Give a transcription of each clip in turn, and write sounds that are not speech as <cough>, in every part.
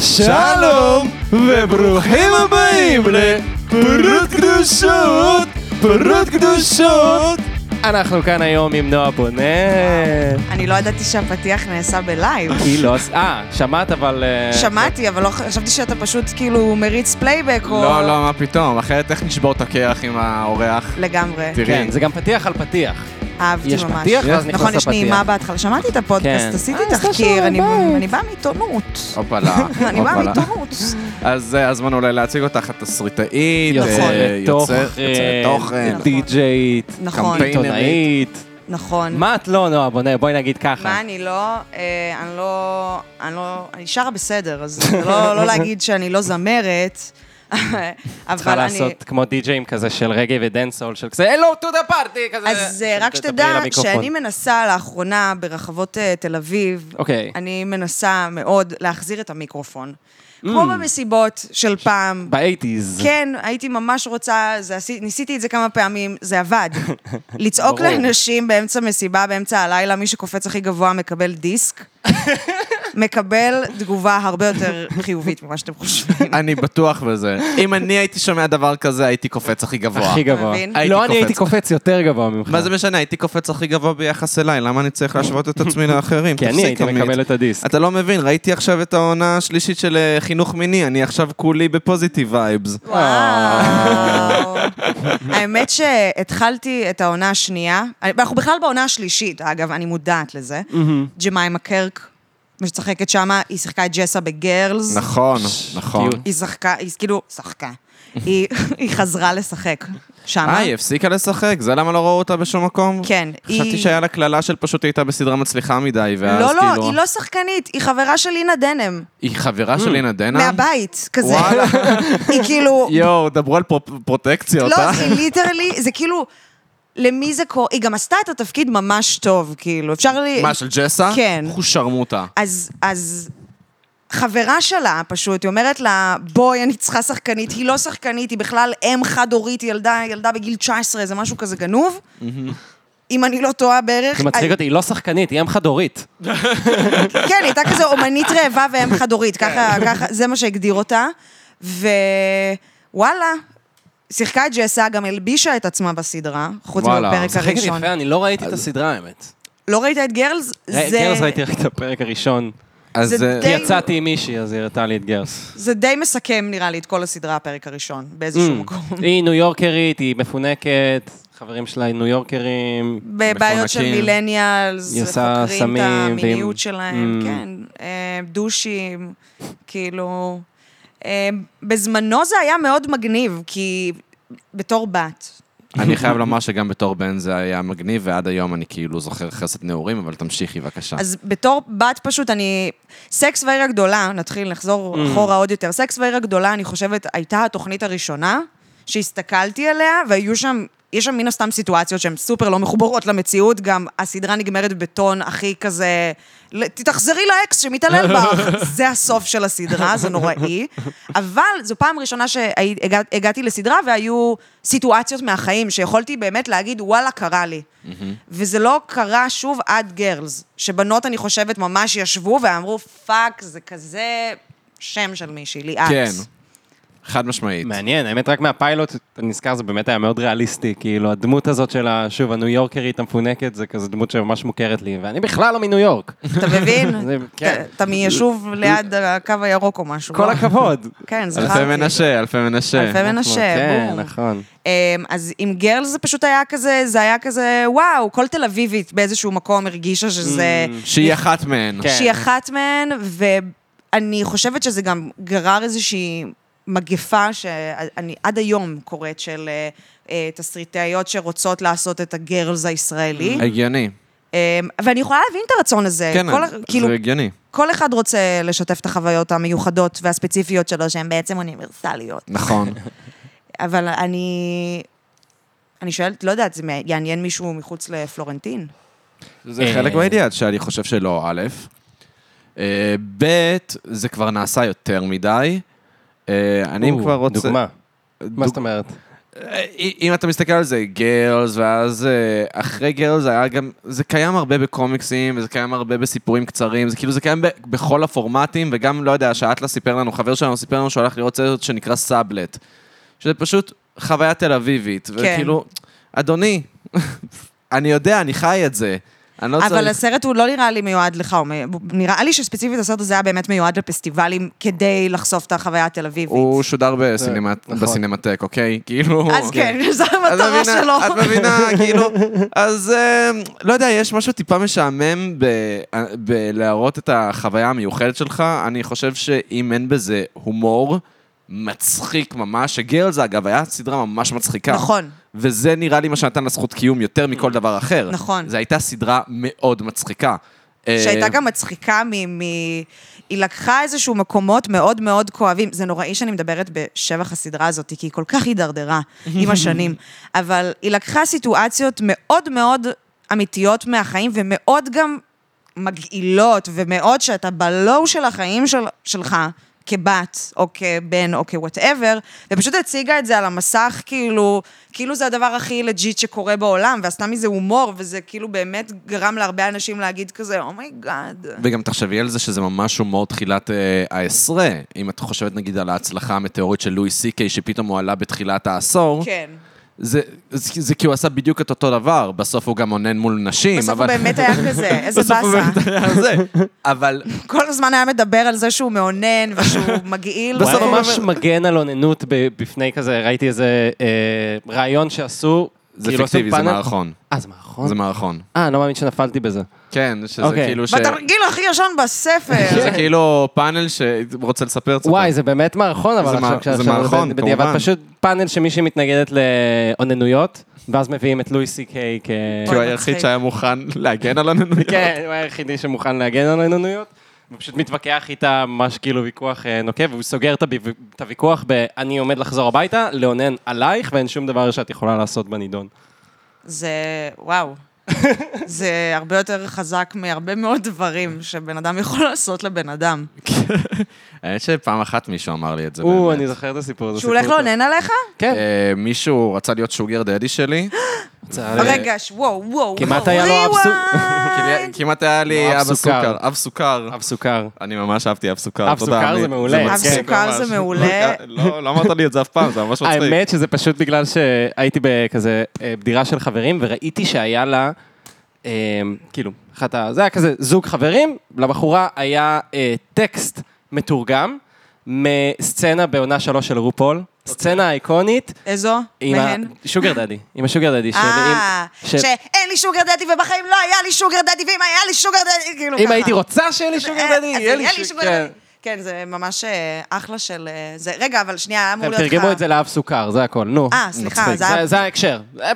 שלום, וברוכים הבאים לפרות קדושות, פרות קדושות. אנחנו כאן היום עם נועה בונה. אני לא ידעתי שהפתיח נעשה <laughs> בלייב. היא לא... עש- אה, שמעת אבל... אה, שמעתי, אבל לא חשבתי שאתה פשוט כאילו מריץ פלייבק או... לא, לא, מה פתאום, אחרת איך נשבור את הקרח עם האורח? לגמרי. תראי. כן, זה גם פתיח על פתיח. אהבתי יש ממש. פתיח, ואז נכנס נכון, יש הפתיח. נעימה בהתחלה. שמעתי את הפודקאסט, כן. עשיתי תחקיר, אני אני באה מעיתונות. <laughs> הופלה, אני באה הופלה. מעיתונות. אז זה הזמן אולי להציג אותך, את תסריטאית, יוצרת אה, יוצרת- <laughs> יוצרת תוכן. די-ג'יית, נכון. עיתונאית. נכון. מה את לא, נועה בונה? בואי נגיד מה ככה. אני לא, אה, אני לא, אני לא, אני שרה בסדר, אז זה <laughs> לא לא להגיד שאני לא זמרת, צריכה אבל אני, לעשות כמו די-ג'אים כזה של רגעי ודנסול, של כזה, הלו, to the party, כזה. אז אה, רק שתדברי שתדע למיקרופון. שאני מנסה לאחרונה ברחבות אה, תל אביב, אוקיי. אני מנסה מאוד להחזיר את המיקרופון. כמו במסיבות של פעם. באייטיז. כן, הייתי ממש רוצה, זה, עשי- ניסיתי את זה כמה פעמים, זה עבד. לצעוק ברור. לאנשים באמצע מסיבה, באמצע הלילה, מי שקופץ הכי גבוה מקבל דיסק. מקבל תגובה הרבה יותר חיובית ממה שאתם חושבים. אני בטוח בזה. אם אני הייתי שומע דבר כזה, הייתי קופץ הכי גבוה. הכי גבוה. מבין? הייתי לא, אני קופץ. הייתי קופץ יותר גבוה ממך. מה זה משנה, הייתי קופץ הכי גבוה ביחס אליי, למה אני צריך להשוות את עצמי לאחרים? כי אני תפסיק, הייתי עמית. מקבל את הדיסק. אתה לא מבין, ראיתי עכשיו את העונה השלישית של אה, חינוך מיני, אני עכשיו כולי בפוזיטיב וייבס. וואו. <laughs> האמת שהתחלתי את העונה השנייה, אנחנו בכלל בעונה השלישית, אגב, אני מודעת לזה. ג'מיימה קרק, משחקת שמה, היא שיחקה את ג'סה בגרלס. נכון, נכון. קיוט. היא שחקה, היא כאילו, שחקה. היא <laughs> היא חזרה לשחק שמה. אה, היא הפסיקה לשחק? זה למה לא ראו אותה בשום מקום? כן, חשבתי היא- שהיה לה קללה של פשוט הייתה בסדרה מצליחה מדי, ואז לא, כאילו... לא, היא לא שחקנית, היא חברה של אינה דנם, היא חברה של לינה דנה? מהבית, כזה. וואלה. <laughs> היא <laughs> כאילו, יואו, דברו על פרו- פרוטקציות, לא, אה? זה ליטרלי, זה כאילו, למי זה קורה? היא גם עשתה את התפקיד ממש טוב, כאילו, אפשר לי... מה, של ג'סה? כן. הוא שרמוטה. אז, אז חברה שלה פשוט, היא אומרת לה, בואי, אני צריכה שחקנית. היא לא שחקנית, היא בכלל אם חד-הורית, ילדה, ילדה בגיל 19, זה משהו כזה גנוב. אם אני לא טועה בערך. זה מצחיק אותי, היא לא שחקנית, היא אם חד-הורית. כן, היא הייתה כזה אומנית רעבה ואם חד-הורית, ככה, ככה, זה מה שהגדיר אותה. ווואלה, שיחקה את ג'סה, גם הלבישה את עצמה בסדרה, חוץ וואלה, מהפרק משחקת הראשון. יפה, אני לא ראיתי את הסדרה, האמת. לא ראית את גרלס? ראי- זה- גרס ראיתי רק את הפרק הראשון. אז זה אה, כי די- יצאתי עם מישהי, אז היא הראתה לי את גרס. זה די מסכם, נראה לי, את כל הסדרה, הפרק הראשון, באיזשהו Mm. <laughs> מקום. היא ניו יורקרית, היא מפונקת, חברים שלה ניו יורקרים. בבעיות של מפונקים. מילניאלס, היא עושה חוקרים את סמים, ועם- המיניות שלהם, Mm. כן, אה, דושים, כאילו... אה, בזמנו זה היה מאוד מגניב, כי בתור בת, אני חייב לומר שגם בתור בן זה היה מגניב, ועד היום אני כאילו זוכר חסד נעורים, אבל תמשיכי בבקשה. אז בתור בת פשוט אני... סקס והעיר הגדולה, נתחיל, נחזור אחורה עוד יותר. סקס והעיר הגדולה, אני חושבת, הייתה התוכנית הראשונה שהסתכלתי עליה, והיו שם... יש שם מן הסתם סיטואציות שהן סופר לא מחוברות למציאות, גם הסדרה נגמרת בטון הכי כזה, "ל- תתאכזרי לאקס שמתעלל בך. זה הסוף של הסדרה, זה נוראי. אבל זו פעם ראשונה שהגעתי לסדרה והיו סיטואציות מהחיים שיכולתי באמת להגיד, וואלה, קרה לי. וזה לא קרה שוב עד גרלס, שבנות, אני חושבת, ממש ישבו ואמרו, פאק, זה כזה שם של מישהי, ליאת. כן, חד משמעית. מעניין, האמת, רק מהפיילוט, אני נזכר, זה באמת היה מאוד ריאליסטי. כאילו, הדמות הזאת של, ה- שוב, הניו יורקרית המפונקת, זה כזה דמות שממש מוכרת לי, ואני בכלל לא מניו <laughs> יורק. אתה מבין? <laughs> זה- כן. אתה- אתה מיישוב ליד הקו הירוק או משהו. כל לא? הכבוד. כן, זכרתי. אלפי מנשה, אלפי מנשה. אלפי מנשה, כן, בום. נכון. אמ, אז עם גרלס זה פשוט היה כזה, זה היה כזה, וואו, כל תל אביבית באיזשהו מקום הרגישה שזה... שהיא אחת מהן. כן. שהיא אחת מהן, ואני חושבת שזה גם גרר איזושהי מגפה שאני עד היום קוראת של אה, אה, תסריטאיות שרוצות לעשות את הגרלס הישראלי. הגיוני. אה, ואני יכולה להבין את הרצון הזה. Mm. כן, כל, ה- כאילו, זה הגיוני. כל אחד רוצה לשתף את החוויות המיוחדות והספציפיות שלו, שהן בעצם אוניברסליות. נכון. אבל אני... אני שואלת, לא יודעת, זה יעניין מישהו מחוץ לפלורנטין? זה אה. חלק מהידיעה שאני חושב שלא, א', אה, ב', זה כבר נעשה יותר מדי. אה, אני או, כבר רוצה... דוגמה. מה דוג- זאת אומרת? אם אתה מסתכל על זה, גרלס, ואז אה, אחרי גרלס היה גם, זה קיים הרבה בקומיקסים, וזה קיים הרבה בסיפורים קצרים, זה כאילו זה קיים ב, בכל הפורמטים, וגם, לא יודע, שאטלה סיפר לנו, חבר שלנו סיפר לנו שהוא הלך לראות סרט שנקרא סאבלט, שזה פשוט חוויה תל אביבית, וכאילו, אדוני, <laughs> אני יודע, אני חי את זה. אני לא אבל צריך... הסרט הוא לא נראה לי מיועד לך, הוא מ- הוא- נראה לי שספציפית הסרט הזה היה באמת מיועד לפסטיבלים כדי לחשוף את החוויה התל אביבית. הוא שודר בסינמט... נכון. בסינמטק, אוקיי? כאילו... אז כן, <laughs> זו את המטרה מבינה- שלו. את <laughs> מבינה, כאילו, אז אה, לא יודע, יש משהו טיפה משעמם ב- אה, בלהראות את החוויה המיוחדת שלך. אני חושב שאם אין בזה הומור מצחיק ממש, שגרלס, אגב, היה סדרה ממש מצחיקה. נכון. וזה נראה לי מה שנתן לה זכות קיום יותר מכל דבר אחר. נכון. זו הייתה סדרה מאוד מצחיקה. אה, שהייתה גם מצחיקה מ... מ... היא לקחה איזשהו מקומות מאוד מאוד כואבים. זה נוראי שאני מדברת בשבח הסדרה הזאת, כי היא כל כך הידרדרה עם השנים, אבל היא לקחה סיטואציות מאוד מאוד אמיתיות מהחיים, ומאוד גם מגעילות, ומאוד שאתה בלואו של החיים של, שלך. כבת, או כבן, או כוואטאבר, ופשוט הציגה את זה על המסך, כאילו, כאילו זה הדבר הכי לג'יט שקורה בעולם, ועשתה מזה הומור, וזה כאילו באמת גרם להרבה אנשים להגיד כזה, אומייגאד. Oh my God." וגם תחשבי על זה שזה ממש הומור תחילת אה, העשרה. אם את חושבת נגיד על ההצלחה המטאורית של לואי סי קיי, שפתאום הוא עלה בתחילת העשור. כן. זה, זה, זה כי הוא עשה בדיוק את אותו דבר, בסוף הוא גם אונן מול נשים, בסוף הוא <laughs> אבל... באמת היה כזה, איזה בסוף הוא באסה. באמת היה זה. אבל כל הזמן היה מדבר על זה שהוא מאונן, ושהוא מגעיל. הוא בסוף היה ו- הוא ממש מגן על אוננות ב- בפני כזה, ראיתי איזה אה, רעיון שעשו. זה כאילו עשו פיקטיבי, זה פאנל- מערכון. אה, זה מערכון? זה מערכון. אה, אני לא מאמין שנפלתי בזה. כן, שזה אוקיי. כאילו ש... בתרגיל הכי ישן בספר. <laughs> זה כאילו פאנל שרוצה לספר את זה. וואי, זה באמת מערכון, אבל זה עכשיו מער- זה כשאתה- מערכון, בדיעבד כמובן. פשוט פאנל שמישהי מתנגדת לאוננויות, ואז מביאים את לואי סי קיי כ... כי הוא אוי, היחיד מצחיק. שהיה מוכן להגן על הנוניות. כן, הוא היחידי שמוכן להגן על אוננויות. הוא פשוט מתווכח איתה ממש כאילו ויכוח אה, נוקב, והוא סוגר את הביו- את הוויכוח ב- אני עומד לחזור הביתה, לאונן עלייך, ואין שום דבר שאת יכולה לעשות בנידון. זה, <laughs> וואו. זה הרבה יותר חזק מהרבה מאוד דברים שבן אדם יכול <laughs> לעשות לבן אדם. האמת שפעם אחת מישהו אמר לי את זה. או, באמת. אני זוכר את הסיפור הזה. שהוא הולך סיפור טוב. לאונן עליך? כן. אה, מישהו רצה להיות שוגר דדי שלי, זה- רגע, ש- וואו, וואו. אה, כמעט היה לו אבסו- כאילו, כמעט היה אב לי אבא לא, סוכר. סוכר, אב סוכר. אב סוכר. אני ממש אהבתי אב סוכר, אב תודה, סוכר אני- זה מעולה. אב מצחיק סוכר זה ממש. מעולה. לא, לא אמרת לי את זה אף פעם, זה ממש מצחיק. האמת שזה פשוט בגלל שהייתי בכזה אה, בדירה של חברים, וראיתי שהיה לה, אה, כאילו, אחת ה... זה היה כזה זוג חברים, לבחורה היה אה, טקסט מתורגם מסצנה בעונה שלוש של רופול, סצנה איקונית. איזו? עם ה- מהן? שוגר דדי, עם השוגר דדי שלי. אה, עם- ש- שאין לי שוגר דדי ובחיים לא היה לי שוגר דדי, ואם היה לי שוגר דדי, כאילו אם ככה. הייתי רוצה שיהיה לי אה, שוגר דדי, אז יהיה לי שוגר שוגר דדי. דדי. כן, זה ממש אה, אחלה של... אה, זה- רגע, אבל שנייה, היה אמור הם להיות לך... כן, תרגמו את זה לאב סוכר, זה הכל, נו. אה, סליחה, מצחיק. זה היה- זה ההקשר. אה,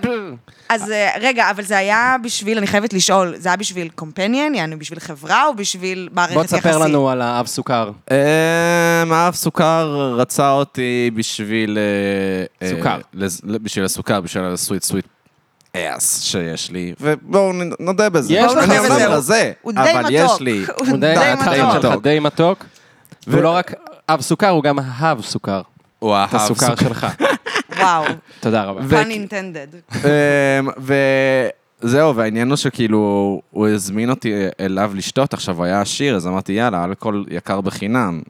אז אה, רגע, אבל זה היה בשביל, אני חייבת לשאול, זה היה בשביל קומפניאן, יענו בשביל חברה או בשביל מערכת בוא יחסים? תספר לנו על האב סוכר. אמ, האב סוכר רצה אותי בשביל... אה, סוכר. אה, לז- לא, בשביל הסוכר, בשביל הסוויט סוויט אס שיש לי, ובואו נ- נודה בזה. יש לך אני בזה, אומנם הוא- רזה, הוא די אבל מתוק. יש לי. הוא די החיים מתוק. שלך די מתוק. והוא לא רק אב סוכר, הוא גם אהב סוכר. הוא את הסוכר שלך. <laughs> וואו, תודה רבה. ו- פן אינטנדד. אמ, וזהו, והעניין הוא שכאילו, הוא הזמין אותי אליו לשתות, עכשיו הוא היה עשיר, אז אמרתי, יאללה, אלכוהול יקר בחינם.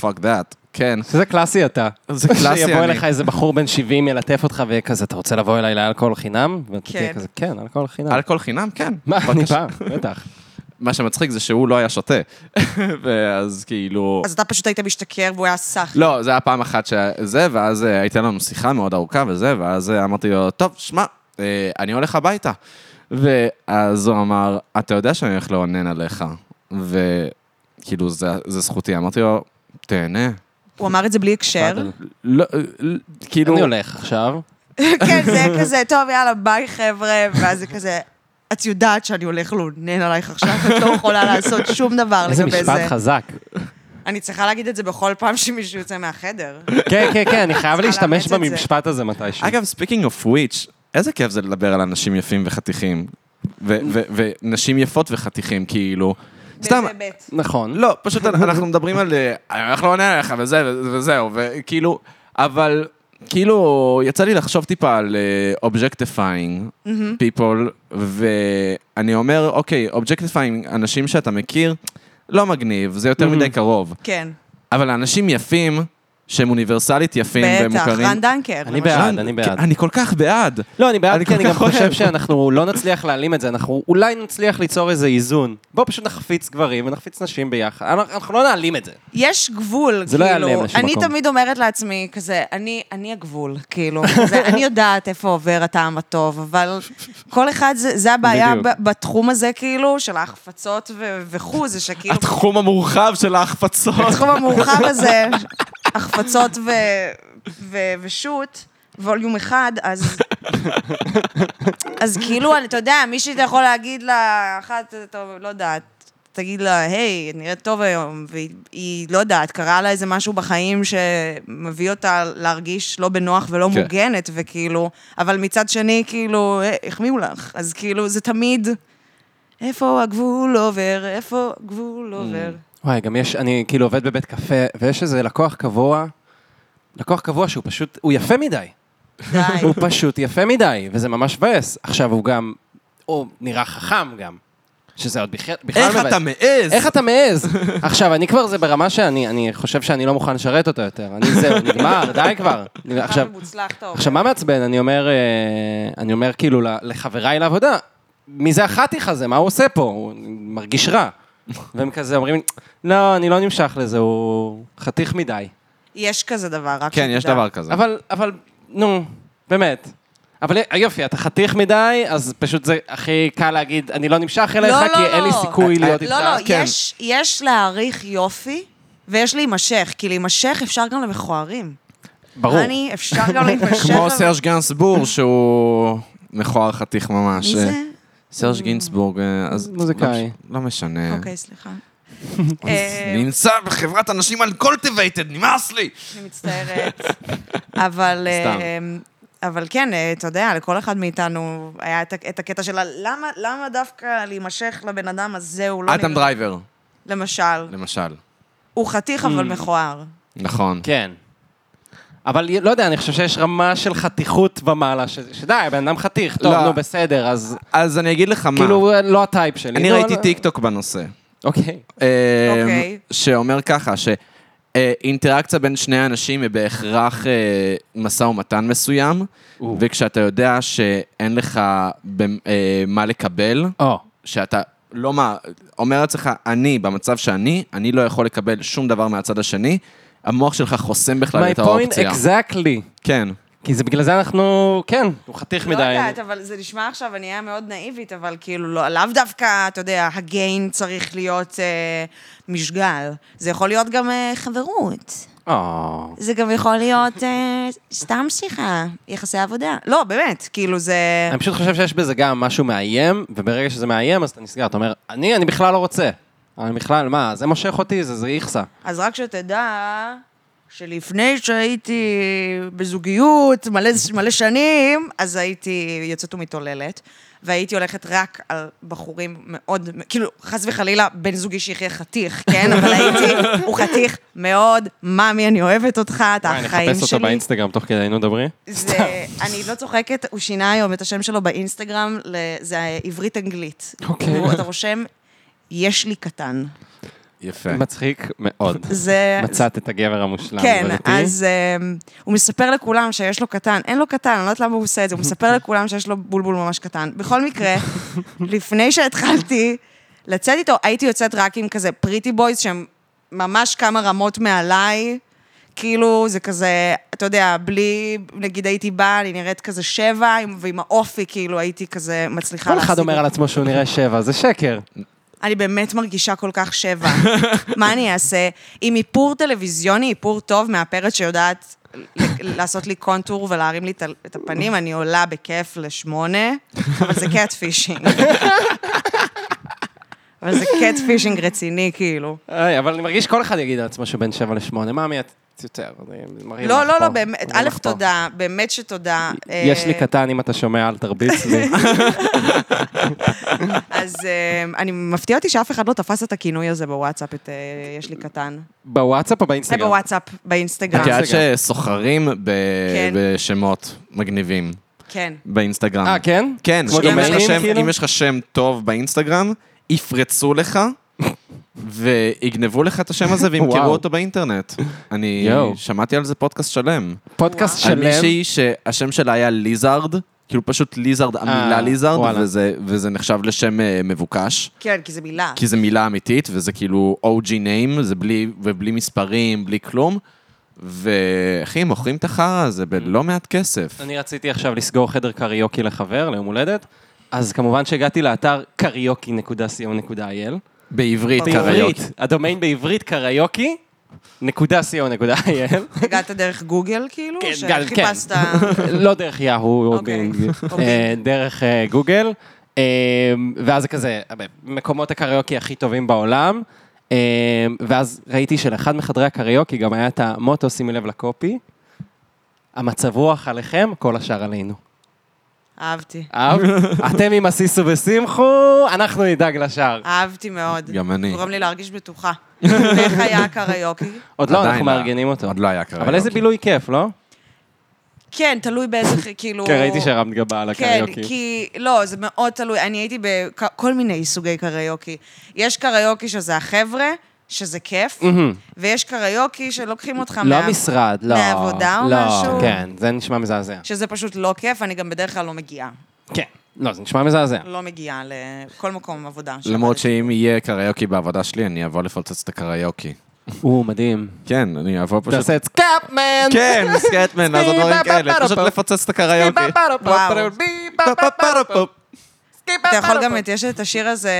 פאק דאט. כן. שזה קלאסי אתה. זה קלאסי, שיבוא אני- אליך איזה בחור בן 70, ילטף אותך וכזה, אתה רוצה לבוא אליי לאלכוהול חינם? ואתה תהיה כן. כזה, כן, אלכוהול חינם. אלכוהול חינם? כן. מה, אני בבקשה. בא, בטח. מה שמצחיק זה שהוא לא היה שותה. <laughs> ואז כאילו... אז אתה פשוט היית משתכר והוא היה סח. לא, זה היה פעם אחת שזה, ואז אה, הייתה לנו שיחה מאוד ארוכה וזה, ואז אה, אמרתי לו, טוב, שמע, אה, אני הולך הביתה. ואז הוא אמר, אתה יודע שאני הולך לאונן עליך. וכאילו, זה, זה זכותי. אמרתי לו, תהנה. הוא אמר את זה בלי הקשר. תפאדל. לא, אה, לא, כאילו... אני הולך עכשיו. <laughs> כן, <laughs> זה כזה, טוב, יאללה, ביי, חבר'ה, ואז זה כזה... את יודעת שאני הולך לאונן עלייך עכשיו, את לא יכולה לעשות שום דבר איזה לגבי משפט זה. חזק. אני צריכה להגיד את זה בכל פעם שמישהו יוצא מהחדר. כן, כן, כן, אני חייב להשתמש לאמץ את זה. במשפט הזה מתישהו. אגב, speaking of which, איזה כיף זה לדבר על אנשים יפים וחתיכים. ו- ו- ונשים יפות וחתיכים, כאילו. סתם, באיזה היבט? נכון. לא, פשוט אנחנו מדברים על... אה, אני הולך לעונה עליך וזה וזה- וזהו, וכאילו, אבל כאילו, יצא לי לחשוב טיפה על אובג'קטיפיינג, uh, people, ואני אומר, אוקיי, אובג'קטיפיינג, אנשים שאתה מכיר, לא מגניב, זה יותר מדי קרוב. כן. אבל האנשים יפים, שהם אוניברסלית יפים והם בטח, מוכרים... רן דנקר. אני למשל. בעד. רן, אני בעד. כן, אני כל כך בעד. לא, אני בעד, אני כי אני כל גם כך אוהב. חושב שאנחנו לא נצליח להעלים את זה, אנחנו אולי נצליח ליצור איזה איזון. בואו פשוט נחפיץ גברים ונחפיץ נשים ביחד. אנחנו- אנחנו לא נעלים את זה. יש גבול, זה לא כאילו. ייעלם לשום אני מקום. תמיד אומרת לעצמי, כזה, אני, אני הגבול, כאילו. כזה, אני יודעת איפה עובר הטעם הטוב, אבל כל אחד, זה, זה הבעיה בדיוק. ב- בתחום הזה, כאילו, של ההחפצות ו- וכו', זה שכאילו... התחום המורחב של ההחפצות. התחום המורחב הזה, החפצות ו, ו, ושו"ת, ווליום אחד, אז... אז כאילו, אני- אתה יודע, מישהי אתה יכול להגיד לה, אחת, טוב, לא יודעת, תגיד לה, היי, את נראית טוב היום, והיא, היא, לא יודעת, קרה לה איזה משהו בחיים שמביא אותה להרגיש לא בנוח ולא כן. מוגנת, וכאילו, אבל מצד שני, כאילו, "היי, החמיאו לך, אז כאילו, זה תמיד, איפה הגבול עובר, איפה הגבול עובר. וואי, גם יש, אני כאילו עובד בבית קפה, ויש איזה לקוח קבוע, לקוח קבוע שהוא פשוט, הוא יפה מדי. די. הוא פשוט יפה מדי, וזה ממש מבאס. עכשיו הוא גם, הוא נראה חכם גם, שזה עוד בכלל בכלל מבאס. איך אתה מעז? איך אתה מעז? עכשיו, אני כבר, זה ברמה שאני אני חושב שאני לא מוכן לשרת אותו יותר. אני זהו, נגמר, די כבר. עכשיו, מוצלח טוב. עכשיו, מה מעצבן? אני אומר, אה, אני אומר כאילו ל- לחבריי לעבודה, מי זה החתיך הזה? מה הוא עושה פה? הוא מרגיש <laughs> רע. והם כזה אומרים, לא, אני לא נמשך לזה, הוא חתיך מדי. יש כזה דבר, רק כן, שתדע. יש דבר כזה. אבל, אבל, נו, באמת. אבל אה, יופי, אתה חתיך מדי, אז פשוט זה הכי קל להגיד, אני לא נמשך אליך, לא, כי לא, אין לי לא. סיכוי להיות איתך. לא, לא, כן. יש- יש להעריך יופי ויש להימשך, כי להימשך אפשר גם למכוערים. ברור. אני, אפשר גם להימשך. כמו ל- סרש גנסבורג, שהוא מכוער חתיך ממש. מי זה? סרש גינצבורג, אה, אז... מוזיקאי. לא כן. משנה. אוקיי, <laughs> סליחה. אני אה, נמצא בחברת אנשים אנקולטיבייטד, נמאס לי! אני מצטערת. אבל... סתם. אה, אבל כן, אה, אתה יודע, לכל אחד מאיתנו היה את ה- את הקטע של ה- למה- למה דווקא להימשך לבן אדם הזה, הוא לא... אדם נראה- דרייבר, למשל. למשל. הוא חתיך אבל Mm. מכוער. נכון. כן. אבל לא יודע, אני חושב שיש רמה של חתיכות ומעלה, ש- שדי, בן אדם חתיך, טוב, לא. נו, בסדר, אז אז אני אגיד לך מה. כאילו, לא הטייפ שלי. אני לא, ראיתי לא. טיק טוק בנושא. אוקיי. אה, אוקיי. שאומר ככה, שאינטראקציה בין שני אנשים היא בהכרח אה, משא ומתן מסוים, או. וכשאתה יודע שאין לך במ- אה, מה לקבל, או, שאתה לא מה, אומר לעצמך, אני, במצב שאני, אני לא יכול לקבל שום דבר מהצד השני, המוח שלך חוסם בכלל my את point האופציה. exactly. כן. כי זה בגלל זה אנחנו, כן, הוא חתיך מדי. לא יודעת, אבל זה נשמע עכשיו, אני אהיה מאוד נאיבית, אבל כאילו, לא- לאו דווקא, אתה יודע, הגיין צריך להיות אה, משגל. זה יכול להיות גם אה, חברות. או. זה גם יכול להיות אה, סתם שיחה, יחסי עבודה. לא, באמת, כאילו זה... אני פשוט חושב שיש בזה גם משהו מאיים, וברגע שזה מאיים, אז אתה נסגר, אתה אומר, אני, אני בכלל לא רוצה. אני בכלל, מה, זה מושך אותי, זה זה איכסה. אז רק שתדע שלפני שהייתי בזוגיות מלא, מלא שנים, אז הייתי יוצאת ומתעוללת, והייתי הולכת רק על בחורים מאוד, כאילו, חס וחלילה, בן זוגי שיחיה חתיך, כן? אבל הייתי, הוא חתיך מאוד, מאמי, אני אוהבת אותך, אתה וואי, החיים אני שלי. אחפש אותו באינסטגרם תוך כדי, נו, דברי. זה, אני לא צוחקת, הוא שינה היום את השם שלו באינסטגרם, ל- זה עברית-אנגלית. אוקיי. הוא- אתה רושם, יש לי קטן. יפה. מצחיק מאוד. זה... מצאת את הגבר המושלם. כן, גברתי. אז אמ, הוא מספר לכולם שיש לו קטן, אין לו קטן, אני לא יודעת למה הוא עושה את זה, הוא מספר לכולם שיש לו בולבול ממש קטן. בכל מקרה, לפני שהתחלתי לצאת איתו, הייתי יוצאת רק עם כזה פריטי בויז, שהם ממש כמה רמות מעליי. כאילו, זה כזה, אתה יודע, בלי, נגיד הייתי באה, אני נראית כזה שבע, עם- ועם האופי, כאילו, הייתי כזה מצליחה כל להשיג. אחד אומר אותו. על עצמו שהוא נראה שבע, זה שקר. אני באמת מרגישה כל כך שבע. <laughs> מה אני אעשה? עם איפור טלוויזיוני, איפור טוב מהפרץ שיודעת ל- לעשות לי קונטור ולהרים לי את ה- את הפנים, אני עולה בכיף לשמונה, אבל זה קאט פישינג. <laughs> אבל זה קאט פישינג רציני, כאילו. איי, אבל אני מרגיש שכל אחד יגיד על עצמו שהוא בין שבע לשמונה, מאמי, את קצת יותר. אני מרים לא, לך לא, פה, לא, באמת, מרים א', לך פה. תודה, באמת שתודה. יש לי אה, קטן, אם אתה שומע, אל תרביץ לי. <laughs> אז אה, אני מפתיע אותי שאף אחד לא תפס את הכינוי הזה בוואטסאפ, את אה, יש לי קטן. בוואטסאפ או זה באינסטגרם? בוואטסאפ, באינסטגרם. כי עד שסוחרים ב- כן. בשמות מגניבים כן. באינסטגרם. אה, כן? כן, כמו אם יש לך דומיינים, שם- כאילו? אם יש לך שם טוב באינסטגרם, <laughs> יפרצו לך. ויגנבו לך את השם הזה וימכרו וואו. אותו באינטרנט. אני יואו. שמעתי על זה פודקאסט שלם. פודקאסט על שלם. מישהי שהשם שלה היה ליזארד, כאילו פשוט ליזארד, המילה אה, ליזארד, וואלה. וזה- וזה נחשב לשם אה, מבוקש. כן, כי זה מילה. כי זו מילה אמיתית, וזה כאילו OG name, זה בלי, ובלי מספרים, בלי כלום. ואחי, מוכרים את החרא הזה בלא מעט כסף. Mm. אני רציתי עכשיו לסגור חדר קריוקי לחבר, ליום הולדת, אז כמובן שהגעתי לאתר karaoke.co.il. בעברית, בעברית, קריוקי. הדומיין בעברית קריוקי, נקודה co.il. הגעת דרך גוגל, כאילו? כן, כן, גם- כן. שחיפשת... <laughs> לא דרך יאהו או אוקיי. בינג, או אה, בינג. דרך אה, גוגל, אה, ואז זה כזה, מקומות הקריוקי הכי טובים בעולם, אה, ואז ראיתי שלאחד מחדרי הקריוקי גם היה את המוטו, שימי לב לקופי, המצב רוח עליכם, כל השאר עלינו. אהבתי. <laughs> אהב? אתם עם הסיסו ושמחו, אנחנו נדאג לשאר. אהבתי מאוד. גם אני. גורם לי להרגיש בטוחה. ואיך היה הקריוקי? עוד לא, עדיין אנחנו לא. מארגנים אותו. עוד לא היה קריוקי. אבל איזה בילוי כיף, לא? כן, תלוי באיזה, כאילו... כן, ראיתי שהרמת גבה על כן, הקריוקי. כי... לא, זה מאוד תלוי. אני הייתי בכל מיני סוגי קריוקי. יש קריוקי שזה החבר'ה, שזה כיף, מהמם. ויש קריוקי שלוקחים אותך לא מה- המשרד, לא. מהעבודה או לא, משהו? כן, זה נשמע מזעזע. שזה פשוט לא כיף, אני גם בדרך כלל לא מגיעה. כן. לא, זה נשמע מזעזע. לא מגיעה לכל מקום עבודה. למרות שעבדתי. שאם יהיה קריוקי בעבודה שלי, אני אבוא לפוצץ את הקריוקי. הוא מדהים. כן, אני אבוא פשוט... תעשה את סקאפמן! כן, סקייטמן, אז הדברים כאלה, פשוט סקי-בה-בה-בה-בה. לפוצץ את הקריוקי. וואו. פופ-פופ-פופ. כן, אתה לא יכול גם, את- יש את השיר הזה,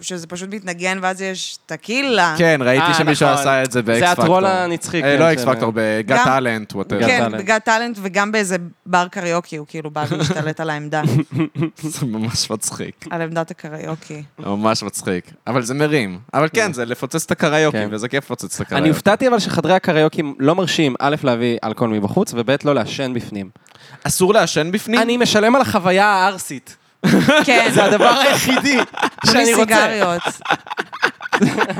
שזה פשוט מתנגן, ואז יש טקילה. כן, ראיתי אה, שמישהו נכון. עשה את זה זה באקס פקטור. הטרול הנצחי, כן, לא של- אקס פקטור, בגאט גם- טאלנט, וואטאבר. כן, טאלנט. בגלל טאלנט וגם באיזה בר קריוקי, הוא כאילו בא והשתלט על העמדה, <laughs> זה <laughs> ממש מצחיק. על <laughs> עמדת הקריוקי. ממש מצחיק. אבל זה מרים. אבל כן, זה לפוצץ את הקריוקי, Mm. כן. וזה כיף לפוצץ את אני הקריוקי. הופתעתי אבל שחדרי הקריוקי לא מרשים, א', להביא אלכוהול מבחוץ, וב', לא לעשן בפנים. אסור לעשן בפנים? אני משלם על החוויה הערסית. כן, זה הדבר <laughs> היחידי תנו לי שאני רוצה. <laughs> סיגריות.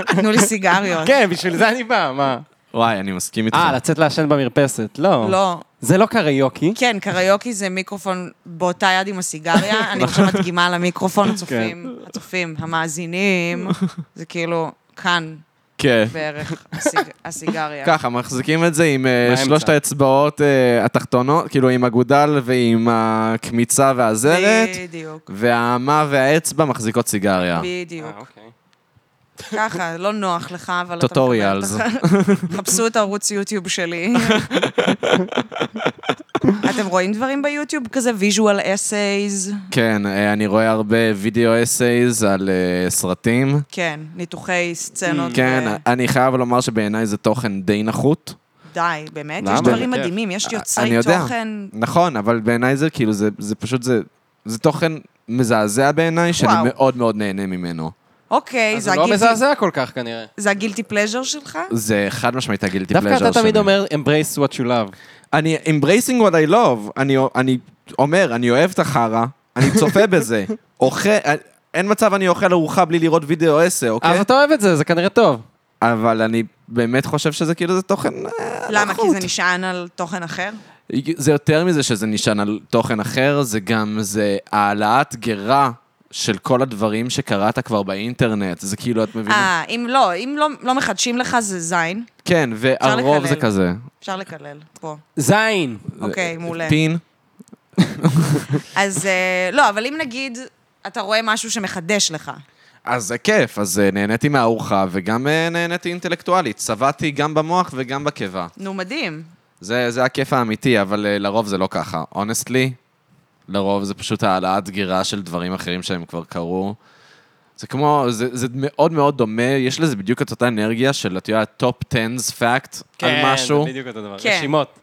תנו לי סיגריות. כן, בשביל זה אני בא, מה? וואי, אני מסכים איתך. אה, לצאת לעשן במרפסת, לא. לא. זה לא קריוקי. כן, קריוקי זה מיקרופון באותה יד עם <laughs> הסיגריה, אני עכשיו מדגימה על המיקרופון, כן. הצופים, הצופים, המאזינים, זה כאילו כאן כן. בערך <laughs> הסיג- הסיגריה. ככה, מחזיקים את זה עם אה, באמצע. שלושת האצבעות אה, התחתונות, כאילו עם אגודל ועם הקמיצה והזרת, בדיוק, והאמה והאצבע מחזיקות סיגריה. בדיוק. אוקיי. ככה, לא נוח לך, אבל אתה מקבל... טוטוריאלס. <laughs> חפשו את הערוץ יוטיוב שלי. אתם רואים דברים ביוטיוב כזה? visual essays? כן, אה, אני רואה הרבה וידאו אסייז על אה, סרטים. כן, ניתוחי סצנות. אה, כן, ו- אני חייב לומר שבעיניי זה תוכן די נחות. די, באמת? למה? יש דברים באמת, מדהימים, יש אני יוצרי יודע. תוכן. נכון, אבל בעיניי זה כאילו, זה, זה פשוט, זה, זה תוכן מזעזע בעיניי, שאני וואו. מאוד מאוד נהנה ממנו. אוקיי, אז זה זה לא הגילטי- מזעזע כל כך כנראה. זה הגילטי פלז'ר שלך? זה חד משמעית הגילטי פלז'ר דווקא שלי. אתה תמיד אומר, embrace what you love. אני embracing what I love, אני, אני אומר, אני אוהב את החרא, אני <laughs> צופה בזה. אוכל, אין מצב אני אוכל ארוחה בלי לראות וידאו עשר, אז אוקיי? אתה אוהב את זה, זה כנראה טוב. אבל אני באמת חושב שזה כאילו, זה תוכן... אה, למה? כי נחות. זה נשען על תוכן אחר? זה יותר מזה שזה נשען על תוכן אחר, זה גם, זה העלאת גרה של כל הדברים שקראת כבר באינטרנט. זה כאילו, את מבינה? אה, אם לא, אם לא- לא מחדשים לך זה זין, כן, והרוב זה לקלל. כזה. אפשר לקלל, פה. זין. אוקיי, מעולה. טין. אז אה, לא, אבל אם נגיד, אתה רואה משהו שמחדש לך. אז זה כיף, אז אה, נהניתי מהארוחה וגם אה, נהניתי אינטלקטואלית. צבעתי גם במוח וגם בקיבה. נו, מדהים. זה, זה הכיף האמיתי, אבל אה, לרוב זה לא ככה. אונסטלי, לרוב זה פשוט העלאת גרה של דברים אחרים שהם כבר קרו. זה כמו, זה, זה מאוד מאוד דומה, יש לזה בדיוק את אותה אנרגיה של, את יודעת, top 10's fact על משהו. כן, זה בדיוק אותו דבר. כן. רשימות.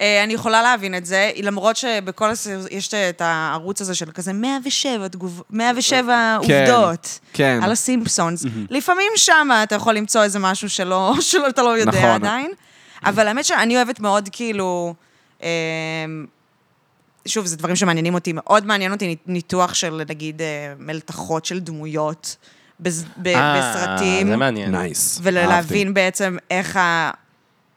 אה, אני יכולה להבין את זה, למרות שבכל הסיר... יש את הערוץ הזה של כזה 107 תגוב... 107 כן, עובדות. כן. על הסימפסונס. לפעמים שם אתה יכול למצוא איזה משהו שלא, <laughs> שלא אתה לא יודע נכון. עדיין. אבל האמת שאני אוהבת מאוד, כאילו... אמ, שוב, זה דברים שמעניינים אותי. מאוד מעניין אותי ניתוח של, נגיד, אה, מלתחות של דמויות בז- ב- אה, בסרטים. זה מעניין. נייס. ולהבין בעצם איך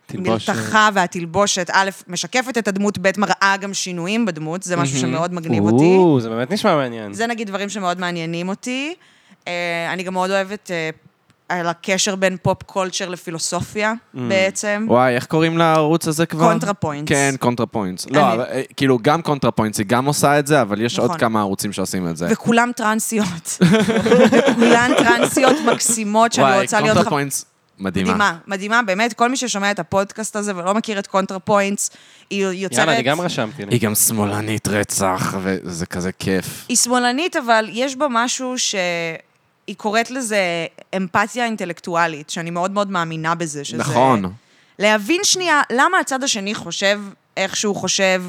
תלבושת. המלתחה והתלבושת, א', משקפת את הדמות, ב', מראה גם שינויים בדמות, זה משהו שמאוד מגניב אותי. או, זה באמת נשמע מעניין. זה נגיד דברים שמאוד מעניינים אותי. אה, אני גם מאוד אוהבת אה, על הקשר בין פופ קולצ'ר לפילוסופיה, Mm. בעצם. וואי, איך קוראים לערוץ הזה כבר? קונטרה פוינטס. כן, קונטרה פוינטס. לא, אני- אבל, אה, כאילו, גם קונטרה פוינטס, היא גם עושה את זה, אבל יש נכון. עוד כמה ערוצים שעושים את זה. וכולם טרנסיות. וכולן טרנסיות מקסימות שאני וואי, רוצה להיות קונטרה חברה. פוינטס, מדהימה. מדהימה, מדהימה, באמת, כל מי ששומע את הפודקאסט הזה ולא מכיר את קונטרה פוינטס, היא יוצרת... יאללה, אני גם רשמתי. לי. היא גם שמאלנית רצח, וזה כזה כיף. היא שמאלנית, אבל יש בה משהו שהיא קוראת לזה אמפתיה אינטלקטואלית, שאני מאוד מאוד מאמינה בזה. שזה... נכון. להבין שנייה למה הצד השני חושב איך שהוא חושב,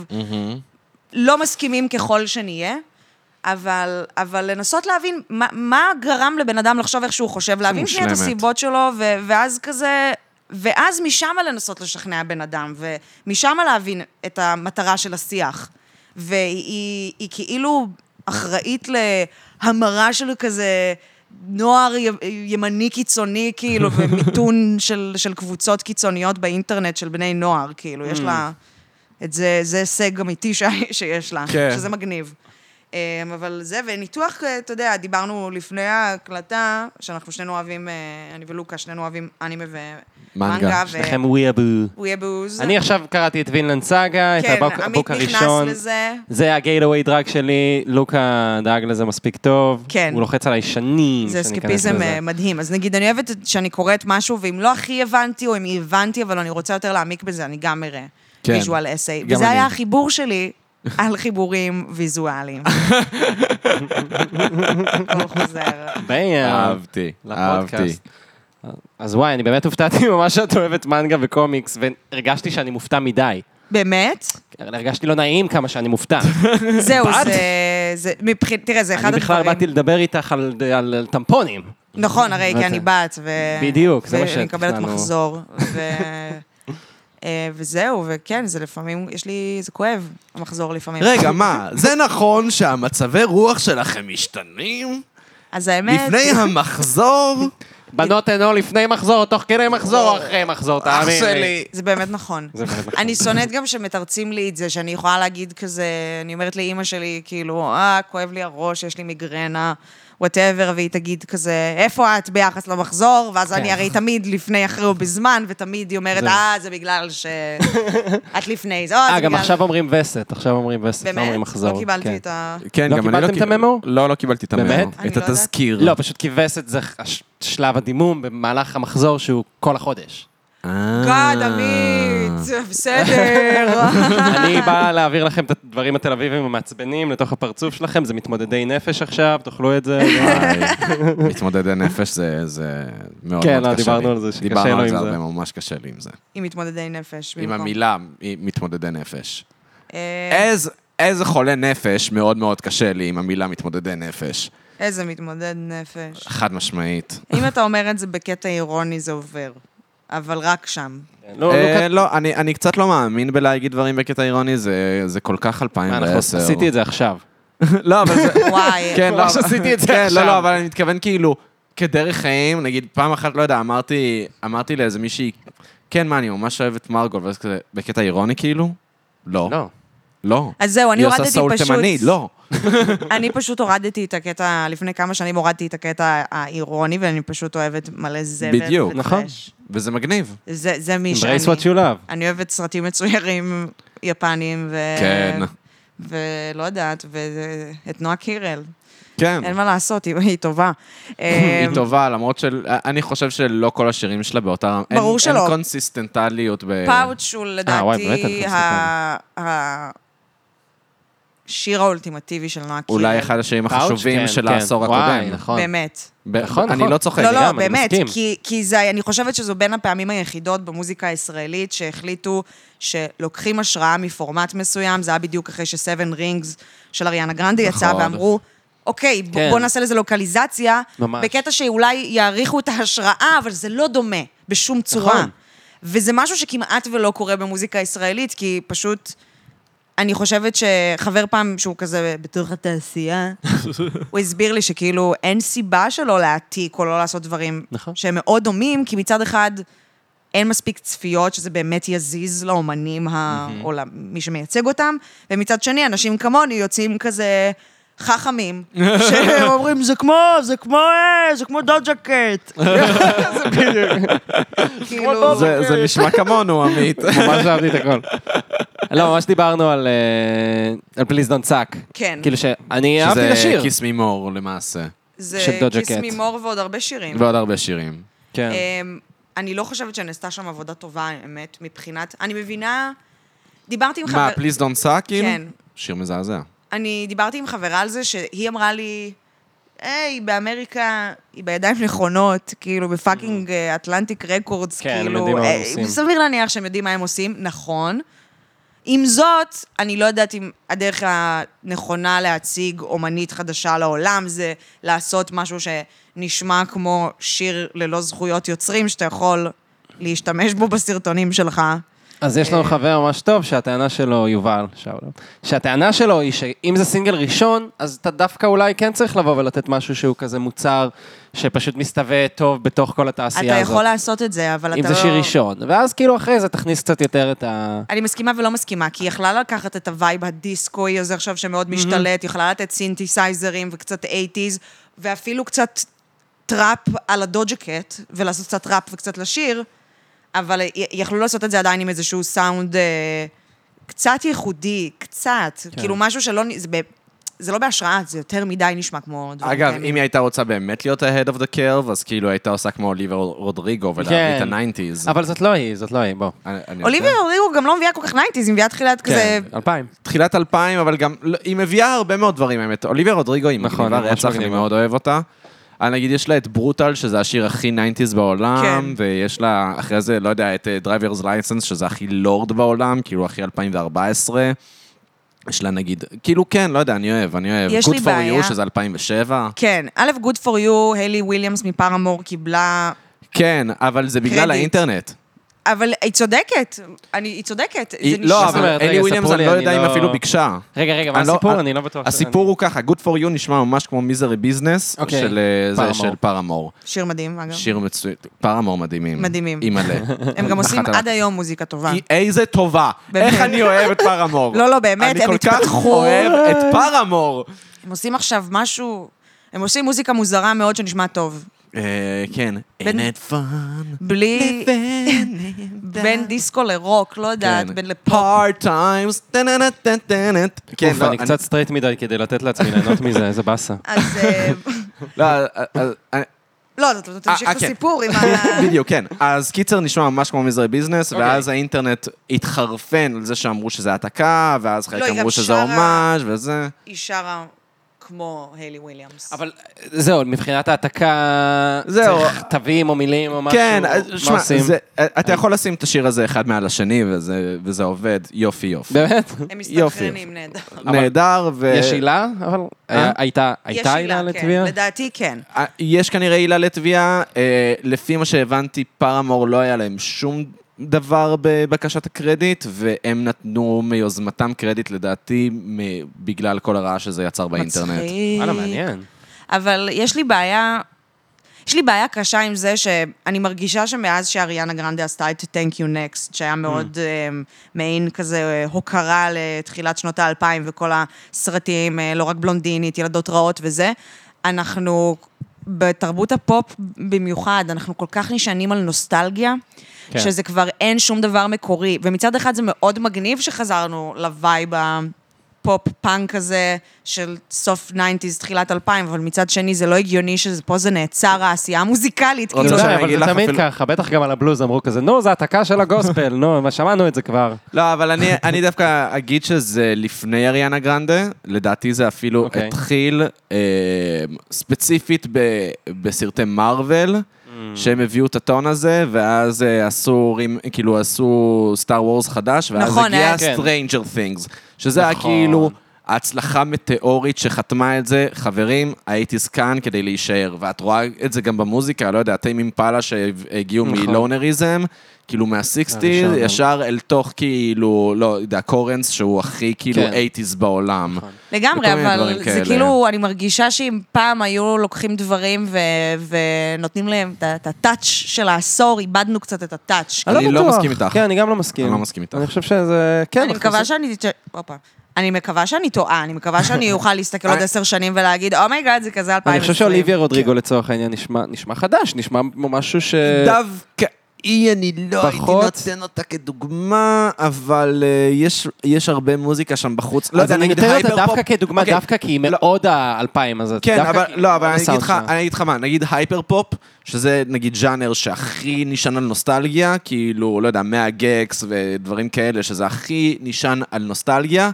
לא מסכימים ככל שנהיה. אבל, אבל לנסות להבין מה, מה גרם לבן אדם לחשוב איך שהוא חושב, להבין שנייה את מושלמת. הסיבות שלו, ו, ואז כזה, ואז משם לנסות לשכנע בן אדם, ומשם להבין את המטרה של השיח. והיא היא, היא כאילו אחראית להמרה של כזה נוער י, ימני קיצוני, כאילו, ומיתון של, של קבוצות קיצוניות באינטרנט של בני נוער, כאילו, יש לה... את זה, זה הישג אמיתי ש... שיש לה, כן. שזה מגניב. אמ, אבל זה, וניתוח, אה, אתה יודע, דיברנו לפני ההקלטה, שאנחנו שנינו אוהבים, אה, אני ולוקה, שנינו אוהבים אנימה ומנגה. מנגה. שניכם וויאבו. וויאבוז. אני עכשיו קראתי את וינלנד סאגה, את כן, הבוק- עמית הבוק נכנס הראשון. לזה. זה הגיילווי דרג שלי, לוקה דאג לזה מספיק טוב. כן. הוא לוחץ עליי שנים זה שאני אכנס אסקפיזם לזה. אה, מדהים. אז נגיד, אני אוהבת את- שאני קוראת משהו, ואם לא הכי הבנתי, או אם הבנתי, אבל אני רוצה יותר להעמיק בזה, אני גם אראה. כן. ויז'ואל אסיי. גם וזה אני. היה החיבור שלי על חיבורים <laughs> ויזואליים. הכל חוזר. ביי, אה, אהבתי, אהבתי. לפודקאסט. אז וואי, אני באמת הופתעתי ממש שאת אוהבת מנגה וקומיקס, והרגשתי שאני מופתע מדי. <laughs> באמת? הרגשתי לא נעים כמה שאני מופתע. זהו, בעד. זה... זה מבחינת, תראה, <laughs> זה אחד אני בכלל באתי הדברים. לדבר איתך על על- על טמפונים. נכון, הרי כי ואתה- אני בת, ו... אוקיי. בדיוק, זה מה לא- ואני מקבלת שתכננו. מחזור, ו... <laughs> אה, וזהו, וכן, זה לפעמים, יש לי, זה כואב, המחזור לפעמים. רגע, מה, זה נכון שהמצבי רוח שלכם משתנים? אז האמת... לפני המחזור? בנות הן או לפני מחזור, או תוך כדי מחזור, או אחרי מחזור, אח תאמין לי. שלי. זה באמת נכון. זה באמת נכון. אני שונאת גם שמתרצים לי את זה, שאני יכולה להגיד כזה, אני אומרת לאימא שלי, כאילו, אה, כואב לי הראש, יש לי מיגרנה, וואטאבר, והיא תגיד כזה, איפה את ביחס למחזור? ואז כן. אני הרי תמיד לפני, אחרי ובזמן, ותמיד היא אומרת, זהו. אה, זה בגלל <laughs> ש... את לפני זה, או, זה אה, גם בגלל... עכשיו אומרים וסת, עכשיו אומרים וסת, לא אומרים באמת? מחזור. לא כן. קיבלתי את ה... כן, לא גם אני לא... קיבלתם את קיב- הממו? לא, לא קיבלתי את הממו. באמת? אני את לא יודעת. התזכיר. לא, פשוט כי וסת זה הש- שלב הדימום במהלך המחזור שהוא כל <laughs> החודש. אה. גאד, עמית, <laughs> בסדר. אני בא להעביר לכם את הדברים התל אביבים המעצבנים לתוך הפרצוף שלכם, זה מתמודדי נפש עכשיו, תאכלו את זה. וואי, מתמודדי נפש זה זה מאוד מאוד קשה לי. כן, לא, דיברנו על זה, שקשה לו דיברנו על עם זה זה. הרבה, ממש קשה לי עם זה. עם מתמודדי נפש. עם במקום. המילה מ- מתמודדי נפש. אה, איז- איזה חולה נפש מאוד מאוד קשה לי עם המילה מתמודדי נפש. איזה מתמודד נפש. חד משמעית. אם אתה אומר את זה בקטע אירוני, זה עובר. אבל רק שם. לא, אה, לא, לא, אני אני קצת לא מאמין בלהגיד דברים בקטע אירוני, זה- זה כל כך מה, אנחנו- 2010. עשיתי את זה עכשיו. לא, אבל זה... וואי. <laughs> <laughs> כן, לא, ממש אבל- עשיתי את זה כן, עכשיו. לא, לא, אבל אני מתכוון כאילו, כדרך חיים, נגיד פעם אחת, לא יודע, אמרתי, אמרתי לאיזה מישהי, כן, מה, אני ממש אוהב את מרגול, ואז כזה, בקטע אירוני כאילו? לא. לא. לא. אז זהו, אני היא עושה הורדתי סאול פשוט- תימני, לא. אני פשוט הורדתי את הקטע, לפני כמה שנים הורדתי את הקטע האירוני, ואני פשוט אוהבת מלא זבל. בדיוק. וטרש. נכון. וזה מגניב. זה זה מי שאני. Embrace what you love. אני אוהבת סרטים מצוירים יפניים, ו... כן. ולא יודעת, ואת נועה קירל. כן. אין מה לעשות, היא- היא <laughs> טובה. אה, היא טובה, למרות של... אני חושב שלא כל השירים שלה באותה... אין- ברור שלא. אין קונסיסטנטליות ב... פאוץ' הוא אה, וואי, באמת, אני לדעתי חושב ה- ה- השיר האולטימטיבי של נועה קירל. אולי אחד השירים פאוץ', כן, החשובים כן. של העשור וואי, הקודם. נכון. באמת. ב- נכון, אני נכון. לא צוחק. אני לא, לא, גם, אני באמת, מסכים. כי, כי זה, אני חושבת שזו בין הפעמים היחידות במוזיקה הישראלית שהחליטו שלוקחים השראה מפורמט מסוים, זה היה בדיוק אחרי ש-Seven Rings של אריאנה גרנדה יצא, נכון. ואמרו, אוקיי, כן. כן. בוא נעשה לזה לוקליזציה, ממש. בקטע שאולי יעריכו את ההשראה, אבל זה לא דומה בשום צורה. נכון. וזה משהו שכמעט ולא קורה במוזיקה הישראלית, כי פשוט... אני חושבת שחבר פעם, שהוא כזה בתוך <laughs> התעשייה, הוא הסביר לי שכאילו אין סיבה שלא להעתיק או לא לעשות דברים נכון. שהם מאוד דומים, כי מצד אחד אין מספיק צפיות, שזה באמת יזיז לאומנים ה... או למי שמייצג אותם, ומצד שני, אנשים כמוני יוצאים כזה <laughs> חכמים, שאומרים, זה כמו, זה כמו, אה, זה כמו דוג'ה <laughs> קט. זה בדיוק. <laughs> לא, כאילו, זה זה נשמע <laughs> כמונו, עמית. ממש אהבתי את <laughs> הכל. לא, ממש דיברנו על אה, על Please Don't Suck. כן. כאילו שאני אהבתי את השיר. שזה כיס ממור, למעשה. של זה דוג'ה כיס קט. ממור ועוד הרבה שירים. ועוד הרבה שירים. כן. אמ, אני לא חושבת שנעשתה שם עבודה טובה, האמת, מבחינת... אני מבינה... דיברתי עם חבר... מה, פליז דון סאק? נכון. כן. כאילו? שיר מזעזע. אני דיברתי עם חברה על זה, שהיא אמרה לי, היי, באמריקה, היא בידיים נכונות, כאילו, בפאקינג אה, אטלנטיק רקורדס, Mm. כן, הם כאילו... יודעים מה הם אה, עושים." סביר להניח שהם יודעים מה הם עושים, נכון. עם זאת, אני לא יודעת אם הדרך הנכונה להציג אומנית חדשה לעולם זה לעשות משהו שנשמע כמו שיר ללא זכויות יוצרים, שאתה יכול להשתמש בו בסרטונים שלך. אז יש אה. לנו חבר ממש טוב, שהטענה שלו, יובל, שאולי, שהטענה שלו היא שאם זה סינגל ראשון, אז אתה דווקא אולי כן צריך לבוא ולתת משהו שהוא כזה מוצר, שפשוט מסתווה טוב בתוך כל אתה התעשייה הזאת. יכול לעשות את זה, אבל אתה אם לא... זה שיר ראשון. ואז כאילו אחרי זה תכניס קצת יותר את ה... אני מסכימה ולא מסכימה, כי היא יכלה לקחת את הווייב הדיסקוי הזה עכשיו שמאוד Mhm. משתלט, היא יכלה לתת סינתסייזרים וקצת 80's, ואפילו קצת טראפ על הדוג'קט, ולעשות קצת טראפ וקצת לשיר, אבל י- יכלו לעשות את זה עדיין עם איזשהו סאונד אה, קצת ייחודי, קצת, כן. כאילו משהו שלא... נ- זה, ב, זה לא בהשראה, זה יותר מדי נשמע כמו דברים אגב, קיימים. אם היא הייתה רוצה באמת להיות ה-head of the curve, אז כאילו הייתה עושה כמו אוליבר רודריגו ולהביא את כן. הניינטיז. אבל זאת לא היא, זאת לא היא, בוא. אוליביה כן. רודריגו גם לא מביאה כל כך 90's, היא מביאה תחילת כזה... כן, אלפיים. תחילת אלפיים, אבל גם, לא, היא מביאה הרבה מאוד דברים, האמת. אוליביה רודריגו היא נכון, מגניבה ממש רצח, אני מגניבה. מאוד אוהב אותה. אני נגיד, יש לה את ברוטל, שזה השיר הכי ניינטיז בעולם, כן. ויש לה, אחרי זה, לא יודע, את דרייברס לייסנס, שזה הכי לורד בעולם, כאילו, הכי 2014. יש לה נגיד, כאילו כן, לא יודע, אני אוהב, אני אוהב. יש לי Good for בעיה. you, שזה 2007. כן, א', Good for you, היילי וויליאמס מפארמור קיבלה כן, אבל זה בגלל קרדיט. האינטרנט. אבל היא צודקת, אני, היא צודקת. היא- זה לא, נשמע- מה זאת אבל אומרת? רגע, אלי ספרו וויליאמס, אני לי, לא אני יודע אם לא- אפילו ביקשה. רגע, רגע, מה אני לא- הסיפור? ה- אני לא בטוח. הסיפור הוא ככה, Good for you נשמע ממש כמו מיזרי ביזנס, אוקיי. של אה, זה, פארמור. של פארמור. שיר מדהים, אגב. שיר מצוין, פארמור מדהימים. כן. מדהימים. <laughs> אימא'לה. הם <laughs> גם עושים אחת עד עליו. היום מוזיקה טובה. היא- איזה טובה. באמת. איך אני אוהב את פארמור. לא, לא, באמת, הם אני כל כך התפתחו. אוהב את פארמור. הם עושים עכשיו משהו... הם עושים מוזיקה מוזרה מאוד שנשמעת טוב. אה, כן. בין- אין את פאן. בלי... בין דיסקו לרוק, לא כן. יודעת, בין לפופ. פארט טיימס. כן, לא, אוף, אני קצת סטרייט מדי כדי לתת לעצמי ליהנות מזה, איזה באסה. אז... אה, לא, אז- אז- לא, אז אתה תמשיך אה, את כן. <laughs> הסיפור עם ה... בדיוק, כן. אז קיצר נשמע ממש כמו מזרי ביזנס, אוקיי. ואז האינטרנט התחרפן על זה שאמרו שזה העתקה, ואז חלק לא, היא גם אמרו שזה שרה- הומאז' וזה. היא שרה כמו היילי וויליאמס. אבל אה, זהו, מבחינת העתקה, זהו. צריך תווים או מילים או משהו, כן, אז מה שמע, עושים? זה- אתה יכול לשים את השיר הזה אחד מעל השני, וזה- וזה עובד יופי יופי. באמת? הם יופי. מסתנכרנים נהדר. נהדר, ו... יש עילה, אבל היה- הייתה יש הייתה עילה, עילה כן. לתביעה? לדעתי כן. אה, יש כנראה עילה לתביעה. אה, לפי מה שהבנתי, פארמור לא היה להם שום דבר בבקשת הקרדיט, והם נתנו מיוזמתם קרדיט, לדעתי, מ- בגלל כל הרעש שזה יצר באינטרנט. מצחיק. וואלה, מעניין. אבל יש לי בעיה, יש לי בעיה קשה עם זה שאני מרגישה שמאז שאריאנה גרנדה עשתה את Thank You Next, שהיה מאוד אמ, מעין כזה אה, הוקרה לתחילת שנות האלפיים וכל הסרטים, אה, לא רק בלונדינית, ילדות רעות וזה, אנחנו... בתרבות הפופ במיוחד, אנחנו כל כך נשענים על נוסטלגיה, כן. כן. שזה כבר אין שום דבר מקורי. ומצד אחד זה מאוד מגניב שחזרנו לווייב ה- פופ פאנק הזה של סוף 90's, תחילת 2000, אבל מצד שני זה לא הגיוני שפה זה נעצר העשייה המוזיקלית, אתה כאילו... שאני יודע, אגיד אבל זה לך תמיד אפילו- ככה, בטח גם על הבלוז אמרו כזה, נו, זו העתקה של הגוספל, נו, מה, שמענו את זה כבר. לא, אבל אני, אני דווקא אגיד שזה לפני אריאנה גרנדה, לדעתי זה אפילו okay. אוקיי. התחיל אה, ספציפית ב, בסרטי מארוול, mm. שהם הביאו את הטון הזה, ואז אה, עשו, רים- כאילו עשו סטאר וורס חדש, ואז נכון, הגיע היה- כן. Stranger Things, שזה היה נכון. כאילו ההצלחה מטאורית שחתמה את זה, חברים, הייתי זקן כדי להישאר. ואת רואה את זה גם במוזיקה, לא יודע, טיים אימפלה שהגיעו נכון. מלונריזם, כאילו מהסיקסטיז, הראשון, ישר אל תוך כאילו, לא יודע, קורנס, שהוא הכי כאילו כן. 80's בעולם. לגמרי, וכל מיני דברים אבל זה כאלה. כאילו, אני מרגישה שאם פעם היו לוקחים דברים ו- ונותנים להם את ה- את הטאץ' של העשור, איבדנו קצת את הטאץ'. אני לא בטוח. מסכים איתך. כן, אני גם לא מסכים. אני לא מסכים איתך. אני חושב שזה... כן, אני אנחנו מקווה עושים- שאני... תש- הופה. אני מקווה שאני טועה, אני מקווה שאני אוכל להסתכל עוד אני- עשר שנים ולהגיד, אומייגאד, זה כזה 2020. אה, אני חושב כן. שאוליביה רודריגו לצורך העניין נשמע נשמע חדש, נשמע משהו ש... דווקא היא, אני לא אה, פחות? הייתי נותן אותה כדוגמה, אבל אה, יש- יש הרבה מוזיקה שם בחוץ. לא אז יודע, אני נגיד נותן אותה הייפר-פופ- דווקא כדוגמה, אוקיי, דווקא כי היא לא. מאוד האלפיים הזאת. כן, דווקא אבל כי- לא, אבל אני אגיד הסאונד לך, שלה. אני אגיד לך מה, נגיד הייפר פופ, שזה נגיד ז'אנר שהכי נשען על נוסטלגיה, כאילו, לא יודע, 100 גקס ודברים כאלה, שזה הכי נשען על נוסטלגיה,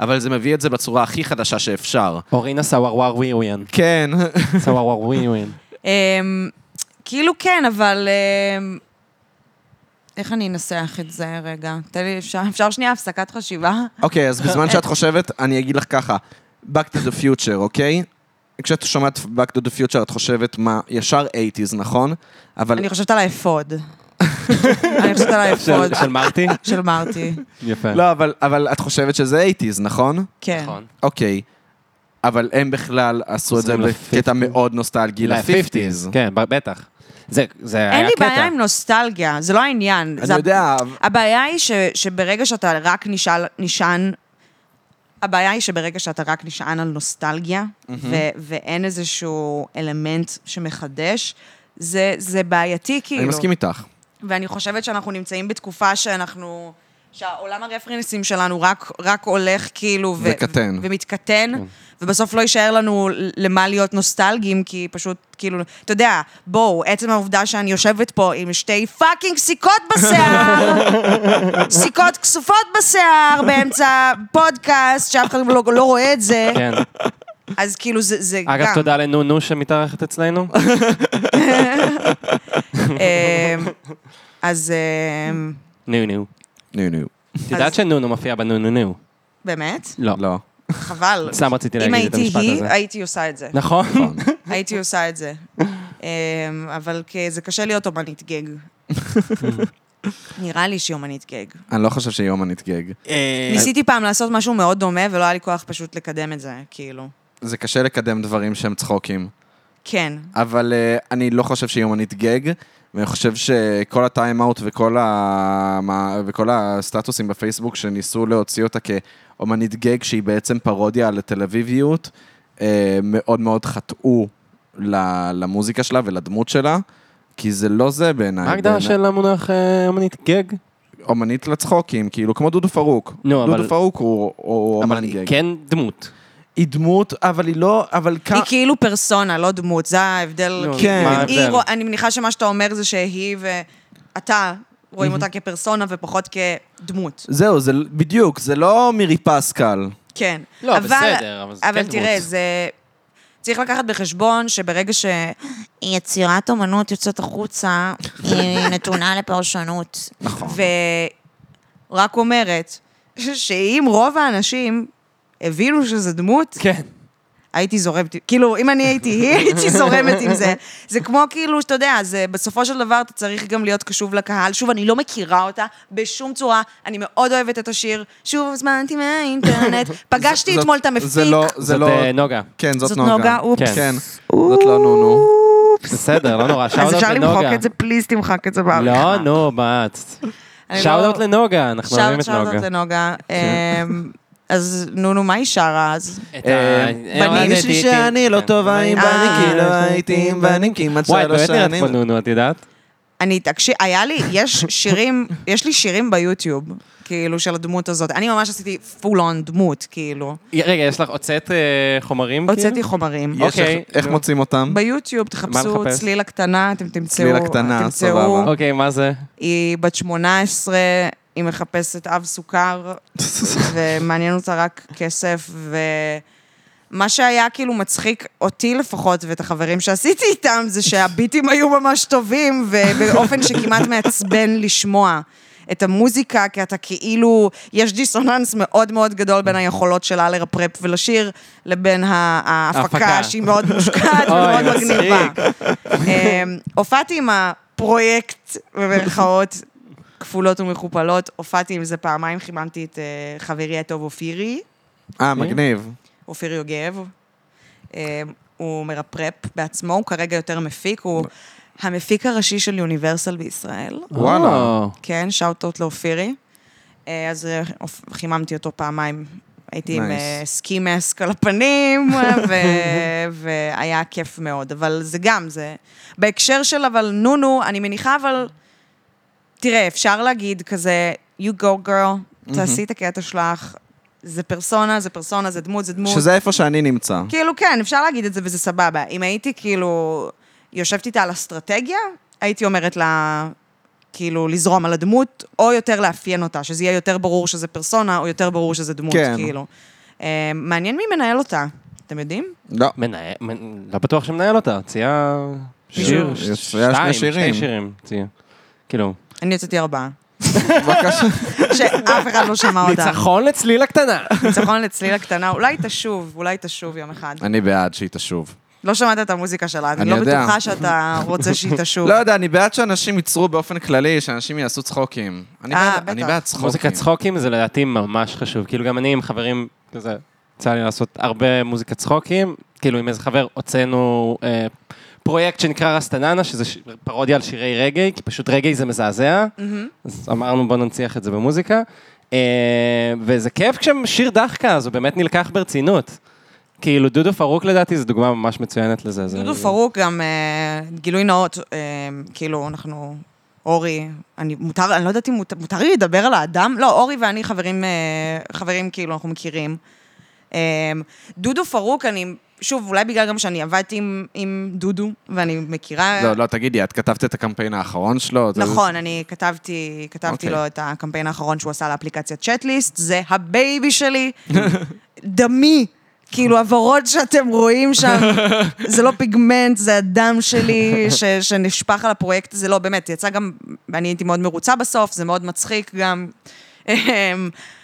אבל זה מביא את זה בצורה הכי חדשה שאפשר. אורינה סווארווארוויוויאן. כן, סווארווארוויוויאן. אמ, כאילו כן, אבל... אמ, איך אני אנסח את זה רגע? תן לי, אפשר- אפשר שנייה הפסקת חשיבה? אוקיי, אז בזמן שאת חושבת, אני אגיד לך ככה, Back to the Future, אוקיי? כשאת שומעת Back to the Future, את חושבת מה, ישר 80's, נכון? אבל אני חושבת על האפוד. אני חושבת על <laughs> האפוד של- של מרטי? של מרטי. יפה. לא, אבל, אבל את חושבת שזה 80's, נכון? כן. נכון. אוקיי. אבל הם בכלל עשו את זה חוזרים בקטע ל- מאוד נוסטלגי ל-50's. כן, ב- בטח. זה זה היה קטע. אין לי בעיה עם נוסטלגיה, זה לא העניין. אני זה- יודע, הבעיה היא ש, שברגע שאתה רק נשאל, נשען, הבעיה היא שברגע שאתה רק נשען על נוסטלגיה, ו, ואין איזשהו אלמנט שמחדש, זה, זה בעייתי כאילו. אני מסכים איתך. ואני חושבת שאנחנו נמצאים בתקופה שאנחנו... שהעולם הרפרנסים שלנו רק, רק הולך כאילו... ו- וקטן. ומתקטן, ובסוף לא יישאר לנו למה להיות נוסטלגיים, כי פשוט כאילו... אתה יודע, בואו, עצם העובדה שאני יושבת פה עם שתי פאקינג סיכות בשיער, סיכות כסופות בשיער, באמצע פודקאסט, שאף אחד לא, לא רואה את זה, <laughs> כן. אז כאילו זה, זה גם... אגב, תודה לנונו שמתארחת אצלנו. אמ, אז... אמ, ניו ניו. נו, נו. את יודעת שנונו מופיע בנונו ניו. באמת? לא. לא. חבל. סתם רציתי אם להגיד את הייתי המשפט היא, אה, הזה. הייתי עושה <laughs> את זה. נכון? אה, הייתי עושה את זה. אמ, אבל כ- זה קשה להיות אומנית <laughs> גג. נראה לי שהיא אומנית גג. אני לא חושב שהיא אומנית גג. אה, ניסיתי פעם לעשות משהו מאוד דומה, ולא היה לי כוח פשוט לקדם את זה, כאילו. זה קשה לקדם דברים שהם צחוקים. כן. אבל אה, אני לא חושב שהיא אומנית גג, ואני חושב שכל הטיים-אאוט וכל, ה... מה- וכל הסטטוסים בפייסבוק שניסו להוציא אותה כאומנית גג, שהיא בעצם פרודיה על התל אביביות, אה, מאוד מאוד חטאו ל- למוזיקה שלה ולדמות שלה, כי זה לא זה בעיניי. מה ההגדרה בעיניי- של המונח אה, אמנית גג? אומנית לצחוקים, כאילו, כמו דודו פרוק. נו, אבל- דודו פרוק הוא, הוא אבל אומן היא גג. כן דמות. היא דמות, אבל היא לא, אבל כ... היא כאילו פרסונה, לא דמות, זה ההבדל. נו, כאילו. כן. לא, מה היא ההבדל? רוא- אני מניחה שמה שאתה אומר זה שהיא ואתה רואים אותה כפרסונה ופחות כדמות. זהו, זה בדיוק, זה לא מירי פסקל. כן. לא, אבל- בסדר, אבל זה אבל כן תראה, דמות. זה... צריך לקחת בחשבון שברגע שיצירת אומנות יוצאת החוצה, היא נתונה לפרשנות. נכון. ורק אומרת, שאם רוב האנשים הבינו שזה דמות, כן. הייתי זורמת, כאילו, אם אני הייתי <laughs> היא, הייתי זורמת עם זה. זה כמו כאילו, שאתה יודע, זה בסופו של דבר אתה צריך גם להיות קשוב לקהל. שוב, אני לא מכירה אותה בשום צורה, אני מאוד אוהבת את השיר. שוב, הזמנתי <laughs> מהאינטרנט, פגשתי זאת- אתמול את המפיק. זה לא, זה זאת לא... אה, נוגה. כן, זאת זאת נוגה. נוגה, אופס. כן. כן, זאת לא נונו. בסדר, לא נורא. אז שאוט-אוט אפשר למחוק לנוגה. את זה, פליז תמחק את זה לא, בעריכה. נו, מה את? אני לא- שאוט-אוט לנוגה, אנחנו אוהבים את שאוט נוגה. לנוגה. כן. אמ, אז נו, נו, מה היא שרה אז? את ה- כן. אה, בנים שלי אה, שאני לא כן. טובה עם בנים, אה. כאילו כי לא הייתי עם בנים כמעט אה, וואי, את שלוש באמת נראית שנים. כמו נונו, את יודעת? אני, תקשיב, היה לי, יש שירים, יש לי שירים ביוטיוב, כאילו, של הדמות הזאת. אני ממש עשיתי פול און דמות, כאילו. אוקיי. רגע, יש לך, הוצאת אה, חומרים? הוצאתי כאילו? חומרים. יש, אוקיי, איך- איך נו. מוצאים אותם? ביוטיוב, מה תחפשו לחפש? צלילה קטנה, אתם תמצאו. צלילה קטנה, תמצאו. סבבה. אוקיי, מה זה? היא בת 18, היא מחפשת אב סוכר, ומעניין אותה רק כסף, ומה שהיה כאילו מצחיק אותי לפחות, ואת החברים שעשיתי איתם, זה שהביטים היו ממש טובים, ובאופן שכמעט מעצבן לשמוע. את המוזיקה, כי אתה כאילו, יש דיסוננס מאוד מאוד גדול בין היכולות שלה לרפרפ ולשיר, לבין ה- ההפקה ההפקה. שהיא מאוד מושקעת אוי, ומאוד מגניבה. אמ, הופעתי עם הפרויקט, במירכאות, כפולות ומכופלות, הופעתי עם זה פעמיים, חיממתי את אה, חברי הטוב אופירי, אה, מגניב. אופיר יוגב. אה, הוא מרפרפ בעצמו, הוא כרגע יותר מפיק, הוא המפיק הראשי של יוניברסל בישראל. וואלה. או, כן, שאוט-אוט לאופירי. אה, אז אה, אופ- חיממתי אותו פעמיים. הייתי עם Nice. סקי מסק על הפנים, ו- והיה כיף מאוד. אבל זה גם, זה... בהקשר של אבל נונו, אני מניחה אבל... תראה, אפשר להגיד כזה, you go girl, תעשי את הקטע שלך, זה פרסונה, זה פרסונה, זה דמות, זה דמות. שזה איפה שאני נמצא. כאילו, כן, אפשר להגיד את זה וזה סבבה. אם הייתי כאילו יושבת איתה על אסטרטגיה, הייתי אומרת לה, כאילו, לזרום על הדמות, או יותר לאפיין אותה, שזה יהיה יותר ברור שזה פרסונה, או יותר ברור שזה דמות, כן. כאילו. אה, מעניין מי מנהל אותה, אתם יודעים? לא. מנהל, מנ- לא בטוח שמנהל אותה, הוציאה שיר, מישהו. ש- הוציאה שני שתיים, שירים. שני שירים, הוציאה. כאילו, אני יצאתי ארבעה. בבקשה. שאף אחד לא שמע אותה. ניצחון לצליל הקטנה. ניצחון לצליל הקטנה, אולי תשוב, אולי תשוב יום אחד. אני בעד שהיא תשוב. לא שמעת את המוזיקה שלה, אני אני לא יודע. בטוחה שאתה רוצה שהיא תשוב. לא יודע, אני בעד שאנשים ייצרו באופן כללי, שאנשים יעשו צחוקים. אני אה, בעד- בטח. אני בעד צחוקים. מוזיקה צחוקים זה לדעתי ממש חשוב. כאילו, גם אני עם חברים, כזה, יצא לי לעשות הרבה מוזיקה צחוקים. כאילו, עם איזה חבר הוצאנו אה, פרויקט שנקרא רסטננה, שזה ש... פרודיה על שירי רגעי, כי פשוט רגעי זה מזעזע. Mm-hmm. אז אמרנו, בוא ננציח את זה במוזיקה. אה, וזה כיף כששיר דחקה, אז הוא באמת נלקח ברצינות. כאילו, דודו פרוק לדעתי זו דוגמה ממש מצוינת לזה. זה- דודו זה- פרוק גם, אה, גילוי נאות, אה, כאילו, אנחנו, אורי, אני, מותר, אני לא יודעת אם מותר, מותר לי לדבר על האדם? לא, אורי ואני חברים, אה, חברים כאילו, אנחנו מכירים. אה, דודו פרוק, אני, שוב, אולי בגלל גם שאני עבדתי עם, עם דודו, ואני מכירה... לא, לא, תגידי, את כתבת את הקמפיין האחרון שלו? זה- נכון, אני כתבתי, כתבתי אוקיי. לו את הקמפיין האחרון שהוא עשה לאפליקציית צ'טליסט, זה הבייבי <laughs> שלי, דמי. כאילו, הוורוד שאתם רואים שם, <laughs> זה לא פיגמנט, זה הדם שלי ש, שנשפך על הפרויקט הזה. לא, באמת, יצא גם, אני הייתי מאוד מרוצה בסוף, זה מאוד מצחיק גם. אמ,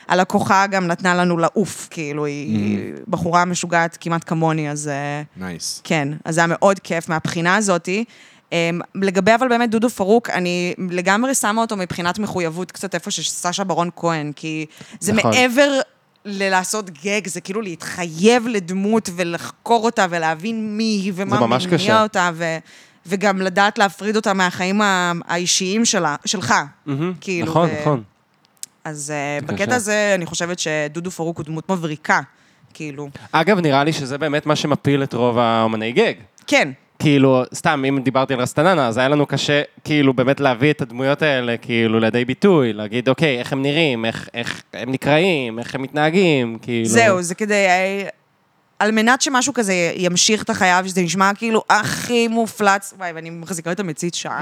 הלקוחה גם נתנה לנו לעוף, כאילו, היא Mm. בחורה משוגעת כמעט כמוני, אז... אה, נייס. כן, אז זה היה מאוד כיף מהבחינה הזאתי. אמ, לגבי אבל באמת דודו פרוק, אני לגמרי שמה אותו מבחינת מחויבות קצת איפה שסשה ברון כהן, כי זה נכון. מעבר ללעשות גג, זה כאילו להתחייב לדמות ולחקור אותה ולהבין מי ומה זה ממש מניע קשה. אותה, ו, וגם לדעת להפריד אותה מהחיים ה- האישיים שלה, שלך. מהמם. כאילו, נכון, ו- נכון. אז אה, בבקשה. בקטע הזה אני חושבת שדודו פרוק הוא דמות מבריקה, כאילו. אגב, נראה לי שזה באמת מה שמפיל את רוב האמני גג. כן, כאילו, סתם, אם דיברתי על רסטננה, אז היה לנו קשה, כאילו, באמת להביא את הדמויות האלה, כאילו, לידי ביטוי, להגיד, אוקיי, איך הם נראים, איך, איך הם נקראים, איך הם מתנהגים, כאילו... זהו, זה כדי... אה, על מנת שמשהו כזה ימשיך את החייו, שזה נשמע כאילו הכי מופלץ. וואי, ואני מחזיקה את המצית שעה.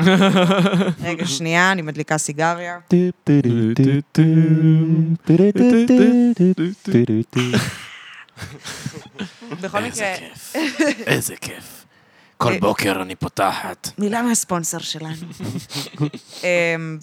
רגע, שנייה, אני מדליקה סיגריה. בכל מקרה, איזה כיף. כל בוקר אני פותחת. מילה מהספונסר שלנו. <laughs> אמ,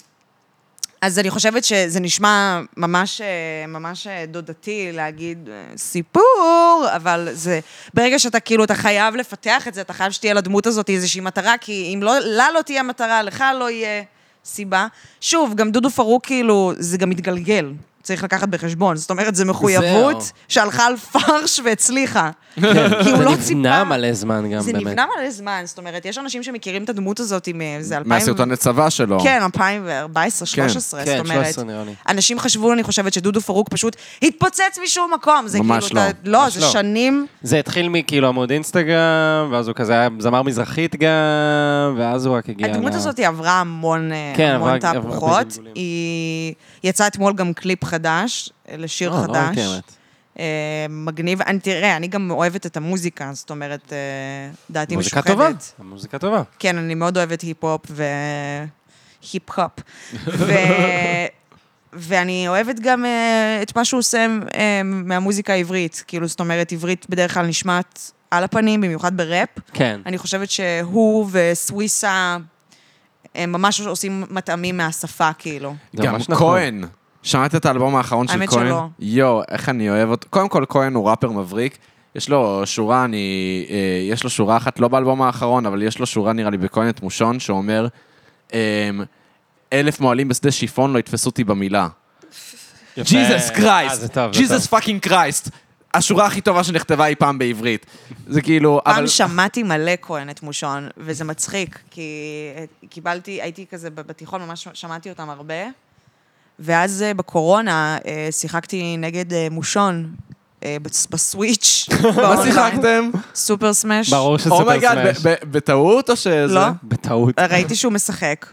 אז אני חושבת שזה נשמע ממש, אה, ממש אה, דודתי להגיד אה, סיפור, אבל זה, ברגע שאתה כאילו, אתה חייב לפתח את זה, אתה חייב שתהיה לדמות הזאת איזושהי מטרה, כי אם לא, לה לא תהיה מטרה, לך לא יהיה סיבה. שוב, גם דודו פרוק כאילו, זה גם מתגלגל. צריך לקחת בחשבון, זאת אומרת, זו מחויבות שהלכה על פרש והצליחה. כן. כי הוא לא זה נבנה ציפה... מלא זמן גם, זה באמת. נבנה מלא זמן, זאת אומרת, יש אנשים שמכירים את הדמות הזאת מאיזה אלפיים... מהסרטוני צבא שלו. כן, 2014, 2013, כן, זאת אומרת. 13 נראה לי. אנשים חשבו, אני חושבת, שדודו פרוק פשוט התפוצץ משום מקום. זה ממש כאילו, לא. אתה- לא, ממש זה לא. שנים. זה התחיל מכאילו עמוד אינסטגרם, ואז הוא כזה היה זמר מזרחית גם, ואז הוא רק הגיע... הדמות ל- הזאת היא עברה המון אה, כן, המון עברה- עברה הרבה תהפוכות. גלגולים. היא יצא אתמול גם קליפ חדש, אה, לשיר אה, לא חדש. ראיתי, האמת. אה, מגניב. אני- תראה, אני גם אוהבת את המוזיקה, זאת אומרת, אה, דעתי מוזיקה משוחדת. טובה, מוזיקה טובה. כן, אני מאוד אוהבת היפ-הופ ו... היפ-הופ. ו... ואני אוהבת גם אה, את מה שהוא עושה אה, מהמוזיקה העברית. כאילו, זאת אומרת, עברית בדרך כלל נשמעת על הפנים, במיוחד בראפ. כן. אני חושבת שהוא וסוויסה הם ממש עושים מטעמים מהשפה, כאילו. זה גם ממש נכון. כהן. שמעת את האלבום האחרון של האמת כהן? שלא. יואו, איך אני אוהב אותו. קודם כל, כהן הוא ראפר מבריק. יש לו שורה, אני... אה, יש לו שורה אחת, לא באלבום האחרון, אבל יש לו שורה, נראה לי, בכהן את מושון, שאומר, אמ, אלף מועלים בשדה שיפון לא יתפסו אותי במילה. יפה. ג'יזוס אה, זה קרייסט, טוב, זה ג'יזוס טוב. פאקינג קרייסט. השורה הכי טובה שנכתבה אי פעם בעברית. זה כאילו, אבל... פעם שמעתי מלא כהן את מושון, וזה מצחיק, כי אה, קיבלתי, הייתי כזה ב- בתיכון, ממש שמעתי אותם הרבה, ואז אה, בקורונה אה, שיחקתי נגד אה, מושון. אה, בס- <laughs> בסוויץ'. מה באונליין. שיחקתם? Oh סופר סמאש. ברור שזה אומייגאד, סופר סמאש. בטעות או שזה? לא. בטעות. ראיתי שהוא משחק,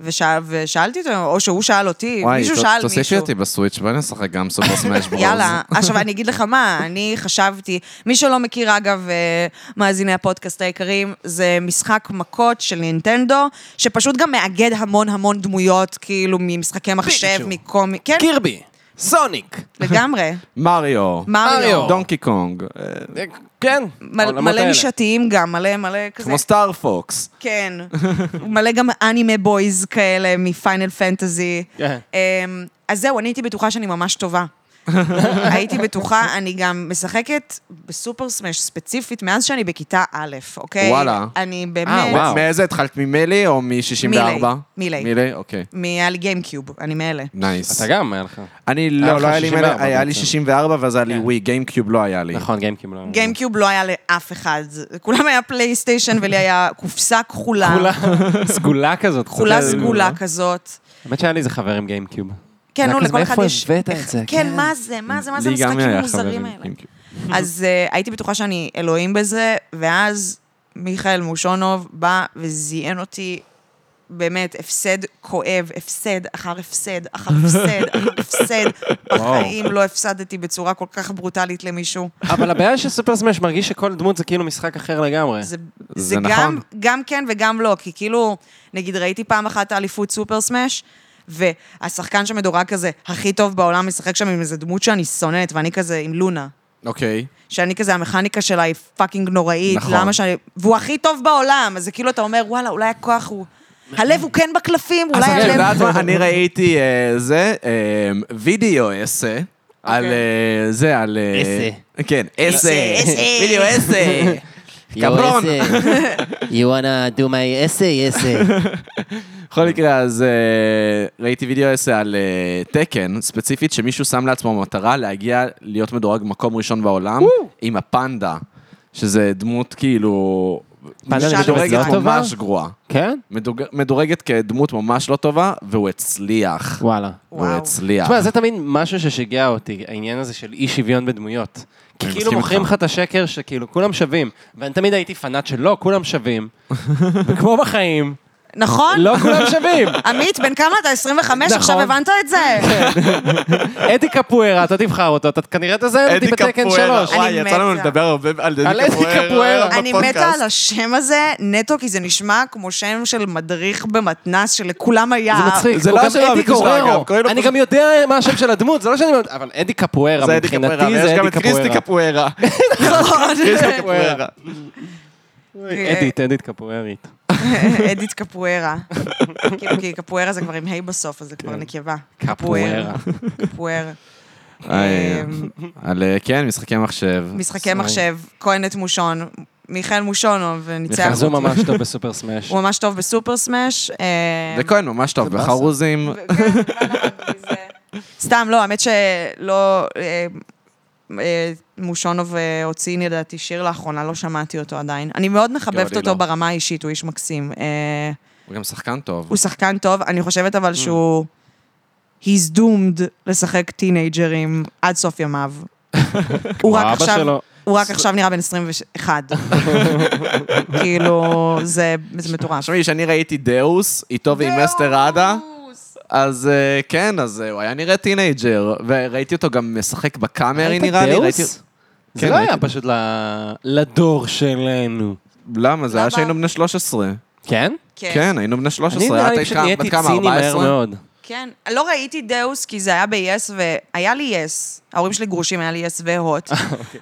ושאל, ושאלתי אותו, או שהוא שאל אותי, וואי, מישהו ת- שאל מישהו. תוסיפי אותי בסוויץ', בואי נשחק גם סופר <laughs> סמאש ברוז. יאללה, עכשיו אני אגיד לך מה, אני חשבתי, מי שלא מכיר אגב, אה, מאזיני הפודקאסט העיקרים, זה משחק מכות של נינטנדו, שפשוט גם מאגד המון המון דמויות, כאילו ממשחקי מחשב, פיקצ'ו. מקומי, כן, קירבי, סוניק. לגמרי, מריו. מריו, מריו. דונקי קונג. אה, כן, מל- העולמות מלא האלה. נישתיים גם, מלא מלא כזה, כמו סטאר פוקס. כן, מלא גם אנימה בויז כאלה מפיינל פנטזי. כן. אמ, אז זהו, אני הייתי בטוחה שאני ממש טובה. הייתי בטוחה, אני גם משחקת בסופר סמאש ספציפית מאז שאני בכיתה א', אוקיי? וואלה. אני אה, וואו. באמת... מאיזה התחלת? ממלי או מ-64? מילי. מילי, אוקיי. היה לי גיימקיוב, אני מאלה. נייס. אתה גם, היה לך. אני היה לא, לך לא היה לי 64 מילי, היה לי בעצם. 64 ואז היה לי ווי, גיימקיוב לא היה לי. נכון, גיימקים לא... גיימקיוב לא היה לאף אחד. לכולם היה פלייסטיישן ולי היה קופסה כחולה. כולה <laughs> סגולה כזאת. כחולה קצת- סגולה כזאת. האמת שהיה לי איזה חבר עם גיימקיוב. כן, זה נו, היה כזה, לכל אחד מאיפה יש... הבאת את זה? כן, מה זה? מה זה? מה זה לי גם המשחקים היה המוזרים חברים, האלה? גיימקיוב. אז uh, הייתי בטוחה שאני אלוהים בזה, ואז מיכאל מושונוב בא וזיין אותי באמת הפסד כואב, הפסד אחר הפסד אחר הפסד אחר הפסד. בחיים לא הפסדתי בצורה כל כך ברוטלית למישהו. אבל הבעיה של סופר סמאש מרגיש שכל דמות זה כאילו משחק אחר לגמרי. זה, זה זה נכון. גם, גם כן וגם לא, כי כאילו, נגיד ראיתי פעם אחת את האליפות סופר סמאש, והשחקן שמדורג כזה, הכי טוב בעולם, משחק שם עם איזה דמות שאני שונאת, ואני כזה עם לונה. אוקיי. שאני כזה, המכניקה שלה היא פאקינג נוראית, נכון. נכון. למה שאני... והוא הכי טוב בעולם, אז זה כאילו אתה אומר, וואלה, אולי הכוח הוא... הלב הוא כן בקלפים, אולי אז את הלב... יודעת מה? אני ראיתי אה, זה, אה, וידאו אסה. על אוקיי. אה, זה, על... אה, אסה. כן, <laughs> אסה. אסה, אסה. וידאו אסה. Yo Cabrón. ese. <laughs> You wanna do my essay, essay. בכל מקרה, אז אה, ראיתי וידאו אסה על אה, תקן, ספציפית, שמישהו שם לעצמו מטרה להגיע להיות מדורג מקום ראשון בעולם, עם הפנדה, שזה דמות כאילו... פנדה נחשבת לא מדורגת טובה? ממש גרועה. כן? מדוג- מדורגת כדמות ממש לא טובה, והוא הצליח. וואלה. הוא וואו. הצליח. תשמע, זה תמיד משהו ששיגע אותי, העניין הזה של אי שוויון בדמויות. כי אני כאילו מסכים מוכרים איתך. לך את השקר שכאילו כולם שווים, ואני תמיד הייתי פנאט של לא, כולם שווים. <laughs> וכמו בחיים, נכון? לא כולם שווים. עמית, בן כמה אתה? 25? עכשיו נכון. הבנת את זה? כן. אדי קפוארה, אתה תבחר אותו, אתה כנראה תזיין אותי בתקן שלוש. וואי, אני יצא לנו מתה. לדבר הרבה על אדי קפוארה. קפוארה אני מתה על השם הזה נטו, כי זה נשמע כמו שם של מדריך במתנס שלכולם היה. זה <laughs> מצחיק, <laughs> זה הוא לא גם השם אדי האמיתי שלך, גוררו. אגב, קוראים לו אני פשוט- גם יודע מה השם של הדמות, זה לא שאני... אבל אדי קפוארה, מבחינתי זה אדי קפוארה. קפוארה. נכון. קריסטי <laughs> קפוארה. אדית, אדית קפוארית. אדית קפוארה. כאילו, כי קפוארה זה כבר עם ה' בסוף, אז זה כן. כבר נקבה. קפוארה. קפוארה. איי, אמ, על, אה, כן, משחקי מחשב. משחקי מחשב, כהן את מושון, מיכאל מושונוב, ניצח. אז הוא ממש טוב בסופר סמאש. הוא ממש טוב בסופר סמאש. אה, וכהן ממש טוב באסה. בחרוזים. ו- כן, לא למדתי זה. סתם, לא, האמת שלא... אה, אה, מושונוב אה, הוציא לדעתי שיר לאחרונה, לא שמעתי אותו עדיין. אני מאוד גם מחבבת אני אותו לא. ברמה האישית, הוא איש מקסים. אה, הוא גם שחקן טוב. הוא שחקן טוב, אני חושבת אבל שהוא... He's doomed לשחק טינג'רים עד סוף ימיו. הוא רק אבא עכשיו... שלו. הוא רק עכשיו נראה בן 21. כאילו, זה זה מטורף. תשמעי, כשאני ראיתי דאוס, איתו ועם אסתר עדה, אז אה, כן, אז אה, הוא היה נראה טינג'ר, וראיתי אותו גם משחק בקאמרי, ראית נראה לי. דאוס? ראיתי- זה כן, לא ראיתי. היה פשוט ל- לדור שלנו. למה? זה היה למה? שהיינו בני 13. כן? כן, היינו בני 13. נראה את לי היית פשוט כמה- נהייתי בת כמה, ציני מהר 14? מאוד. כן. לא ראיתי דאוס כי זה היה ב-yes, והיה לי yes. ההורים שלי גרושים, היה לי yes והוט.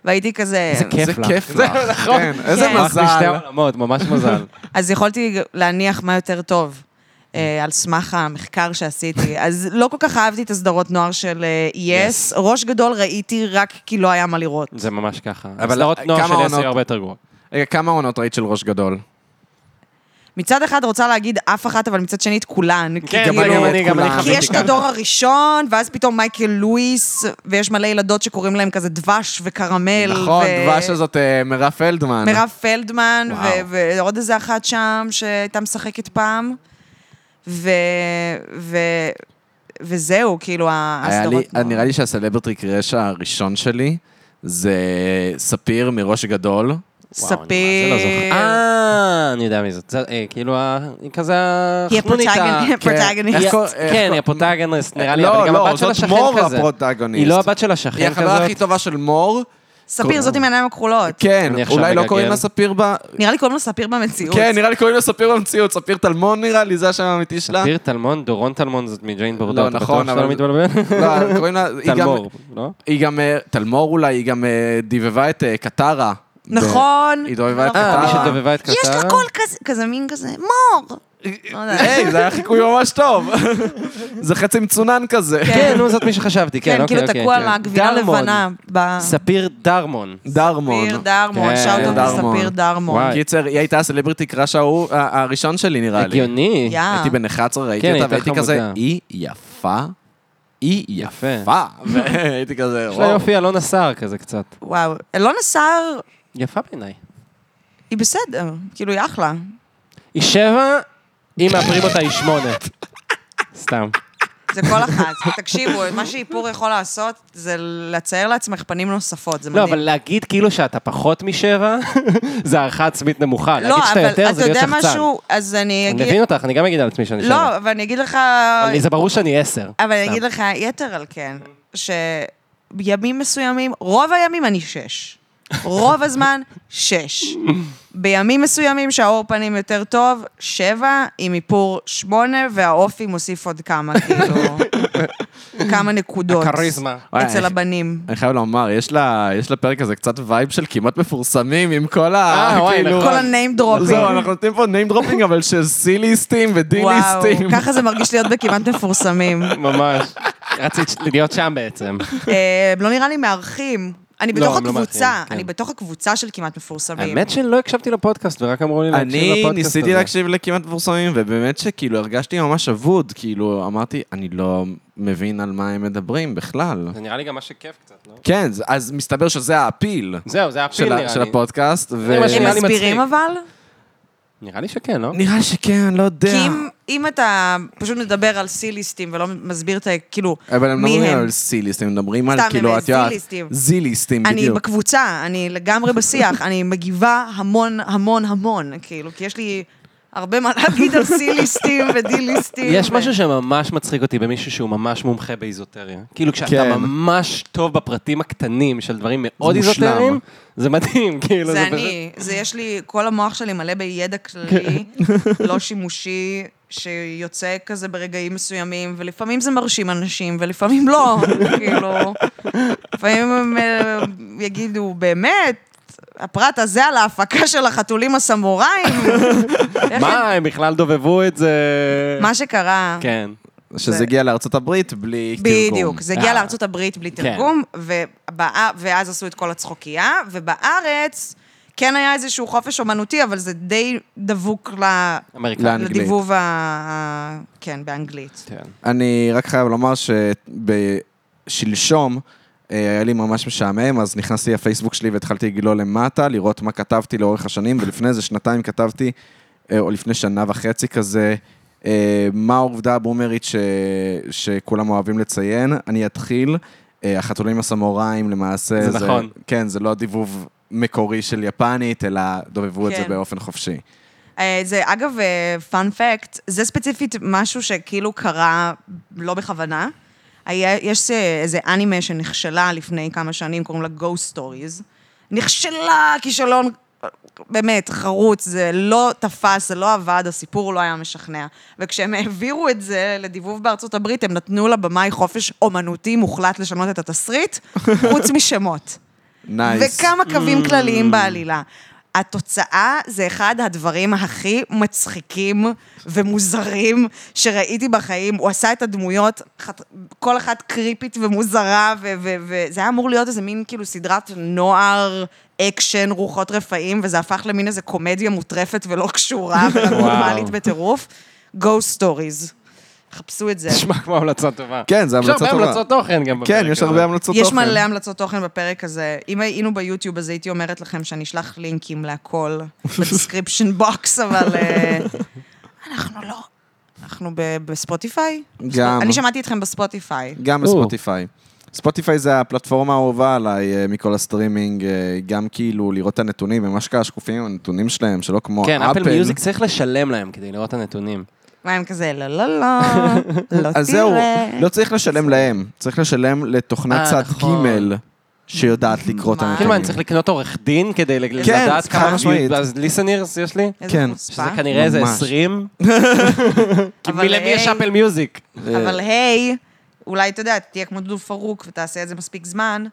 והייתי כזה... איזה כיף זה לך. כיף לך. כן, איזה כן. ממש משתי מזל. עולמות, ממש מזל. אז יכולתי להניח מה יותר טוב. אה, על סמך המחקר <laughs> שעשיתי. אז לא כל כך אהבתי את הסדרות נוער של אה, יס. ראש גדול ראיתי רק כי לא היה מה לראות. זה ממש ככה. אבל אה, הסדרות כמה נוער של יס עונות? היו הרבה יותר גרועות. רגע, כמה עונות ראית של ראש גדול? מצד אחד רוצה להגיד אף אחת, אבל מצד שני את כולן. כי כן, כאילו- זה גם אני, "אה, גם אני כי כי חוויתי יש את ככה. הדור הראשון, ואז פתאום מייקל לואיס, ויש מלא ילדות שקוראים להם כזה דבש וקרמל. נכון, ו- דבש הזאת אה, מירב פלדמן. מירב פלדמן, ו- וואו. ועוד איזה אחת שם שהייתה משחקת פעם. ו... ו... וזהו, כאילו, היה לי, ההסדרות. מאוד. נראה לי שהסלברטי קרש הראשון שלי זה ספיר מראש גדול. וואו, אני מה זה לא זוכר. ספיר. אה, אני יודע מי זאת. זה, אה, כאילו, ה- היא כזה היא החנונית ה- הפרוטגוניסט. איך היא- פרוטגוניסט. קור- איך כן, קור- היא הפרוטגוניסט, נראה לי, לא, אבל גם לא, הבת של זאת השכן מור כזה. הפרוטגוניסט. היא לא הבת של היא השכן החברה הכי כזאת. טובה של מור. ספיר, זאת עם העיניים הכחולות. כן, אני עכשיו אולי לא מגגל. קוראים לה ספיר ב... נראה לי קוראים לו ספיר במציאות. כן, נראה לי קוראים לה ספיר במציאות. ספיר טלמון נראה לי, זה השם האמיתי שלה. ספיר טלמון, דורון טלמון זאת מג'יין בורדו. לא, אתה נכון, בטוח שאתה אבל- לא מתבלבל? לא, קוראים לה... היא גם- <laughs> טלמור, לא? היא גם... אה, טלמור אולי, היא גם אה, דובבה את אה, קטרה. נכון. ב- היא דובבה את נכון. אה, מי קטרה. שדובבה את קטרה? יש לה קול כזה, כזה מין כזה, מור. לא יודעת. אה, היי, זה היה חיקוי ממש טוב. <laughs> זה חצי מצונן כזה. כן, נו, זאת מי שחשבתי, כן, כן, אוקיי, כאילו אוקיי. תקוע כן. על הגבינה דרמון. הלבנה. ב- ספיר דרמון. דרמון. ספיר דרמון, כן, שאוטו דרמון. לספיר דרמון. וואי. קיצר, היא הייתה הסלבריטי קראש ההוא, ה- הראשון שלי נראה לי. הגיוני. יא. הייתי בן 11, ראיתי כן, אותה, הייתה והייתי כזה, חמודה. היא יפה, היא יפה. יפה. <laughs> והייתי כזה, יש לה וואו. יופי אלונה סער כזה קצת. וואו. אלונה סער, יפה בעיניי. היא בסדר. כאילו, היא אחלה. היא שבע, אם מאפרים אותה היא שמונה. סתם. זה כל אחת. <laughs> תקשיבו, מה שאיפור יכול לעשות זה לצייר לעצמך פנים נוספות, זה לא, מדהים. אבל להגיד כאילו שאתה פחות משבע, <laughs> זה הערכה עצמית נמוכה. לא, להגיד שאתה אבל יותר, אתה זה להיות יודע שחצן. משהו, אז אני אני אגיד... מבין אותך, אני גם אגיד על עצמי שאני שבע. לא, אבל אני אגיד לך... אבל זה ברור שאני עשר. אבל אני סתם. אגיד לך, יתר על כן, שבימים מסוימים, רוב הימים אני שש. רוב הזמן, שש. בימים מסוימים שהאור פנים יותר טוב, שבע, עם איפור שמונה, והאופי מוסיף עוד כמה, <laughs> כאילו, כמה נקודות. הכריזמה. אצל הבנים. אני חייב לומר, יש לה יש לה פרק הזה קצת וייב של כמעט מפורסמים עם כל ה... אה, וואי, כאילו- נכון. כל הניים זהו, דרופים. אנחנו נותנים פה name dropping, אבל של C-ליסטים וואו, ו-D-ליסטים. ככה זה מרגיש להיות בכמעט מפורסמים. ממש. רצית להיות שם בעצם. אה, לא נראה לי מארחים. אני לא, בתוך הם לא הקבוצה, מארחים, כן. אני בתוך הקבוצה של כמעט מפורסמים. האמת שלא הקשבתי לפודקאסט ורק אמרו לי להקשיב לפודקאסט אני הזה. ניסיתי להקשיב לכמעט מפורסמים, ובאמת שכאילו הרגשתי ממש אבוד, כאילו אמרתי, אני לא מבין על מה הם מדברים בכלל. זה נראה לי גם מה שכיף קצת, לא? כן, זה- אז מסתבר שזה האפיל. זהו, זה של, הפיל ה- נראה לי. של הפודקאסט, ו... אני משהו הם נראה לי מסבירים מצחיק. אבל? נראה לי שכן, לא? נראה לי שכן, אני לא יודע. כן. כי אם, אם אתה פשוט מדבר על סי-ליסטים ולא מסביר את ה... כאילו, אבל הם לא מי מדברים הם? על סי-ליסטים, הם מדברים על סתם, כאילו, הם את יודעת, C-ליסטים. זי-ליסטים, אני בדיוק. בקבוצה, אני לגמרי בשיח, אני מגיבה המון המון המון, כאילו, כי יש לי הרבה מה להגיד על סי-ליסטים ודי-ליסטים. יש ו- משהו שממש מצחיק אותי במישהו שהוא ממש מומחה באיזוטריה. כאילו כשאתה כן. ממש טוב בפרטים הקטנים של דברים מאוד מושלם. איזוטריים, זה מדהים, <laughs> כאילו. זה פשוט- אני, זה יש לי, כל המוח שלי מלא בידע כללי, לא שימושי, שיוצא כזה ברגעים מסוימים, ולפעמים זה מרשים אנשים, ולפעמים לא, כאילו, לפעמים הם אה, יגידו, באמת? הפרט הזה על ההפקה של החתולים הסמוראים? איך הם- מה, הם בכלל דובבו את זה? מה שקרה, כן. שזה הגיע לארצות הברית בלי תרגום. בדיוק, זה הגיע אה. לארצות הברית בלי תרגום, ובא- ואז עשו את כל הצחוקייה, ובארץ כן היה איזשהו חופש אומנותי, אבל זה די דבוק ל- אמריקאים. לאנגלית. לדיבוב ה... ה- כן, באנגלית. כן. <laughs> אני רק חייב לומר ששלשום אה, היה לי ממש משעמם, אז נכנסתי לפייסבוק שלי והתחלתי לגלול למטה, לראות מה כתבתי לאורך השנים, ולפני איזה שנתיים כתבתי, אה, או לפני שנה וחצי כזה, אה, מה העובדה הבומרית ש... שכולם אוהבים לציין. אני אתחיל, אה, החתולים הסמוראים למעשה... זה נכון. כן, זה לא דיבוב מקורי של יפנית, אלא דובבו את זה כן. באופן חופשי. אה, זה, אגב, פאנפקט, זה ספציפית משהו שכאילו קרה לא בכוונה. היה, יש אה, איזה אנימה שנכשלה לפני כמה שנים, קוראים לה Ghost Stories. נכשלה, כישלון, אה, באמת, חרוץ, זה לא תפס, זה לא עבד, הסיפור לא היה משכנע. וכשהם העבירו את זה לדיבוב בארצות הברית, הם נתנו לבמאי חופש אומנותי מוחלט לשנות את התסריט, חוץ משמות. נייס. וכמה קווים כלליים בעלילה. התוצאה זה אחד הדברים הכי מצחיקים ומוזרים שראיתי בחיים. הוא עשה את הדמויות, חת- כל אחת קריפית ומוזרה, וזה היה אמור להיות איזה מין כאילו סדרת נוער, אקשן, רוחות רפאים, וזה הפך למין איזה קומדיה מוטרפת ולא קשורה ורנומלית בטירוף. Ghost Stories. חפשו את זה. נשמע כמו המלצה טובה. כן, זה המלצה יש הרבה טובה. המלצות תוכן גם בפרק כן, יש הזה. הרבה המלצות יש תוכן. מלא המלצות תוכן בפרק הזה. אם היינו ביוטיוב, אז הייתי אומרת לכם שאני אשלח לינקים <laughs> להכל בדיסקריפשן בוקס, אבל אה, אנחנו לא. אנחנו ב- בספוטיפיי? גם. אני שמעתי אתכם בספוטיפיי. גם או. בספוטיפיי. ספוטיפיי זה הפלטפורמה האהובה עליי אה, מכל הסטרימינג, אה, גם כאילו לראות את הנתונים, הם אשכרה שקופים עם הנתונים שלהם, שלא כמו כן, אפל מיוזיק צריך לשלם להם כדי לראות את הנתונים. מה הם כזה, לא, לא, <laughs> לא, לא אז זהו, תראה. לא צריך לשלם להם, צריך לשלם לתוכנת אה, צד נכון. ג' שיודעת לקרוא את מה? כאילו, כן, הנתונים. אני צריך לקנות עורך דין כדי ל- כן, לדעת חד כמה משמעית. אז ליסנרס יש לי? איזה כן, חוצפה. שזה כנראה איזה ממש. <laughs> 20. כי אה? אבל מלמי יש היי. אפל מיוזיק? אבל היי, אולי, אתה יודע, תהיה כמו דודו פרוק ותעשה את זה מספיק זמן,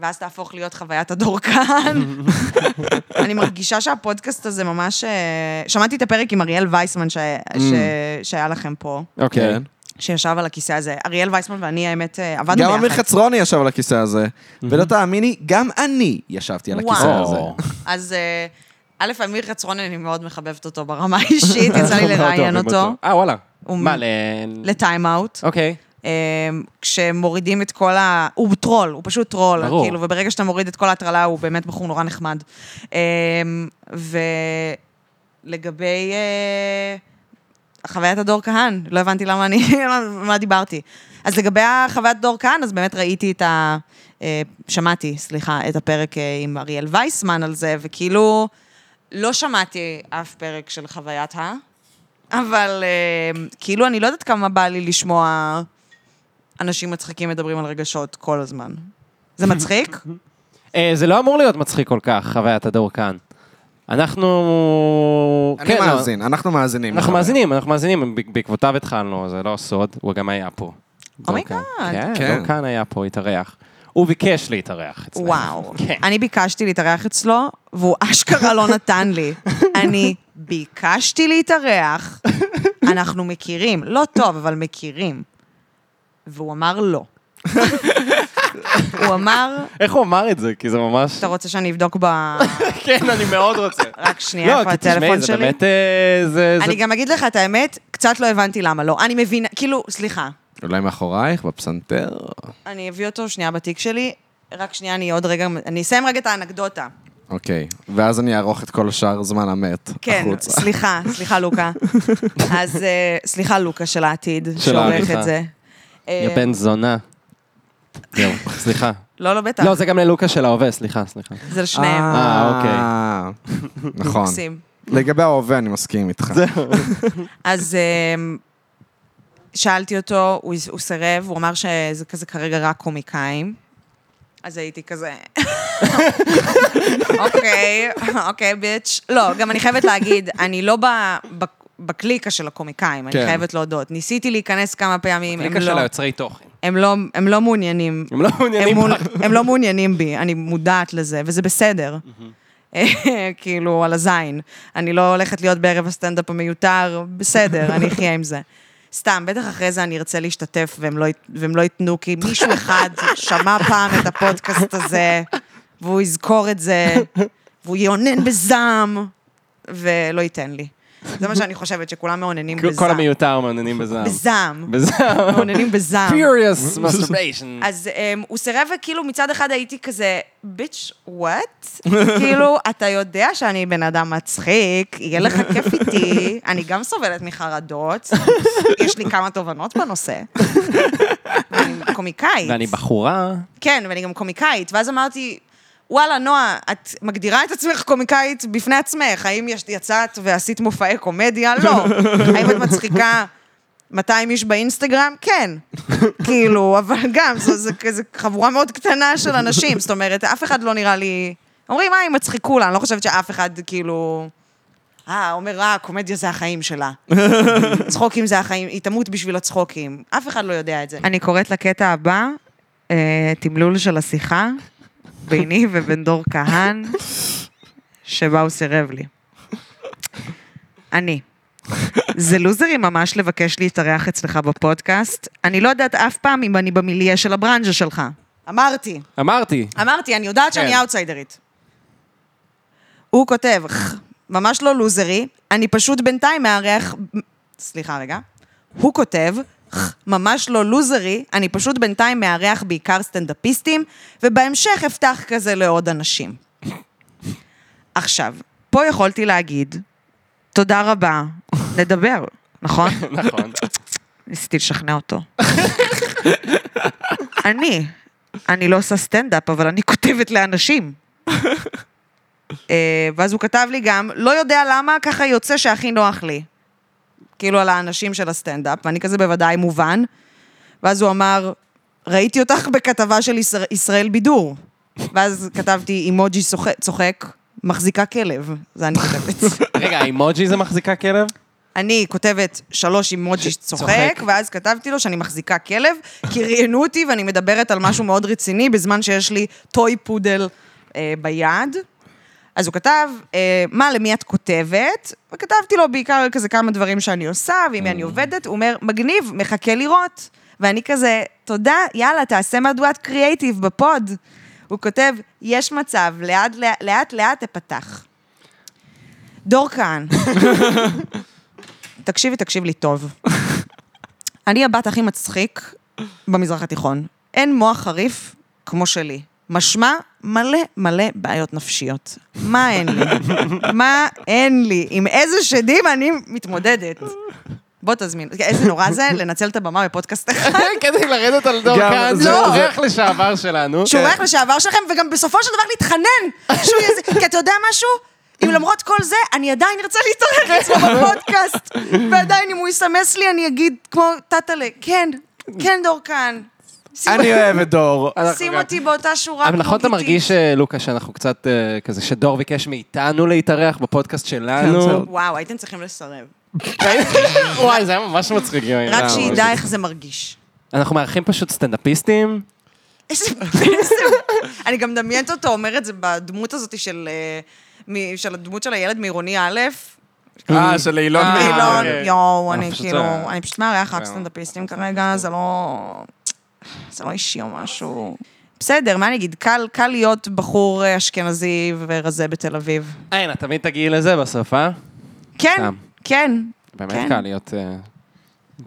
ואז תהפוך להיות חוויית הדורקן. אני מרגישה שהפודקאסט הזה ממש... אה, שמעתי את הפרק עם אריאל וייסמן ש- ש- שהיה לכם פה, אוקיי. כן. שישב על הכיסא הזה. אריאל וייסמן ואני, האמת, אה, עבדנו גם ביחד. אמיר חצרוני ישב על הכיסא הזה, ולא תאמיני, גם אני ישבתי על הכיסא אה, וואו. הזה. או. אז אה, א', אמיר חצרון, אני מאוד מחבבת אותו ברמה האישית, יצא לי אנחנו מאוד לראיין אוהבים אותו, אה, וואלה. הוא מה, מ- ל... לטיים אאוט. אוקיי. אמ, כשמורידים את כל ה... הוא טרול, הוא פשוט טרול. ברור. כאילו, וברגע שאתה מוריד את כל ההטרלה, הוא באמת בחור נורא נחמד. אמ, ולגבי אה, חוויית הדור כהן, לא הבנתי למה אני... <laughs> מה דיברתי. אז לגבי חוויית דור כהן, אז באמת ראיתי את ה... אה, שמעתי, סליחה, את הפרק אה, עם אריאל וייסמן על זה, וכאילו, לא שמעתי אף פרק של חוויית ה... אבל אה, כאילו, אני לא יודעת כמה בא לי לשמוע אנשים מצחיקים מדברים על רגשות כל הזמן. זה מצחיק? אה, <laughs> זה לא אמור להיות מצחיק כל כך, חוויית הדורקן. אנחנו... אני כן, לא, מאזין, אנחנו מאזינים. אנחנו לחבר. מאזינים, אנחנו מאזינים, ב- בעקבותיו התחלנו, זה לא סוד, הוא גם היה פה. אומייגאד. דורקן. כן, כן. דורקן היה פה, התארח. הוא ביקש להתארח אצלנו. וואו. כן. אני ביקשתי להתארח אצלו, והוא אשכרה לא נתן <laughs> לי. אני ביקשתי להתארח, אנחנו מכירים, לא טוב, אבל מכירים. והוא אמר לא. הוא אמר, איך הוא אמר את זה? כי זה ממש... אתה רוצה שאני אבדוק ב... <laughs> כן, אני מאוד <laughs> רוצה. רק שנייה, לא, איפה כי תשמעי, הטלפון זה שלי? באמת... אה, זה... זה- אני גם אגיד לך את האמת, קצת לא הבנתי למה לא. אני מבינה, כאילו, סליחה, אולי מאחורייך, בפסנתר? אני אביא אותו שנייה בתיק שלי, רק שנייה, אני עוד רגע, אני אסיים רגע את האנקדוטה. אוקיי, ואז אני אערוך את כל השאר זמן המת כן, החוצה. סליחה, סליחה, לוקה. אז אה, סליחה, לוקה של העתיד, של שעורך העריכה. את זה. אה, יא בן זונה. זהו, סליחה. לא, לא, בטח, לא, זה גם ללוקה של ההווה, סליחה, סליחה. זה לשניהם. אה, אוקיי. נכון. מקסים. לגבי ההווה אני מסכים איתך. אז אמ, שאלתי אותו, הוא, הוא סירב, הוא אמר שזה כזה כרגע רק קומיקאים. אז הייתי כזה, <laughs> אוקיי, אוקיי, ביץ'. לא, גם אני חייבת להגיד, אני לא ב... ב- בקליקה של הקומיקאים, אני כן. חייבת להודות. ניסיתי להיכנס כמה פעמים, הם קליקה של לא- היוצרי תוכן. הם לא- הם לא מעוניינים הם לא מעוניינים הם מול- בך. הם לא מעוניינים בי, אני מודעת לזה, וזה בסדר. <laughs> כאילו, על הזין. אני לא הולכת להיות בערב הסטנדאפ המיותר, בסדר, אני אחיה עם זה. סתם, בטח אחרי זה אני ארצה להשתתף והם לא, י- והם לא ייתנו, כי מישהו אחד שמע פעם את הפודקאסט הזה, והוא יזכור את זה, והוא יאונן בזעם, ולא ייתן לי. זה מה שאני חושבת, שכולם מאוננים כל- כל בזעם. המיותר מעוניינים בזעם. בזעם. בזעם. מאוננים בזעם. Furious masturbation. אז um, הוא סירב, וכאילו מצד אחד הייתי כזה, ביץ', וואט? <laughs> כאילו, אתה יודע שאני בן אדם מצחיק, יהיה לך כיף איתי, אני גם סובלת מחרדות, <laughs> יש לי כמה תובנות בנושא. <laughs> אני קומיקאית. ואני בחורה. כן, ואני גם קומיקאית. ואז אמרתי, וואלה, נועה, את מגדירה את עצמך קומיקאית בפני עצמך. האם יש- יצאת ועשית מופעי קומדיה? לא. האם את מצחיקה 200 איש באינסטגרם? כן. כאילו, אבל גם, זו, זו, זו חבורה מאוד קטנה של אנשים. זאת אומרת, אף אחד לא נראה לי... אומרים, אה, הם יצחיקו לה, אני לא חושבת שאף אחד, כאילו... אה, אומר, אה, קומדיה זה החיים שלה. צחוקים זה החיים, היא תמות בשביל הצחוקים. אף אחד לא יודע את זה. אני קוראת לקטע הבא, אה, תמלול של השיחה ביני ובין דור כהן, שבה הוא סירב לי. אני. זה לוזרי ממש לבקש להתארח אצלך בפודקאסט. אני לא יודעת אף פעם אם אני במיליה של הברנז'ה שלך. אמרתי. אמרתי. אמרתי, אני יודעת שאני כן. אאוטסיידרית. הוא כותב, "ח, ממש לא לוזרי, אני פשוט בינתיים מארח... סליחה רגע. הוא כותב, "ח, ממש לא לוזרי, אני פשוט בינתיים מארח בעיקר סטנדאפיסטים, ובהמשך אפתח כזה לעוד אנשים. עכשיו, פה יכולתי להגיד, תודה רבה, נדבר, נכון? <laughs> נכון. ניסיתי לשכנע אותו. <laughs> אני, אני לא עושה סטנדאפ, אבל אני כותבת לאנשים. אה, ואז הוא כתב לי גם, לא יודע למה, ככה יוצא שהכי נוח לי. כאילו על האנשים של הסטנדאפ, ואני כזה בוודאי מובן. ואז הוא אמר, ראיתי אותך בכתבה של ישראל, ישראל בידור. ואז כתבתי אימוג'י צוחק- צוחק, מחזיקה כלב. זה אני כותבת. רגע, האימוג'י זה מחזיקה כלב? אני כותבת שלוש אימוג'י צוחק, צוחק. ואז כתבתי לו שאני מחזיקה כלב, כי ראיינו אותי ואני מדברת על משהו מאוד רציני, בזמן שיש לי טוי פודל אה, ביד. אז הוא כתב, אה, מה, למי את כותבת? וכתבתי לו בעיקר כזה כמה דברים שאני עושה, ועם מי אני עובדת. הוא אומר, מגניב, מחכה לראות. ואני כזה, תודה, יאללה, תעשה מהדורת קריאייטיב בפוד. הוא כותב, יש מצב, לאט לאט- לאט לאט תפתח. דור כהן. תקשיבי, תקשיב לי טוב. אני הבת הכי מצחיק במזרח התיכון. אין מוח חריף כמו שלי. משמע, מלא מלא בעיות נפשיות. מה אין לי? מה אין לי? עם איזה שדים אני מתמודדת? בוא תזמין. איזה נורא זה לנצל את הבמה בפודקאסט אחד. כדי לרדת על דור גם, כאן, זה- אה, זה לא. אורח לשעבר שלנו. שהוא אורח לשעבר שלכם, וגם בסופו של דבר להתחנן. שהוא יז... כי אתה יודע משהו? אם למרות כל זה, אני עדיין ארצה להתארח <laughs> אצלו בפודקאסט. ועדיין, אם הוא יסמס לי, אני אגיד כמו טאטאלה, כן, כן, דורקן. שים- אני אוהב את <laughs> דור. אנחנו שים גם- אותי באותה שורה אבל נכון אתה גיטית. מרגיש, אה, לוקה, שאנחנו קצת אה, כזה, שדור ביקש מאיתנו להתארח בפודקאסט שלנו? כן, וואו, הייתם צריכים לסרב. <laughs> וואי, זה היה ממש מצחיק. יואי. רק וואו. שידע איך זה מרגיש. אנחנו מארחים פשוט סטנדאפיסטים. איזה פסם. אני גם מדמיינת אותו אומר את זה בדמות הזאת של... אה, מ- של הדמות של הילד מעירוני א', אה, של אילון אה, אילון, אוקיי. לא- יואו, אני אני פשוט אה, אוקיי. כאילו, זה- אני פשוט מארח רק זהו. סטנדאפיסטים כרגע, זה לא... זה לא אישי או משהו. בסדר, מה אני אגיד? קל, קל להיות בחור אה, אשכנזי ורזה בתל אביב. אין, את אה, תמיד תגיעי לזה בסוף, אה? כן, סתם. כן. באמת כן. קל להיות אה,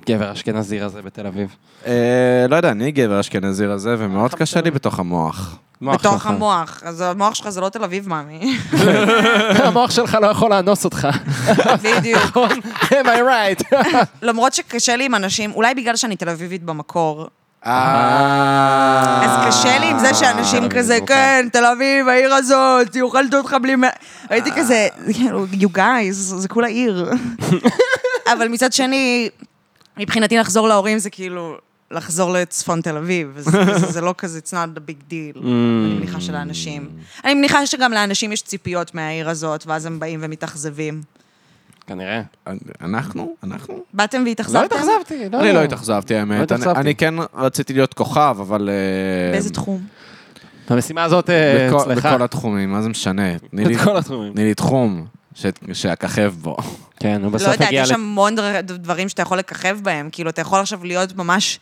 גבר אשכנזי רזה בתל אביב. אה, לא יודע, אני גבר אשכנזי רזה, נכון, ומאוד קשה לי בתוך המוח. מוח בתוך שלך. המוח. אז המוח שלך זה לא תל אביב, מאמי. <laughs> <laughs> המוח שלך לא יכול לאנוס אותך. <laughs> בדיוק. נכון? am I right? למרות שקשה לי עם אנשים, אולי בגלל שאני תל אביבית במקור, אה... לא אז קשה לי עם זה שאנשים כזה, כן, תל אביב, העיר הזאת, היא אוכלת אותך בלי... מ-" הייתי כזה, כאילו, you guys, זה כולה עיר. אבל מצד שני, מבחינתי לחזור להורים זה כאילו לחזור לצפון תל אביב, וזה- וזה זה לא כזה, it's not a big deal, אני מניחה שלאנשים. אני מניחה שגם לאנשים יש ציפיות מהעיר הזאת, ואז הם באים ומתאכזבים. כנראה. אנחנו? אנחנו? באתם לא והתאכזבתם? התאכזבתי, לא. אני לא התאכזבתי, האמת. אני- התאכזבתי. אני כן רציתי להיות כוכב, אבל... אה, באיזה תחום? המשימה הזאת אה, בכל- אצלך. בכל התחומים, מה זה משנה? תני לי- בכל התחומים. תני לי תחום ש- שאככב בו. כן, הוא לא בסוף יודעת, הגיע יש ל... המון דר- דברים שאתה יכול לככב בהם. כאילו, אתה יכול עכשיו להיות ממש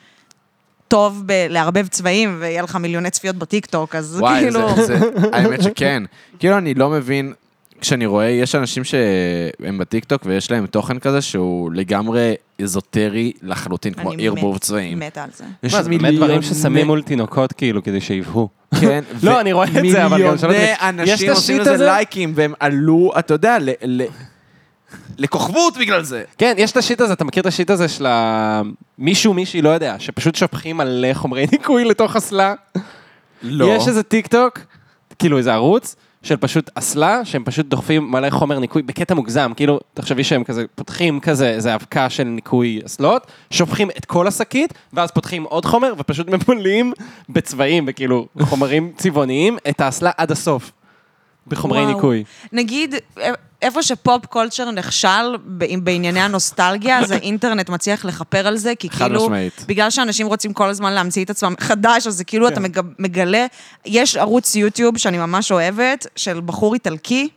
טוב בלערבב צבעים, ויהיה לך מיליוני צפיות בטיקטוק, אז וואי, כאילו... זה- זה- האמת שכן. כאילו, אני לא מבין, כשאני רואה, יש אנשים שהם בטיקטוק ויש להם תוכן כזה שהוא לגמרי אזוטרי לחלוטין, כמו אני עיר מת- בור צבעים. מתה על זה. יש מה, זה באמת מיליון- דברים ששמים מול תינוקות, כאילו, כדי שיבהו. כן. <laughs> לא, אני רואה את זה, אבל גם שלא מיליוני תבין. יש את אנשים עושים השיט לזה הזה? לייקים, והם עלו, אתה יודע, ל- ל- לכוכבות בגלל זה. כן, יש את השיט הזה, אתה מכיר את השיט הזה של ה... מישהו, מישהי, לא יודע, שפשוט שופכים מלא חומרי ניקוי לתוך אסלה? לא. יש איזה טיק טוק, כאילו איזה ערוץ, של פשוט אסלה, שהם פשוט דוחפים מלא חומר ניקוי בקטע מוגזם, כאילו, תחשבי שהם כזה פותחים כזה איזה אבקה של ניקוי אסלות, שופכים את כל השקית, ואז פותחים עוד חומר, ופשוט <laughs> ממלאים בצבעים, בכאילו חומרים צבעוניים, את האסלה עד הסוף. בחומרי וואו. ניקוי. נגיד, אה, איפה שפופ קולצ'ר נכשל ב- בענייני הנוסטלגיה, אז האינטרנט מצליח לכפר על זה, כי חד כאילו, משמעית. כן. בגלל שאנשים רוצים כל הזמן להמציא את עצמם חדש, אז זה כאילו אתה מג- מגלה, יש ערוץ יוטיוב שאני ממש אוהבת, של בחור איטלקי,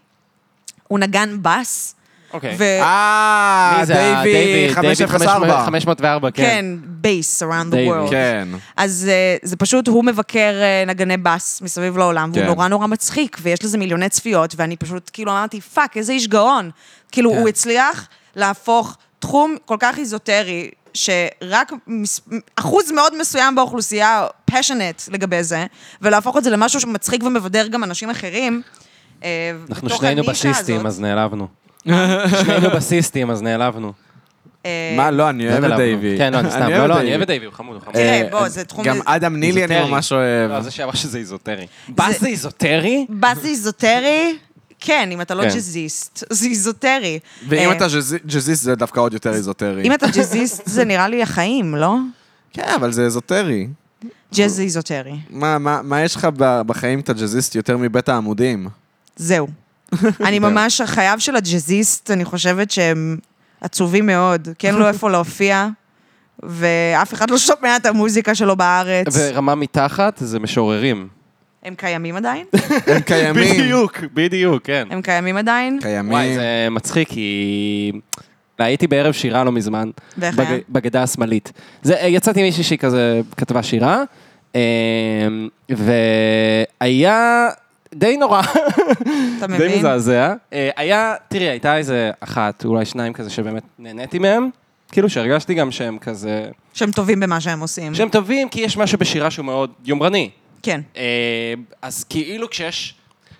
הוא נגן בס. אוקיי. ו- אה, מי זה דייבי הדייבי? דייבי 5004. 504, כן, כן. בייס around the די- world. כן. אז אה, זה פשוט, הוא מבקר אה, נגני בס מסביב לעולם, והוא כן. נורא נורא מצחיק, ויש לזה מיליוני צפיות, ואני פשוט כאילו אמרתי, פאק, איזה איש גאון. כאילו, כן. הוא הצליח להפוך תחום כל כך איזוטרי, שרק מס... אחוז מאוד מסוים באוכלוסייה passionate לגבי זה, ולהפוך את זה למשהו שמצחיק ומבדר גם אנשים אחרים. אה, אנחנו בתוך שנינו הנישה בסיסטים, הזאת. אז נעלבנו. שנינו בסיסטים, אז נעלבנו. אה, מה, לא, <laughs> אני לא אוהב את נעלבנו. דייבי. כן, לא, אני סתם. אוהב לא, את לא, דייבי. אני אוהב את דייבי, הוא חמוד, הוא חמוד. תראה, אה, בוא, זה תחום- גם אדם נילי אני איזוטרי. ממש אוהב. לא, זה שאמר שזה <laughs> איזוטרי. בס זה איזוטרי? בס זה איזוטרי? כן, אם אתה לא כן. ג'זיסט, זה איזוטרי. ואם אה, אתה ג'זי- ג'זיסט זה דווקא עוד יותר איזוטרי. אם אתה ג'זיסט, זה נראה לי החיים, לא? כן, אבל זה איזוטרי. ג'אז זה איזוטרי. מה- מה מה יש לך ב- בחיים אתה ג'זיסט יותר מבית העמודים? <laughs> זהו. אני ממש, החייו של הג'אזיסט, אני חושבת שהם עצובים מאוד, כי אין <laughs> לו איפה להופיע, ואף אחד לא שומע את המוזיקה שלו בארץ. ורמה מתחת זה משוררים. הם קיימים עדיין? הם קיימים. בדיוק, בדיוק, כן. הם קיימים עדיין? וואי, קיימים. זה מצחיק, כי... הייתי בערב שירה לא מזמן, ואיך בג- היה? בגדה השמאלית. זה, אה, יצאתי עם מישהי שהיא כזה כתבה שירה, אה, והיה די נורא, <laughs> אתה די מבין? מזעזע. אה, היה, תראי, הייתה איזה אחת, אולי שניים כזה שבאמת נהניתי מהם, כאילו שהרגשתי גם שהם כזה, שהם טובים במה שהם עושים. שהם טובים, כי יש משהו בשירה שהוא מאוד יומרני. כן. אה, אז כאילו כשיש,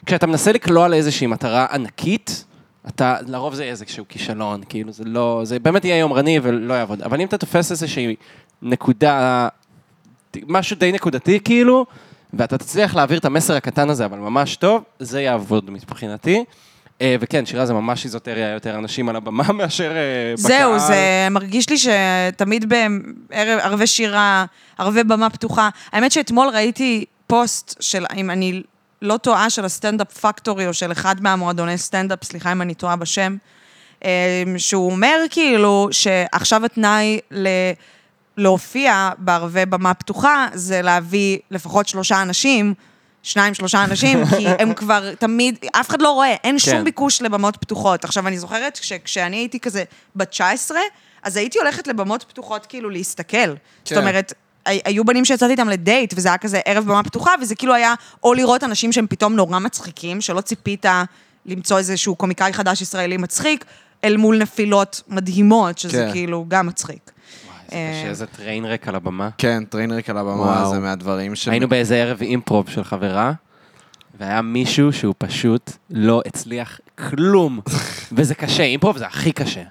כשאתה מנסה לקלוע לאיזושהי מטרה ענקית, אתה, לרוב זה איזה שהוא כישלון, כאילו זה לא, זה באמת יהיה יומרני ולא יעבוד. אבל אם אתה תופס איזושהי נקודה, משהו די נקודתי כאילו, ואתה תצליח להעביר את המסר הקטן הזה, אבל ממש טוב, זה יעבוד מבחינתי. אה, וכן, שירה זה ממש איזוטריה, יותר אנשים על הבמה <laughs> מאשר אה, בקהל. זהו, זה מרגיש לי שתמיד בערבי שירה, ערבי במה פתוחה. האמת שאתמול ראיתי פוסט של, אם אני לא טועה, של הסטנדאפ פקטורי, או של אחד מהמועדוני סטנדאפ, סליחה אם אני טועה בשם, אמ, שהוא אומר כאילו שעכשיו התנאי ל... להופיע בערבי במה פתוחה, זה להביא לפחות שלושה אנשים, שניים, שלושה אנשים, כי <laughs> הם כבר תמיד, אף אחד לא רואה, אין שום כן. ביקוש לבמות פתוחות. עכשיו, אני זוכרת שכשאני הייתי כזה בת 19, אז הייתי הולכת לבמות פתוחות כאילו להסתכל. כן. זאת אומרת... הי- היו בנים שיצאתי איתם לדייט, וזה היה כזה ערב במה פתוחה, וזה כאילו היה או לראות אנשים שהם פתאום נורא מצחיקים, שלא ציפית למצוא איזשהו קומיקאי חדש ישראלי מצחיק, אל מול נפילות מדהימות, שזה כן. כאילו גם מצחיק. אה, זה קשה, איזה טריין ריק על הבמה. כן, טריינריק על הבמה וואו. זה מהדברים ש... היינו באיזה ערב אימפרוב של חברה, והיה מישהו שהוא פשוט לא הצליח כלום. וזה קשה, אימפרוב זה הכי קשה.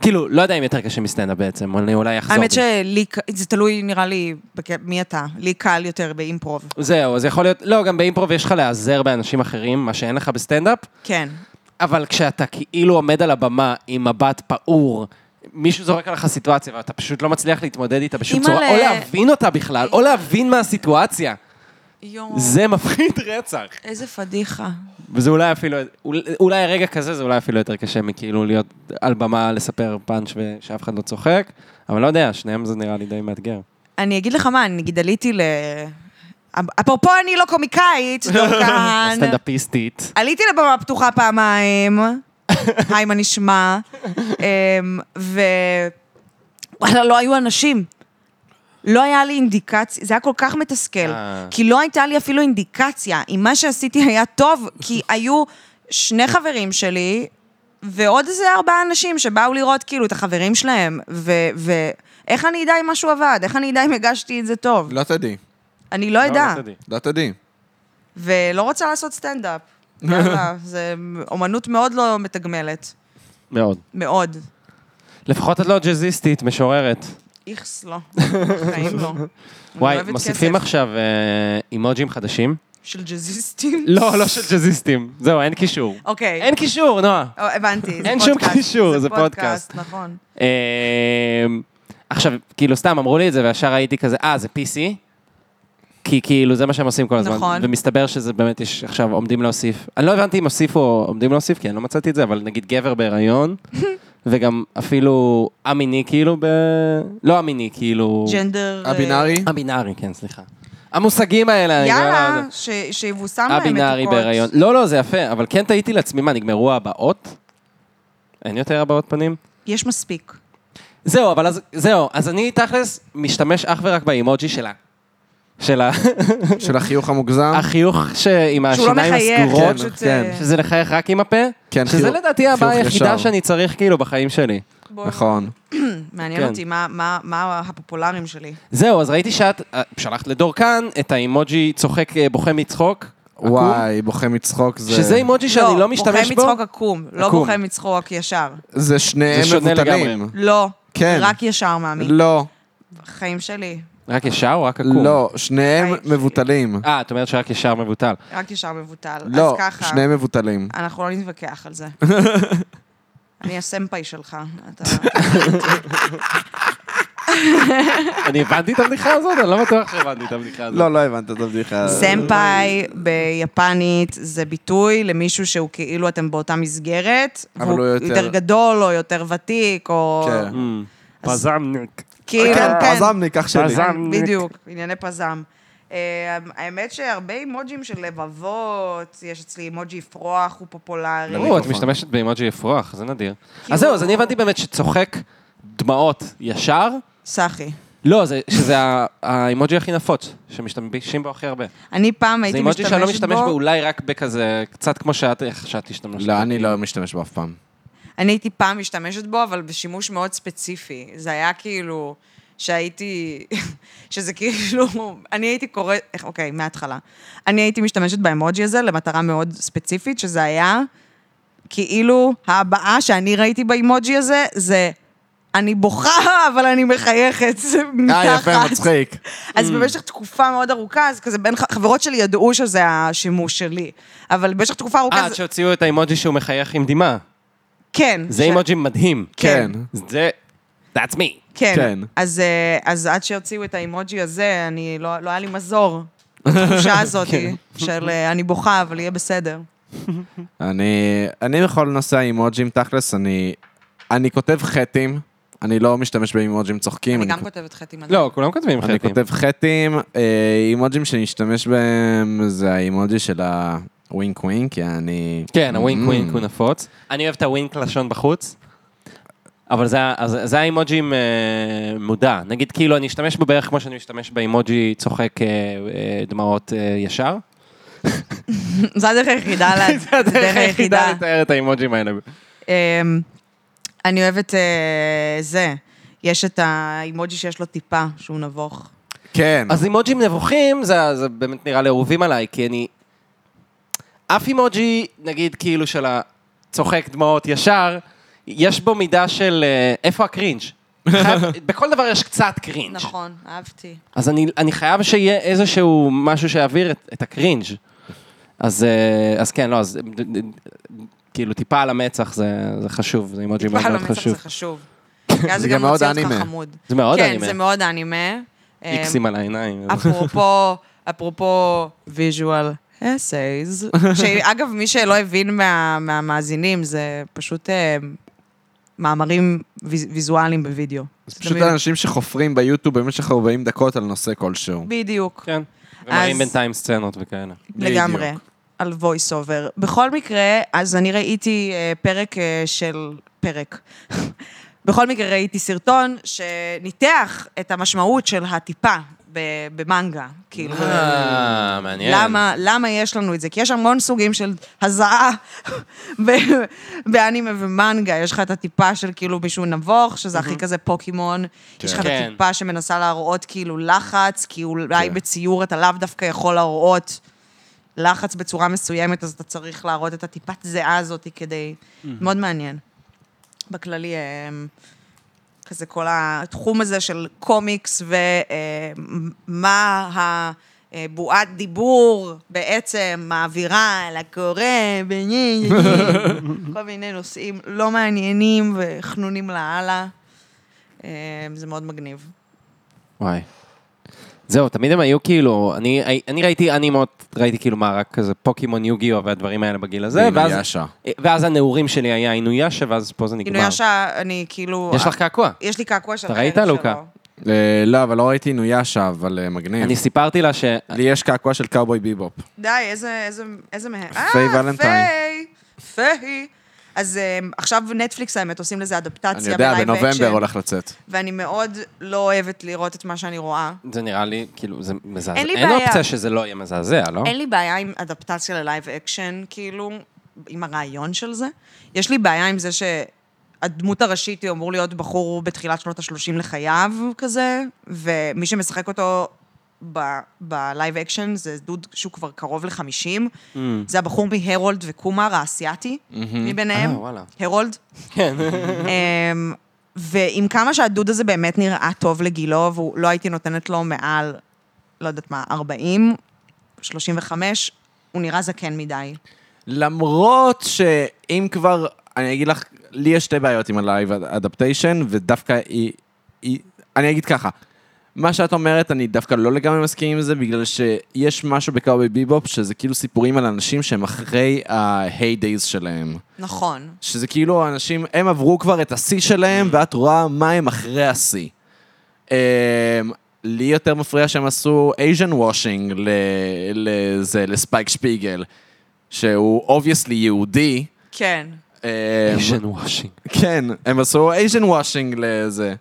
כאילו, לא יודע אם יותר קשה מסטנדאפ בעצם, אני אולי אחזור. האמת בי. שלי, ק- זה תלוי נראה לי בק- מי אתה, לי קל יותר באימפרוב. זהו, זה יכול להיות... לא, גם באימפרוב יש לך להיעזר באנשים אחרים, מה שאין לך בסטנדאפ, כן. אבל כשאתה כאילו עומד על הבמה עם מבט פעור, מישהו זורק עליך סיטואציה ואתה פשוט לא מצליח להתמודד איתה בשום אימא'לה. צורה, או להבין אותה בכלל, או להבין מהסיטואציה. יואו, זה מפחיד רצח. איזה פדיחה. וזה אולי אפילו, אול- אולי רגע כזה זה אולי אפילו יותר קשה מכאילו להיות על במה לספר פאנץ' ושאף אחד לא צוחק, אבל לא יודע, שניהם זה נראה לי די מאתגר. אני אגיד לך מה, אני נגיד עליתי ל... אפרופו אני לא קומיקאית, דורקן. סטנדאפיסטית. עליתי לבמה פתוחה פעמיים, היי מה נשמע, אמ, ו... וואלה, לא היו אנשים. לא היה לי אינדיקציה, זה היה כל כך מתסכל, אה. כי לא הייתה לי אפילו אינדיקציה אם מה שעשיתי היה טוב, כי היו שני חברים שלי ועוד איזה ארבעה אנשים שבאו לראות כאילו את החברים שלהם, ו- ואיך אני אדע אם משהו עבד, איך אני אדע אם הגשתי את זה טוב, לא תדעי. אני לא אדע. לא תדעי. ולא רוצה לעשות <laughs> סטנדאפ. יאללה, זה אומנות מאוד לא מתגמלת. מאוד. מאוד. לפחות את לא ג'אזיסטית, משוררת. איכס לא. חיים לא. אני וואי, אוהבת מוסיפים כסף. עכשיו אה, אימוג'ים חדשים? של ג'אזיסטים? לא, לא של ג'אזיסטים. זהו, אין קישור. אוקיי. אין קישור, נועה. או, הבנתי, זה אין שום פודקאסט. קישור, זה פודקאסט. נכון. אה, אמ, עכשיו, כאילו, סתם אמרו לי את זה, וישר הייתי כזה, אה, זה PC? כי כאילו, זה מה שהם עושים כל הזמן. נכון. ומסתבר שזה באמת, יש עכשיו, עומדים להוסיף. אני לא הבנתי אם הוסיפו או עומדים להוסיף, כי אני לא מצאתי את זה, אבל נגיד גבר <laughs> בהיריון, וגם אפילו א-מיני, כאילו, ב... לא א-מיני, כאילו... ג'נדר... אה, הבינארי? א-בינארי, כן, סליחה. המושגים האלה, אני כבר לא יאללה, יודע. ש- שיבושם להם מתוקות. א-בינארי בהיריון. לא, לא, זה יפה, אבל כן תהיתי לעצמי, מה, נגמרו הבעות? אין יותר הבעות פנים? יש מספיק. זהו, אבל אז, זהו, אז אני תכלס משתמש אך ורק באימוג'י שלה. של <laughs> ה- של החיוך המוגזם. החיוך ש... עם שהוא לא השיניים מחייך, הסגורות. זה פשוט... כן, אה, שזה לחייך רק עם הפה, כן, שזה חיוך- לדעתי חיוך הבעיה היחידה ישר. שאני צריך כאילו בחיים שלי. בוא, נכון. מעניין כן. אותי מה- מה מה הפופולריים שלי. זהו, אז ראיתי שאת אה, שלחת לדור כאן את האימוג'י צוחק, אה, בוכה מצחוק. עקום, וואי, בוכה מצחוק זה... שזה אימוג'י שאני לא משתמש בוכה בו. מצחוק עקום, לא עקום. בוכה מצחוק ישר. זה שניהם זה שונה מבוטלים. לגמרי. לא. כן. רק ישר, מאמי. לא, חיים שלי, רק ישר או רק עקום? לא, שניהם היי, שלי. מבוטלים. אה, את אומרת שרק ישר מבוטל. רק ישר מבוטל. לא, אז ככה, שניהם מבוטלים. אנחנו לא נתווכח <laughs> על זה. אני הסמפאי שלך. אתה... אני הבנתי את הבדיחה הזאת? אני לא בטוח שהבנתי את הבדיחה הזאת. לא, לא הבנת את הבדיחה. סמפאי ביפנית זה ביטוי למישהו שהוא כאילו אתם באותה מסגרת, אבל והוא הוא יותר- גדול או יותר ותיק, או... כן. פזמניק. כאילו, כן, כן. פזמניק, אח שלי. פזם. פזמניק. בדיוק, ענייני פזם. אה, האמת שהרבה אימוג'ים של לבבות, יש אצלי אימוג'י אפרוח, הוא פופולרי. או, את למיקרופון. משתמשת באימוג'י אפרוח, זה נדיר. כאילו- אז זהו, אז אני הבנתי באמת שצוחק דמעות ישר. סחי. לא, זה- שזה ה- האימוג'י הכי נפוץ, שמשתמשים בו הכי הרבה. אני פעם זה הייתי אימוג'י משתמשת בו... שאני לא משתמש בו, אולי רק בכזה, קצת כמו שאת, איך שאת השתמשת. לא, אני לא משתמש בו אף פעם. אני הייתי פעם משתמשת בו, אבל בשימוש מאוד ספציפי. זה היה כאילו, שהייתי, <laughs> שזה כאילו, אני הייתי קוראת, איך- אוקיי, מההתחלה. אני הייתי משתמשת באמוג'י הזה למטרה מאוד ספציפית, שזה היה כאילו ההבעה שאני ראיתי באמוג'י הזה, זה אני בוכה, אבל אני מחייכת. זה <laughs> אה, מתחת. יפה, מצחיק. Mm. אז במשך תקופה מאוד ארוכה, אז כזה בין ח- חברות שלי ידעו שזה השימוש שלי. אבל במשך תקופה ארוכה, אה, זה- עד שהוציאו את האימוג'י שהוא מחייך עם דמעה. כן. זה ש- אימוג'י מדהים. כן. זה... That's me. כן. כן. אז, אה, אז עד שהוציאו את האימוג'י הזה, אני, לא, לא היה לי <laughs> מזור. התחושה הזאת כן. של אה, אני בוכה, אבל יהיה בסדר. אני, אני בכל נושא האימוג'ים, תכלס, אני, אני כותב חטים, אני לא משתמש באימוג'ים צוחקים. אני גם כותבת חטא <laughs> עם לא, כולם כותבים אני חטאים. כותב חטים, אה, אימוג'ים שאני אשתמש בהם זה האימוג'י של הווינק ווינק, Mm-hmm. אני... כן, הווינק ווינק הוא נפוץ. אני אוהב את הווינק לשון בחוץ. אבל זה, ה- אז, זה האימוג'י עם, אה, מודע. נגיד, כאילו, אני אשתמש בו בערך כמו שאני משתמש באימוג'י צוחק אה, אה, דמעות אה, ישר. זו הדרך היחידה. לה- <laughs> זה הדרך היחידה לתאר את האימוג'ים האלה. אמ, אני אוהבת אה, זה. יש את האימוג'י שיש לו טיפה, שהוא נבוך. כן, אז אימוג'ים נבוכים, זה, זה באמת נראה לי אהובים עליי, כי אני... אף אימוג'י, נגיד כאילו של הצוחק דמעות ישר, יש בו מידה של אה, איפה <laughs> הקרינג'. חייב- בכל דבר יש קצת קרינג'. נכון, אהבתי. אז אני, אני חייב שיהיה איזשהו משהו שיעביר את, את הקרינג'. אז, אה, אז כן, לא, אז ד- ד- ד- כאילו טיפה על המצח זה, זה חשוב, זה אימוג'י מאוד מאוד המצח חשוב. לא, זה <laughs> חשוב. כי אז זה זה גם גם מאוד מוציא אותך אנימה. חמוד. זה מאוד כן, אנימה. זה מאוד אנימה. אמ, איקסים על העיניים. אפרופו, אפרופו ויז'ואל אסייז, <laughs> שאגב, מי שלא הבין מה, מהמאזינים, זה פשוט אה, מאמרים ויז, ויזואליים בווידאו. זה פשוט אנשים שחופרים ביוטיוב במשך 40 דקות על נושא כלשהו. בדיוק, כן. ומראים אז- בינתיים סצנות וכאלה. לגמרי. על voice over. בכל מקרה, אז אני ראיתי אה, פרק אה, של... פרק. <laughs> בכל מקרה ראיתי סרטון שניתח את המשמעות של הטיפה ב- במנגה. כאילו... אה, מעניין. למה, למה יש לנו את זה? כי יש המון סוגים של הזעה <laughs> ב- באנימה ומנגה. יש לך את הטיפה של כאילו מישהו נבוך, שזה הכי כזה פוקימון. יש לך את Mhm. כן. הטיפה שמנסה להראות כאילו לחץ, כי אולי בציור אתה לאו דווקא יכול להראות לחץ בצורה מסוימת, אז אתה צריך להראות את הטיפת זיעה הזאת כדי... Mhm. מאוד מעניין. בכללי, אה, כזה כל התחום הזה של קומיקס ומה הבועת דיבור בעצם מעבירה לקורא, וני- כל מיני נושאים לא מעניינים וחנונים לאללה. אה, זה מאוד מגניב. וואי. זהו, תמיד הם היו כאילו, אני, אני ראיתי אנימות, ראיתי כאילו מה, רק כזה פוקימון יוגיו והדברים האלה בגיל הזה, ואז, אינויאשה. ואז הנעורים שלי היה אינויאשה, ואז פה זה נגמר. כאילו, ישר, אני כאילו... יש לך קעקוע. יש לי קעקוע של אתה ראית, חלק שלו. לוקה? אה, לא, אבל לא ראיתי אינויאשה, אבל אה, מגניב. אני סיפרתי לה ש... לי יש קעקוע של קאובוי ביבופ. די, איזה, איזה, איזה מהם. אה, פיי ולנטיין. פיי, פיי. אז אמ, עכשיו נטפליקס, האמת, עושים לזה אדפטציה. אני יודע, בלייב בנובמבר אקשן, הולך לצאת. ואני מאוד לא אוהבת לראות את מה שאני רואה. זה נראה לי, כאילו, זה מזעזע. אין לי אין בעיה. אופציה שזה לא יהיה מזעזע, לא? אין לי בעיה עם אדפטציה ללייב אקשן, כאילו, עם הרעיון של זה. יש לי בעיה עם זה שהדמות הראשית היא אמור להיות בחור בתחילת שנות ה-30 לחייו, כזה, ומי שמשחק אותו ב- בלייב אקשן זה דוד שהוא כבר קרוב ל-50. זה הבחור מהרולד וקומר האסייתי, מביניהם. אה, וואלה. הרולד. כן. אמ, ועם כמה שהדוד הזה באמת נראה טוב לגילו, והוא- לא הייתי נותנת לו מעל, לא יודעת מה, 40, 35, הוא נראה זקן מדי. למרות שאם כבר, אני אגיד לך, לי יש שתי בעיות עם הלייב אדפטיישן, ודווקא היא, היא... אני אגיד ככה, מה שאת אומרת, אני דווקא לא לגמרי מסכים עם זה, בגלל שיש משהו בקאובי ביבופ, שזה כאילו סיפורים על אנשים שהם אחרי ה-hay days שלהם. נכון. שזה כאילו האנשים, הם עברו כבר את השיא שלהם, ואת רואה מה הם אחרי השיא. אמ, לי יותר מפריע שהם עשו Asian washing ל- לזה, לספייק שפיגל, שהוא אובייסלי יהודי. כן. אמ, איישן וושינג. כן, הם עשו Asian washing לזה.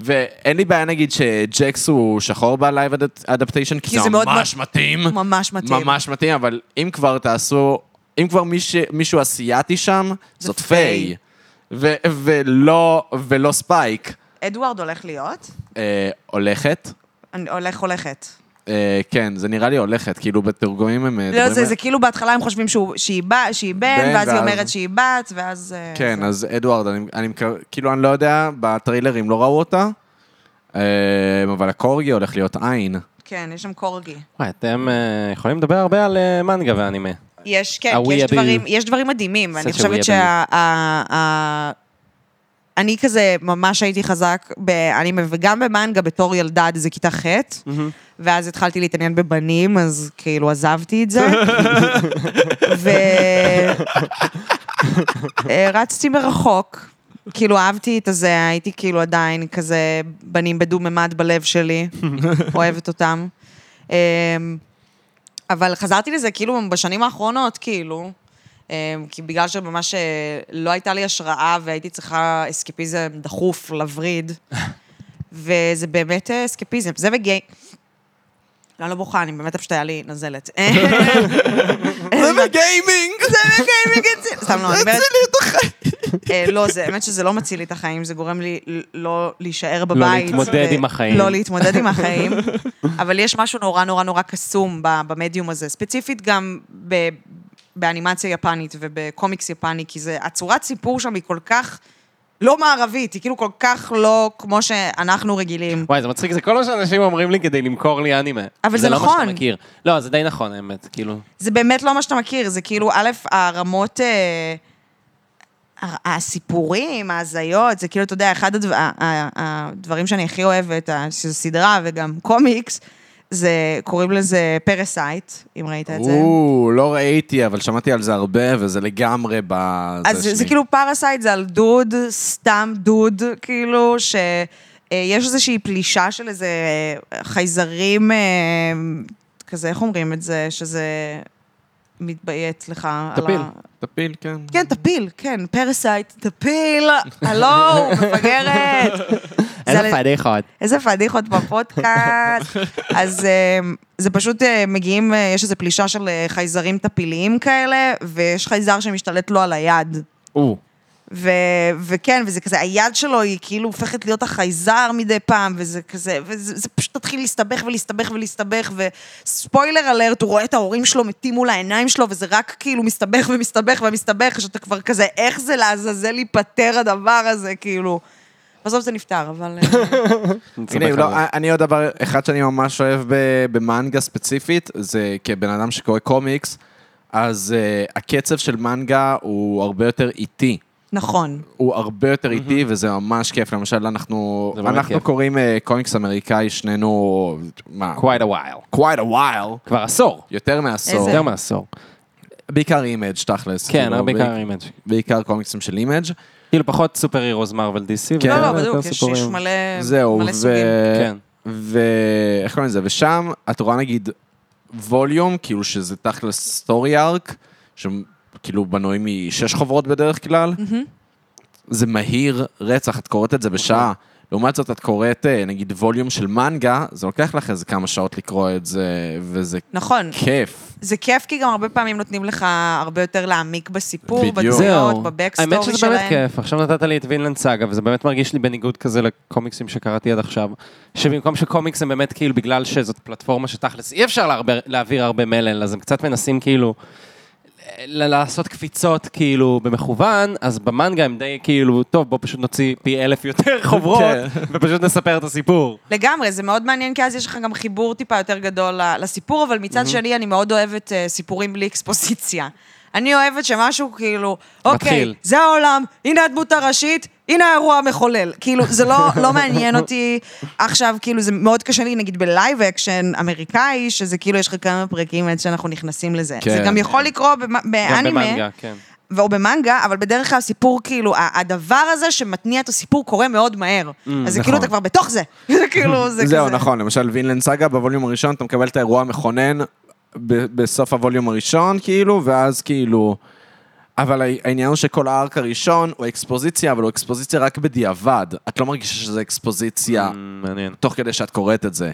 ואין לי בעיה נגיד שג'קס הוא שחור בלייב אדפטיישן, כי כי זה זה מאוד ממש מתאים. ממש מתאים. ממש מתאים, אבל אם כבר תעשו, אם כבר מיש, מישהו אסיאתי שם, זאת פיי. פיי. ו, ולא, ולא ספייק. אדוארד הולך להיות? אה, הולכת? אני הולך, הולכת. אה, כן, זה נראה לי הולכת, כאילו בתרגומים הם... אה, לא, מדברים זה, על- זה כאילו בהתחלה הם חושבים שהוא- שהיא בת- שהיא בן, בן, ואז היא ואז- אומרת שהיא בת, ואז... אה, כן, זה. אז אדוארד, אני, אני מקו- כאילו, אני לא יודע, בטריילרים לא ראו אותה, אה, אבל הקורגי הולך להיות עין. כן, יש שם קורגי. וואי, אתם אה, יכולים לדבר הרבה על אה, מנגה ואנימה. יש, כן, כי יש הוויאביל. דברים, יש דברים מדהימים, ואני קצת חושבת הוויאביל. שה... ה- ה- אני כזה ממש הייתי חזק, ב, אני, וגם במנגה בתור ילדה עד איזה כיתה ח', ואז התחלתי להתעניין בבנים, אז כאילו עזבתי את זה. ו... אה, רצתי מרחוק. כאילו אהבתי את הזה, הייתי כאילו עדיין כזה בנים בדו-ממד בלב שלי, אוהבת אותם. אמ, אבל חזרתי לזה כאילו בשנים האחרונות, כאילו. אמ, כי בגלל שממש אה, לא הייתה לי השראה והייתי צריכה אסקפיזם דחוף, לווריד. וזה באמת אה, אסקפיזם, זה וגי... לא, אני לא בוכה, אני באמת איפה שהיה לי נזלת. אה, זה בגיימינג! זה מקיימינג הציל. סתם לא, אני אומרת... מציל לי את החיים. לא, זה, האמת שזה לא מציל לי את החיים, זה גורם לי ל- לא להישאר בבית. להתמודד ו- עם החיים. לא להתמודד עם החיים. אבל יש משהו נורא נורא נורא קסום ב- במדיום הזה. ספציפית גם ב- באנימציה יפנית ובקומיקס יפני, כי זה, הצורת סיפור שם היא כל כך לא מערבית, היא כאילו כל כך לא כמו שאנחנו רגילים. וואי, זה מצחיק, זה כל מה שאנשים אומרים לי כדי למכור לי אנימה. אבל זה זה לא מה נכון. שאתה מכיר. לא, זה די נכון, האמת, כאילו. זה באמת לא מה שאתה מכיר, זה כאילו, א', הרמות, אה, ה- הסיפורים, ההזיות, זה כאילו, אתה יודע, אחד הדבר, ה- ה- הדברים שאני הכי אוהבת, ה- שזה סדרה וגם קומיקס, זה, קוראים לזה פרסייט, אם ראית את זה. או, לא ראיתי, אבל שמעתי על זה הרבה, וזה לגמרי בזה אז זה, שלי. זה כאילו פרסייט, זה על דוד, סתם דוד, כאילו, ש... אה, יש איזושהי פלישה של איזה אה, חייזרים, אה, כזה, איך אומרים את זה, שזה מתביית לך על טפיל. ה... טפיל, כן. כן, תפיל, כן, פרסייט, תפיל, הלו, מפגרת. זה על- איזה פדיחות. איזה פדיחות בפודקאסט. אז אה, זה פשוט אה, מגיעים, אה, יש איזו פלישה של אה, חייזרים טפיליים כאלה, ויש חייזר שמשתלט לו על היד. או. ו- וכן, וזה כזה, היד שלו היא כאילו הופכת להיות החייזר מדי פעם, וזה כזה, וזה זה פשוט מתחיל להסתבך ולהסתבך ולהסתבך, וספוילר אלרט, הוא רואה את ההורים שלו מתים מול העיניים שלו, וזה רק כאילו מסתבך ומסתבך ומסתבך, שאתה כבר כזה, איך זה לעזאזל להיפטר הדבר הזה, כאילו. בסוף זה נפתר, אבל... אה, הנה, אם לא, אני עוד דבר אחד שאני ממש אוהב ב- במנגה ספציפית, זה כבן אדם שקורא קומיקס, אז uh, הקצב של מנגה הוא הרבה יותר איטי. נכון. הוא הרבה יותר איטי, וזה ממש כיף. למשל, אנחנו, זה באמת אנחנו כיף. קוראים אה, קומיקס אמריקאי, שנינו, מה? quite a while. quite a while. כבר עשור. יותר מעשור. איזה? יותר מעשור. בעיקר אימג' תכלס. כן, כאילו, הרבה בעיק- קרעים. בעיקר קומיקסים של אימג'. כאילו פחות סופר הירוס מרוויל DC. כן. לא, לא, ויותר בדיוק, יש יש סיפורים. מלא זהו, מלא ו... סוגים. כן. ו... איך קוראים לזה? ושם את רואה נגיד ווליום, כאילו שזה תכלס סטורי ארק, שכאילו בנוי כאילו, משש חוברות בדרך כלל. זה מהיר רצח, את קוראת את זה בשעה. נכון. לעומת זאת, את קוראת אה, נגיד ווליום של מנגה, זה לוקח לך איזה כמה שעות לקרוא את זה, וזה נכון. כיף. זה כיף, כי גם הרבה פעמים נותנים לך הרבה יותר להעמיק בסיפור, בדיוק. בדמויות, לא, בבקסטורי שלהם. האמת שזה באמת כיף. עכשיו נתת לי את וינלנד סאגה, וזה באמת מרגיש לי בניגוד כזה לקומיקסים שקראתי עד עכשיו. שבמקום שקומיקס הם באמת כאילו, בגלל שזאת פלטפורמה שתכלס אי אפשר להרבה- להעביר הרבה מלל, אז הם קצת מנסים כאילו ל- לעשות קפיצות כאילו במכוון, אז במנגה הם די כאילו, טוב, בוא פשוט נוציא פי אלף יותר חוברות, כן. ופשוט נספר את הסיפור. לגמרי, זה מאוד מעניין, כי אז יש לך גם חיבור טיפה יותר גדול ל- לסיפור, אבל מצד Mm-hmm. שני, אני מאוד אוהבת אה, סיפורים בלי אקספוזיציה. אני אוהבת שמשהו כאילו, מתחיל. אוקיי, זה העולם, הנה הדמות הראשית, הנה האירוע המחולל. כאילו, זה לא, <laughs> לא מעניין אותי עכשיו, כאילו, זה מאוד קשה לי, נגיד, בלייב אקשן אמריקאי, שזה כאילו, יש לך כמה פרקים עד שאנחנו נכנסים לזה. כן. זה גם יכול לקרות במ- גם באנימה. במנגה, כן. או במנגה, אבל בדרך כלל הסיפור, כאילו, ה- הדבר הזה שמתניע את הסיפור קורה מאוד מהר. אז זה כאילו, נכון. אתה כבר בתוך זה. <laughs> זה כאילו, זה כזה. <laughs> זהו, נכון, למשל וינלנד סאגה, בווליום הראשון אתה מקבל את האירוע המכונן ב- בסוף הווליום הראשון, כאילו, ואז כאילו... אבל ה- העניין הוא שכל הארק הראשון הוא אקספוזיציה, אבל הוא אקספוזיציה רק בדיעבד. את לא מרגישה שזה אקספוזיציה מעניין. תוך כדי שאת קוראת את זה,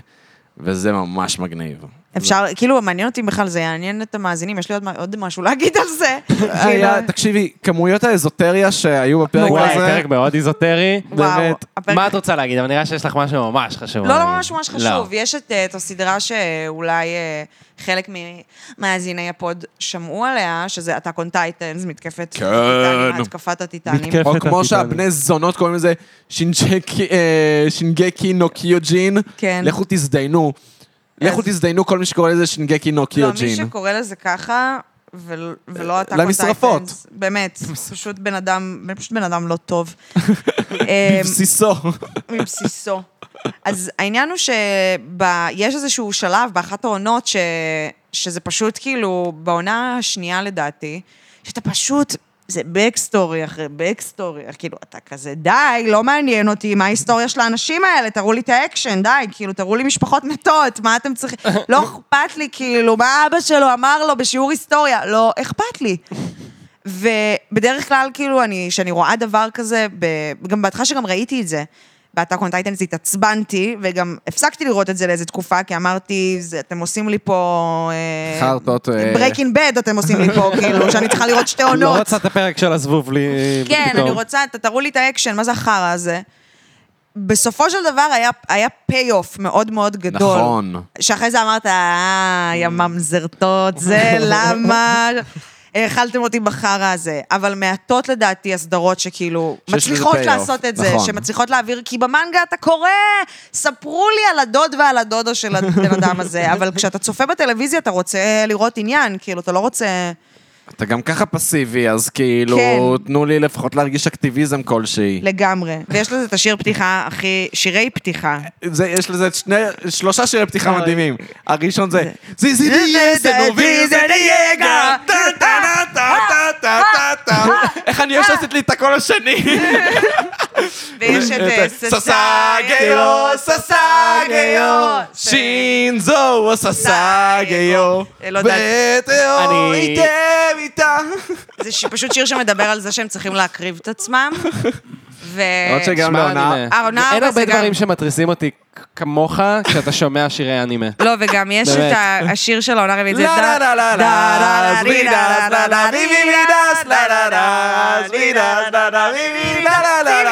וזה ממש מגניב. אפשר, כאילו, מעניין אותי בכלל, זה יעניין את המאזינים, יש לי עוד מה- עוד משהו להגיד על זה. כאילו, <laughs> היה, תקשיבי, כמויות האזוטריה שהיו בפרק וואי, הזה, פרק מאוד איזוטרי. וואו, באמת. הפרק- מה את רוצה להגיד? אבל נראה שיש לך משהו ממש חשוב. לא, לא להגיד. ממש ממש לא. חשוב. יש את אה, את הסדרה שאולי אה, חלק ממאזיני הפוד שמעו עליה, שזה "Attack on Titans", מתקפת כן. הטיטנים, התקפת הטיטנים. מתקפת. או איפה כמו אתה שהבני זונות קוראים לזה שינג'קי- אה, שינגקי נו קיוג'ין, כן. לכו תזדיינו. לכו תזדיינו כל מי שקורא לזה שינגקי נו לא, מי קיוג'ין. שקורא לזה ככה, ול- ולא אתה למשרפות. באמת, פשוט בן אדם, פשוט בן אדם לא טוב. אה, בבסיסו. מבסיסו. אז העניין הוא שיש איזשהו שלב באחת העונות, ש... שזה פשוט כאילו, בעונה השנייה לדעתי, שאתה פשוט, זה בקסטורי אחרי בקסטורי, כאילו, אתה כזה, די, לא מעניין אותי מה ההיסטוריה של האנשים האלה, תראו לי את האקשן, די, כאילו, תראו לי משפחות מתות, מה אתם צריכים, לא אכפת לי, כאילו, מה אבא שלו אמר לו בשיעור היסטוריה, לא אכפת לי. ובדרך כלל, כאילו, אני, כשאני רואה דבר כזה, ב, גם בהתחלה שגם ראיתי את זה, באתר קונטייטנס התעצבנתי, וגם הפסקתי לראות את זה לאיזה תקופה, כי אמרתי, "זה- אתם עושים לי פה... אה, חרטות, אה." Breaking bad אתם עושים לי פה, כאילו, שאני צריכה לראות שתי עונות. לא רוצה את הפרק של הזבוב לי כן, פתאום. אני רוצה, ת- תראו לי את האקשן, מה זה החרא הזה? בסופו של דבר היה, היה פי-אוף מאוד מאוד גדול. נכון. שאחרי זה אמרת, אה, יא ממזרטות, זה למה... האכלתם אותי בחרא הזה, אבל מעטות לדעתי הסדרות שכאילו שיש מצליחות לזה payoff, לעשות את זה, נכון. שמצליחות להעביר, כי במנגה אתה קורא, ספרו לי על הדוד ועל הדודה של הבן אדם הזה, אבל כשאתה צופה בטלוויזיה אתה רוצה לראות עניין, כאילו, אתה לא רוצה... אתה גם ככה פסיבי, אז כאילו, כן. תנו לי לפחות להרגיש אקטיביזם כלשהי. לגמרי. ויש לזה את השיר פתיחה הכי... שירי פתיחה. זה, יש לזה את שני, שלושה שירי פתיחה מדהימים. הראשון זה, זה זה לא, זה- דיה, זה זה- נובי, זה זה- אה, דייגה, טה טה טה טה טה טה טה. איך אני אוהב שעשית לי את הקול השני. <laughs> ויש את אה, ססגיו, ססגיו, שינזו, ססגיו, אה, לא יודעת. ותאו אני- איתם איתה. זה ש- פשוט שיר שמדבר על זה שהם צריכים להקריב את עצמם. ו... עוד שגם שמע, לעונה- אנימה. העונה ארבע אין זה הרבה גם- דברים שמתריסים אותי כ- כמוך כשאתה שומע שירי אנימה. לא, וגם יש באמת. את ה- השיר של העונה הרביעית, לא זה לא דה- לא לא לא דה- לה- אז לה- וידס, לא לה- לא לה- מי מי וידס, לא לא לא אז וידס, לא לא מי מי לא לא לא לא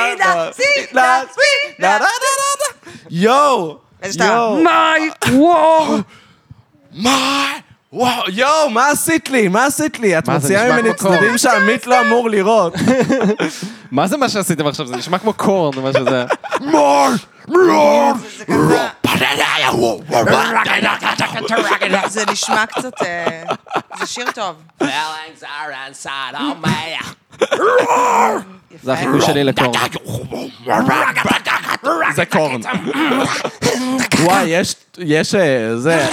סי וידס, סי לא לא וידס, סי לא לא לא וידס. לא לא. יואו, ואז אתה, יואו, מיי, וואו. מה? וואו, יואו, מה עשית לי? מה עשית לי? את מה, זה מוציאה נשמע ממני כמו צדדים שעמית לא אמור לראות. מה זה מה שעשיתם עכשיו? זה נשמע כמו קורן, מה שזה. מור! מור! זה ככה- זה נשמע קצת... אה, זה שיר טוב. <laughs> זה החיקוי שלי לקורן. זה קורן. וואי, יש, יש, אה, זה,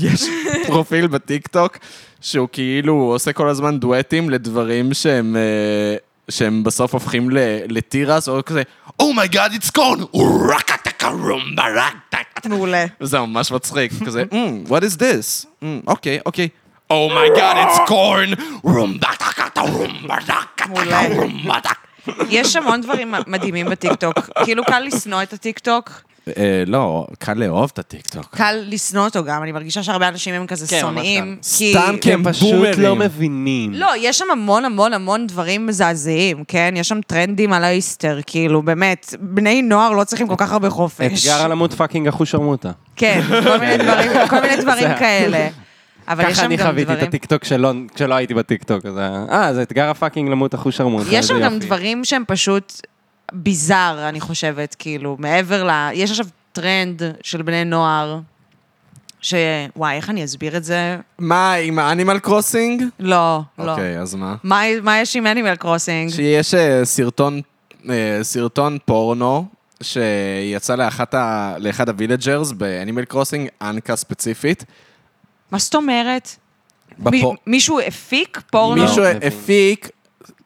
יש פרופיל בטיקטוק שהוא כאילו עושה כל הזמן דואטים לדברים שהם אה, שהם בסוף הופכים ל- לתירס, או כזה, "Oh אומייגאד, איטס קורן, רקטקה רומברקטקה. מעולה. זה ממש מצחיק, כזה, "Mm, what is this? Mm, אוקיי, אוקיי. אומייגאד, איטס קורן, רומברקטקה מעולה. רומברקטקה רומברקטקה. יש המון דברים מדהימים בטיקטוק. כאילו, קל לשנוא את הטיקטוק, אה, לא, קל לאהוב את הטיקטוק. קל לשנוא אותו גם. אני מרגישה שהרבה אנשים הם כזה כן, ממש שונאים. כי- סתם כי כי הם הם פשוט לא בומרים. מבינים. לא, יש שם המון המון המון דברים מזעזעים, כן? יש שם טרנדים על האיסטר, כאילו, באמת, בני נוער לא צריכים כל כך הרבה חופש. אתגר על עמוד פאקינג אחושרמוטה. כן, כל מיני <laughs> דברים, כל מיני דברים כאלה. אבל יש ככה שם אני גם חוויתי את דברים... הטיקטוק שלא- כשלא הייתי בטיקטוק. אז ה- אה, זה אתגר הפאקינג למות אחושרמוטה. יש שם איזה גם יופי. דברים שהם פשוט ביזאר, אני חושבת, כאילו, מעבר ל... יש עכשיו טרנד של בני נוער, ש... וואי, איך אני אסביר את זה? מה, עם האנימל קרוסינג? לא, לא. אוקיי, אז מה? מה- מה יש עם אנימל קרוסינג? שיש אה, סרטון, אה, סרטון פורנו שיצא לאחת ה, לאחד הווילג'רס באנימל קרוסינג, אנקה ספציפית. מה זאת אומרת? בפו- מי- מישהו הפיק פורנו? מישהו לא מבין. הפיק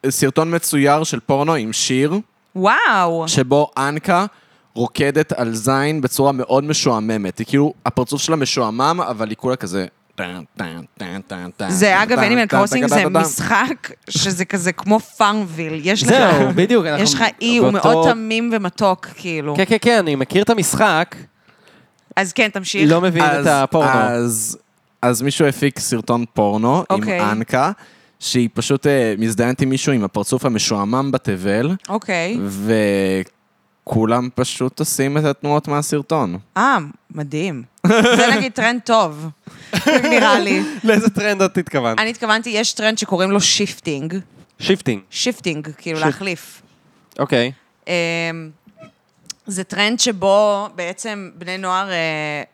סרטון מצויר של פורנו עם שיר, וואו. שבו אנקה רוקדת על זין בצורה מאוד משועממת. היא כאילו, הפרצוף שלה משועמם, אבל היא כולה כזה... טן, טן, טן, טן, טן, זה טן, אגב, טן, אנימל טן, קרוסינג טן, זה טן, טן. משחק שזה כזה כמו פארמוויל. יש לך... זהו, בדיוק. אנחנו יש לך אי, הוא באותו- מאוד תמים ומתוק, כאילו. כן, כן, כן, אני מכיר את המשחק, אז כן, תמשיך. לא מבין את אז- הפורנו. אז, אז מישהו הפיק סרטון פורנו עם אוקיי. אנקה, שהיא פשוט אה, מזדיינת עם מישהו עם הפרצוף המשועמם בתבל, אוקיי. וכולם פשוט עושים את התנועות מהסרטון. אה, מדהים. זה נגיד טרנד טוב, נראה <laughs> לי. לאיזה טרנד את התכוונת? אני התכוונתי, יש טרנד שקוראים לו שיפטינג. שיפטינג, שיפטינג, כאילו שיפ- להחליף. אוקיי. אמ, זה טרנד שבו בעצם בני נוער, אה,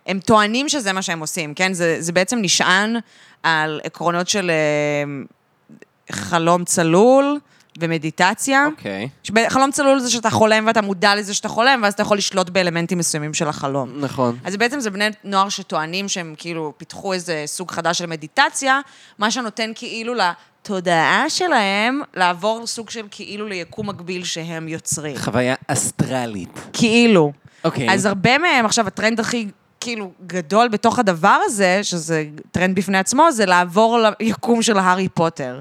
הם טוענים שזה מה שהם עושים, כן? זה, זה בעצם נשען על עקרונות של אמ, חלום צלול ומדיטציה. אוקיי. שב- חלום צלול זה שאתה חולם ואתה מודע לזה שאתה חולם, ואז אתה יכול לשלוט באלמנטים מסוימים של החלום. נכון. אז בעצם זה בני נוער שטוענים שהם כאילו פיתחו איזה סוג חדש של מדיטציה, מה שנותן כאילו לתודעה שלהם לעבור סוג של כאילו ליקום מקביל שהם יוצרים. חוויה אסטרלית. כאילו. אוקיי. אז הרבה מהם, עכשיו הטרנד הכי כאילו גדול בתוך הדבר הזה, שזה טרנד בפני עצמו, זה לעבור ליקום של הארי פוטר.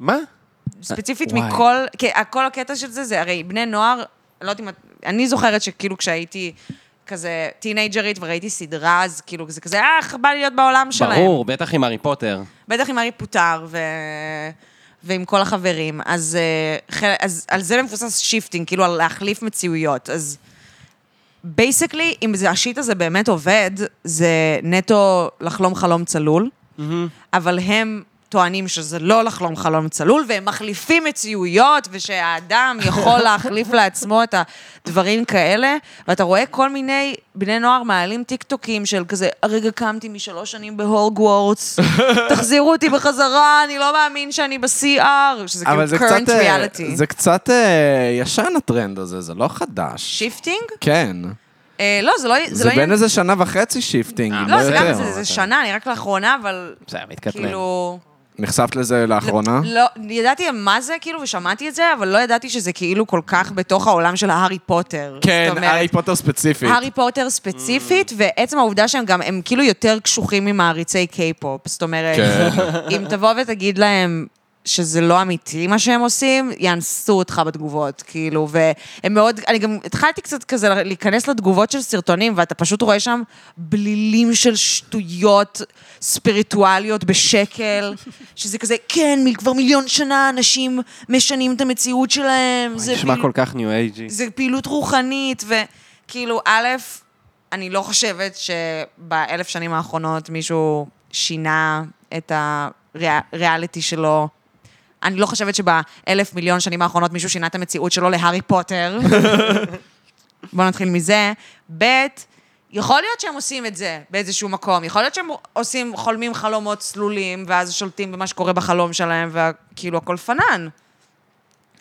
מה? ספציפית וואי. מכל, כי כל הקטע של זה, זה הרי בני נוער, אני לא יודעת אם את, אני זוכרת שכאילו כשהייתי כזה טינג'רית וראיתי סדרה, אז כאילו זה כזה, אה, איך בא לי להיות בעולם שלהם. ברור, בטח עם הארי פוטר. בטח עם הארי פוטר ו... ועם כל החברים. אז, אה, חל- אז על זה מבוסס שיפטינג, כאילו על להחליף מציאויות. אז בייסקלי, אם זה, השיט הזה באמת עובד, זה נטו לחלום חלום צלול, Mm-hmm. אבל הם... טוענים שזה לא לחלום חלום צלול, והם מחליפים מציאויות, ושהאדם יכול להחליף לעצמו את הדברים כאלה. ואתה רואה כל מיני בני נוער מעלים טיקטוקים של כזה, הרגע קמתי משלוש שנים <laughs> בהולגוורטס, תחזירו אותי בחזרה, אני לא מאמין שאני ב-CR, שזה כאילו אבל זה קצת, current אה, reality. זה קצת אה, ישן הטרנד הזה, זה לא חדש. שיפטינג? כן. אה, לא, זה לא... זה זה לא בין עניין- איזה שנה וחצי אה, שיפטינג, אם לא לא, זה גם יותר. זה, זה שנה, אני רק לאחרונה, אבל בסדר, מתקטנן. כאילו... נחשפת לזה לאחרונה? לא, ידעתי מה זה, כאילו, ושמעתי את זה, אבל לא ידעתי שזה כאילו כל כך בתוך העולם של ההארי פוטר. כן, זאת אומרת, הארי פוטר ספציפית. Mm. הארי פוטר ספציפית, ועצם העובדה שהם גם, הם כאילו יותר קשוחים ממעריצי קיי-פופ. זאת אומרת, כן. אם תבוא ותגיד להם שזה לא אמיתי מה שהם עושים, יאנסו אותך בתגובות, כאילו, והם מאוד, אני גם התחלתי קצת כזה להיכנס לתגובות של סרטונים, ואתה פשוט רואה שם בלילים של שטויות ספיריטואליות בשקל, שזה כזה, כן, מ- כבר מיליון שנה אנשים משנים את המציאות שלהם, זה נשמע פעיל- כל כך ניו אייג'י. זה פעילות רוחנית, וכאילו, א', אני לא חושבת שבאלף שנים האחרונות מישהו שינה את הריאליטי שלו. אני לא חושבת שבאלף מיליון שנים האחרונות מישהו שינה את המציאות שלו להארי <laughs> פוטר. בואו נתחיל מזה. ב', יכול להיות שהם עושים את זה באיזשהו מקום. יכול להיות שהם עושים, חולמים חלומות צלולים, ואז שולטים במה שקורה בחלום שלהם, וכאילו הכל פנן.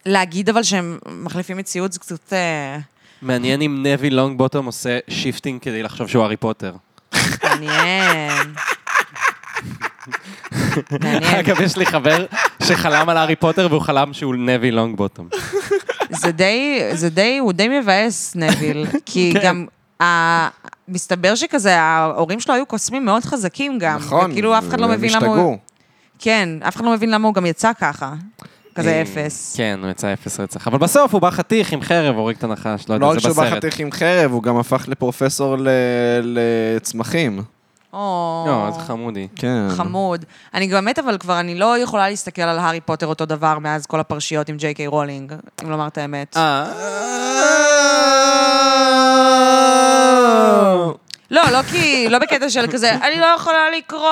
להגיד אבל שהם מחליפים מציאות זה קצת... אה, מעניין אם נבי לונג בוטום עושה שיפטינג כדי לחשוב שהוא הארי פוטר. מעניין. מעניין. כן. אגב, יש לי חבר שחלם על הארי פוטר והוא חלם שהוא נבי לונגבוטום. זה די, זה די, הוא די מבאס, נביל, כן. כי גם... ה- מסתבר שכזה, ההורים שלו היו קוסמים מאוד חזקים גם. נכון. וכאילו אף אחד לא הם מבין למה הוא... השתגעו. כן, אף אחד לא מבין למה הוא גם יצא ככה. כזה אה, אפס. כן, הוא יצא אפס רצח. אבל בסוף הוא בא חתיך עם חרב, הורג את הנחש, לא לא יודע, רק זה שהוא בסרט. בחתיך עם חרב, הוא גם הפך לפרופסור ל- לצמחים. או, לא, איזה חמודי. כן. חמוד. אני גם באמת, אבל כבר אני לא יכולה להסתכל על הארי פוטר אותו דבר מאז כל הפרשיות עם ג'יי קיי רולינג, אם לומר את האמת. אה, לא, לא כי, לא בקטע של כזה, אני לא יכולה לקרוא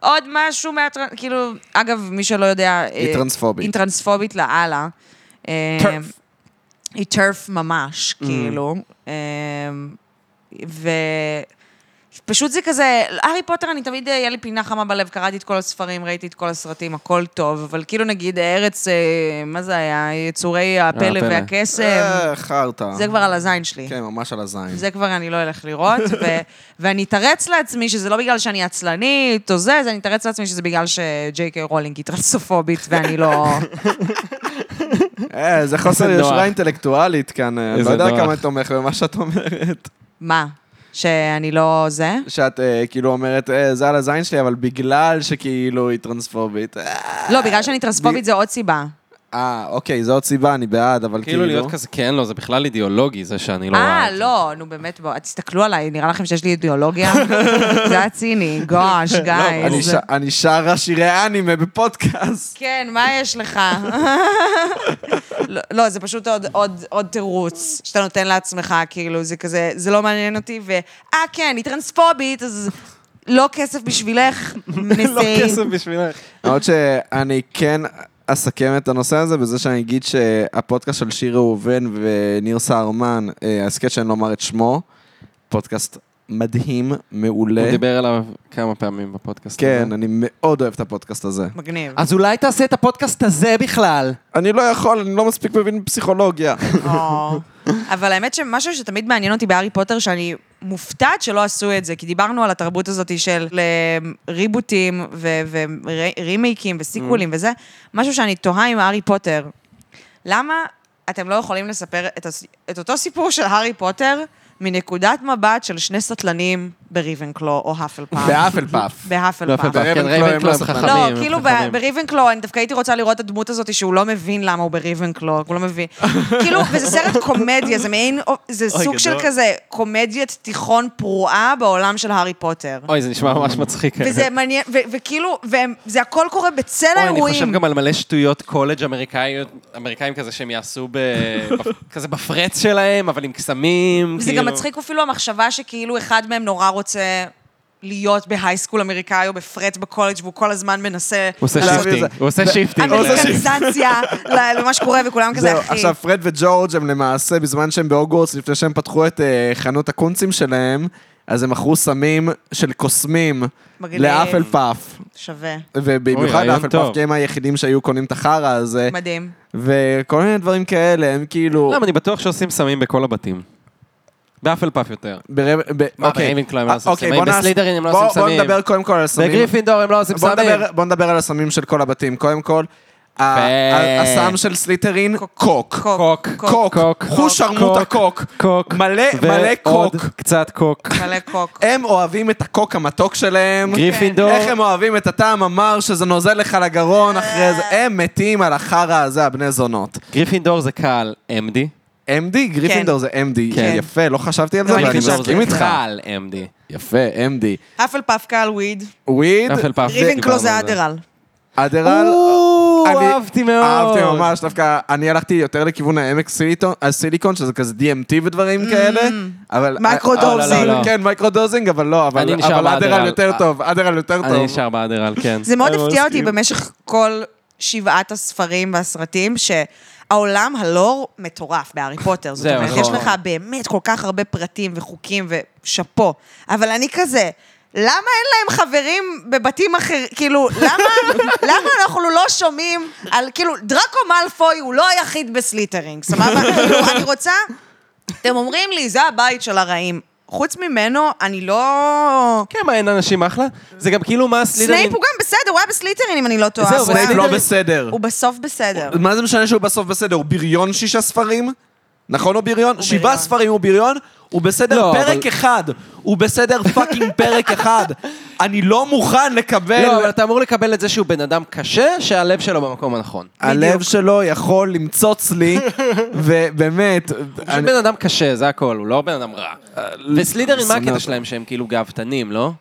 עוד משהו מהטרנס... כאילו, אגב, מי שלא יודע... אה, היא טרנספובית. היא טרנספובית לאללה. אה, טרף. היא טרף ממש, Mm. כאילו. אה, ו... פשוט זה כזה, הארי פוטר, אני תמיד, אה, היה לי פינה חמה בלב, קראתי את כל הספרים, ראיתי את כל הסרטים, הכל טוב, אבל כאילו נגיד ארץ, אה, מה זה היה? יצורי הפלא הפלא. והקסם, אה, חרטא. זה כבר על הזין שלי. כן, ממש על הזין. זה כבר אני לא אלך לראות, ו- <laughs> ואני אתרץ לעצמי שזה לא בגלל שאני עצלנית או זה, אז אני אתרץ לעצמי שזה בגלל שג'יי קיי רולינג היא טרנסופובית ואני לא... <laughs> אה, זה חוסר איזה נוח. יושרה אינטלקטואלית כאן. אני איזה לא יודע נוח. כמה אני תומך במה שאת אומרת. מה? שאני לא זה? שאת אה, כאילו אומרת, "אה, זה על הזין שלי, אבל בגלל שכאילו היא טרנספובית. אה, לא, בגלל שאני טרנספובית זה עוד סיבה. אה, אוקיי, זו עוד סיבה, אני בעד, אבל כאילו... כאילו להיות כזה, כן, לא, זה בכלל אידיאולוגי, זה שאני לא רואה אה, את זה. לא, נו באמת, בואו, תסתכלו עליי, נראה לכם שיש לי אידיאולוגיה? <laughs> זה היה ציני, גוש, לא, אני גייז. ש- אני שרה שירי אנימה בפודקאסט. כן, מה יש לך? <laughs> לא- לא, זה פשוט עוד, עוד, עוד תירוץ שאתה נותן לעצמך, כאילו, זה כזה, זה לא מעניין אותי, ו... אה, כן, היא טרנספובית, אז לא כסף בשבילך, נשיא. <laughs> לא כסף בשבילך. למרות שאני כן אסכם את הנושא הזה בזה שאני אגיד שהפודקאסט של שיר ראובן וניר סהרמן, אה, הסכת שאני לא אומר את שמו, פודקאסט מדהים, הוא מעולה. דיבר עליו כמה פעמים בפודקאסט הזה. כן, אני מאוד אוהב את הפודקאסט הזה. מגניב. אז אולי תעשה את הפודקאסט הזה בכלל. אני לא יכול, אני לא מספיק מבין פסיכולוגיה. או. אבל האמת שמשהו שתמיד מעניין אותי בהארי פוטר, שאני מופתעת שלא עשו את זה, כי דיברנו על התרבות הזאת של אה, ריבוטים ורימייקים וסיקוולים וזה, משהו שאני תוהה עם הארי פוטר. למה אתם לא יכולים לספר את, הס... את אותו סיפור של הארי פוטר מנקודת מבט של שני סטלנים בריבנקלו או האפלפאף? באפל פאף. בהאפלפאף. לא, כן, ברייבנקלו הם רייבנקלו לא הם ספקים. חכמים. לא, הם כאילו ב- חכמים. בריבנקלו, אני דווקא הייתי רוצה לראות את הדמות הזאת שהוא לא מבין למה הוא בריבנקלו, הוא לא <laughs> מבין. כאילו, וזה סרט קומדיה, זה מעין, זה סוג של כזה קומדיית תיכון פרועה בעולם של הארי פוטר. אוי, זה נשמע ממש מצחיק. כן. וזה מעניין, ו- וכאילו, והם- זה הכל קורה בצל אוי, אני חושב האירועים. גם על מלא שטויות קולג' אמריקאיות, אמריקאים כזה שהם יעשו ב... <laughs> בפ- כזה בפרץ שלהם, אבל עם קסמים, זה כאילו. גם מצחיק אפילו המחשבה שכאילו אחד מהם נורא רוצה להיות בהייסקול אמריקאי או בפרט בקולג' והוא כל הזמן מנסה... הוא עושה לעשות להביא שיפטינג, את זה. הוא עושה שיפטינג. הוא עושה שיפטינג. אמריקניזציה למה שקורה וכולם כזה, זהו, אחי. עכשיו פרד וג'ורג' הם למעשה, בזמן שהם בהוגוורטס, לפני שהם פתחו את אה, חנות הקונצים שלהם, אז הם מכרו סמים של קוסמים מגניב. לאפל פאף. שווה. אוי, ובמיוחד רעיון לאפל פאף, טוב. כי הם היחידים שהיו קונים את החרא אה, הזה, מדהים. וכל מיני דברים כאלה, הם כאילו... למה, לא, אני בטוח שעושים סמים בכל הבתים. באפל פאף יותר. ברב- ב- מה, אוקיי. בריבנקלו הם לא אה, עושים אוקיי, סמים, בוא נעש- בסלידרין הם לא בוא- עושים סמים. בוא נדבר קודם כל על הסמים. בגריפינדור הם לא עושים בוא סמים. נדבר- בוא נדבר על הסמים של כל הבתים. קודם כל, ה- ה- הסם של סליטרין, קוק. קוק, קוק, חוש שרמוטה קוק, קוק, מלא, מלא ועוד קוק. קצת קוק. מלא קוק. הם אוהבים את הקוק המתוק שלהם. גריפינדור, איך הם אוהבים את הטעם המר שזה נוזל לך לגרון אחרי זה. אה. הם מתים על החרא הזה, הבני זונות. גריפינדור זה קהל MD. MD, גריפינדור זה MD. כן. יפה, לא חשבתי על זה, לא, אבל אני אני גריפינדור מסכים זה איתך. קהל MD. יפה, MD. אפל פאף קהל וויד. וויד, אפל פאף. ריבנקלו אה. דיברנו זה על אדרל. אדרל. או, אני- אהבתי מאוד. אהבתי ממש, דווקא אני הלכתי יותר לכיוון העמק סיליקון- הסיליקון, שזה כזה DMT ודברים Mm. כאלה, אבל... מייקרודוזינג. לא, לא, לא, לא. כן, מייקרודוזינג, אבל לא, אבל אני נשאר אבל באדרל. אדרל יותר טוב, אדרל יותר אני טוב. נשאר באדרל, כן. זה מאוד אני הפתיע אותי מסכים. במשך כל שבעת הספרים והסרטים, שהעולם הלור מטורף בהארי פוטר. זאת זהו, אומרת, יש נכון. לך באמת כל כך הרבה פרטים וחוקים ושאפו. אבל אני כזה... למה אין להם חברים בבתים אחרים? כאילו, <laughs> למה, למה אנחנו לא שומעים על, כאילו, דראקו מאלפוי הוא לא היחיד בסליטרינג, סבבה? כאילו, אני רוצה אתם אומרים לי, זה הבית של הרעים. חוץ ממנו, אני לא... כן, מה, אין אנשים אחלה? זה גם כאילו מה הסלידרין... סנייפ הוא גם בסדר, הוא היה בסליטרין, אם אני לא טועה. זהו, הוא סנייפ היה- לא בסדר. הוא בסוף בסדר. מה זה משנה שהוא בסוף בסדר? הוא בריון שישה ספרים? נכון הוא בריון? שבעה בריון. ספרים הוא בריון? הוא בסדר לא, פרק אבל- אחד. הוא בסדר <laughs> פאקינג פרק אחד. אני לא מוכן לא, אבל לקבל... אתה אמור לקבל את זה שהוא בן אדם קשה, שהלב שלו במקום הנכון. הלב שלו יכול למצוץ <laughs> לי, ובאמת... הוא פשוט בן אדם קשה, זה הכל, הוא לא בן אדם רע. אה, וסלידרין, מה שנא הקטע אותו. שלהם שהם כאילו גאוותנים, לא?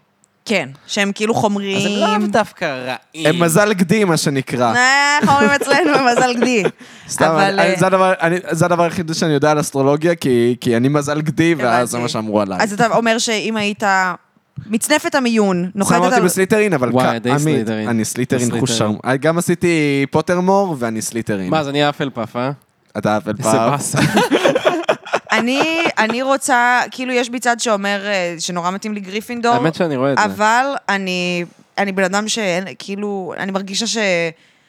כן, שהם כאילו אז הם לא לאו חומריים. דווקא רעים. הם מזל גדי, מה שנקרא. אה, איך אומרים אצלנו במזל גדי. סתם, אבל... אני- אה, זה הדבר- אני- זה הדבר היחיד שאני יודע על אסטרולוגיה, כי כי אני מזל גדי, ואז זה הבנתי. מה שאמרו עליי. אז אתה אומר שאם היית מצנפת המיון, נוחתת אמרתי על... בסליטרין, אבל וואי, כ- די עמית, סליטרין. אני סליטרין סליטרין. חושר. גם עשיתי פוטרמור ואני סליטרין. מה, אז אני אפל פאף, אה? אתה אפל איזה <laughs> פאפ. באסה. אני, אני רוצה, כאילו יש בי צד שאומר אה, שנורא מתאים לי גריפינדור. האמת שאני לא רואה את זה. לא, אבל אני, אני בן אדם שאין, כאילו, אני מרגישה ש...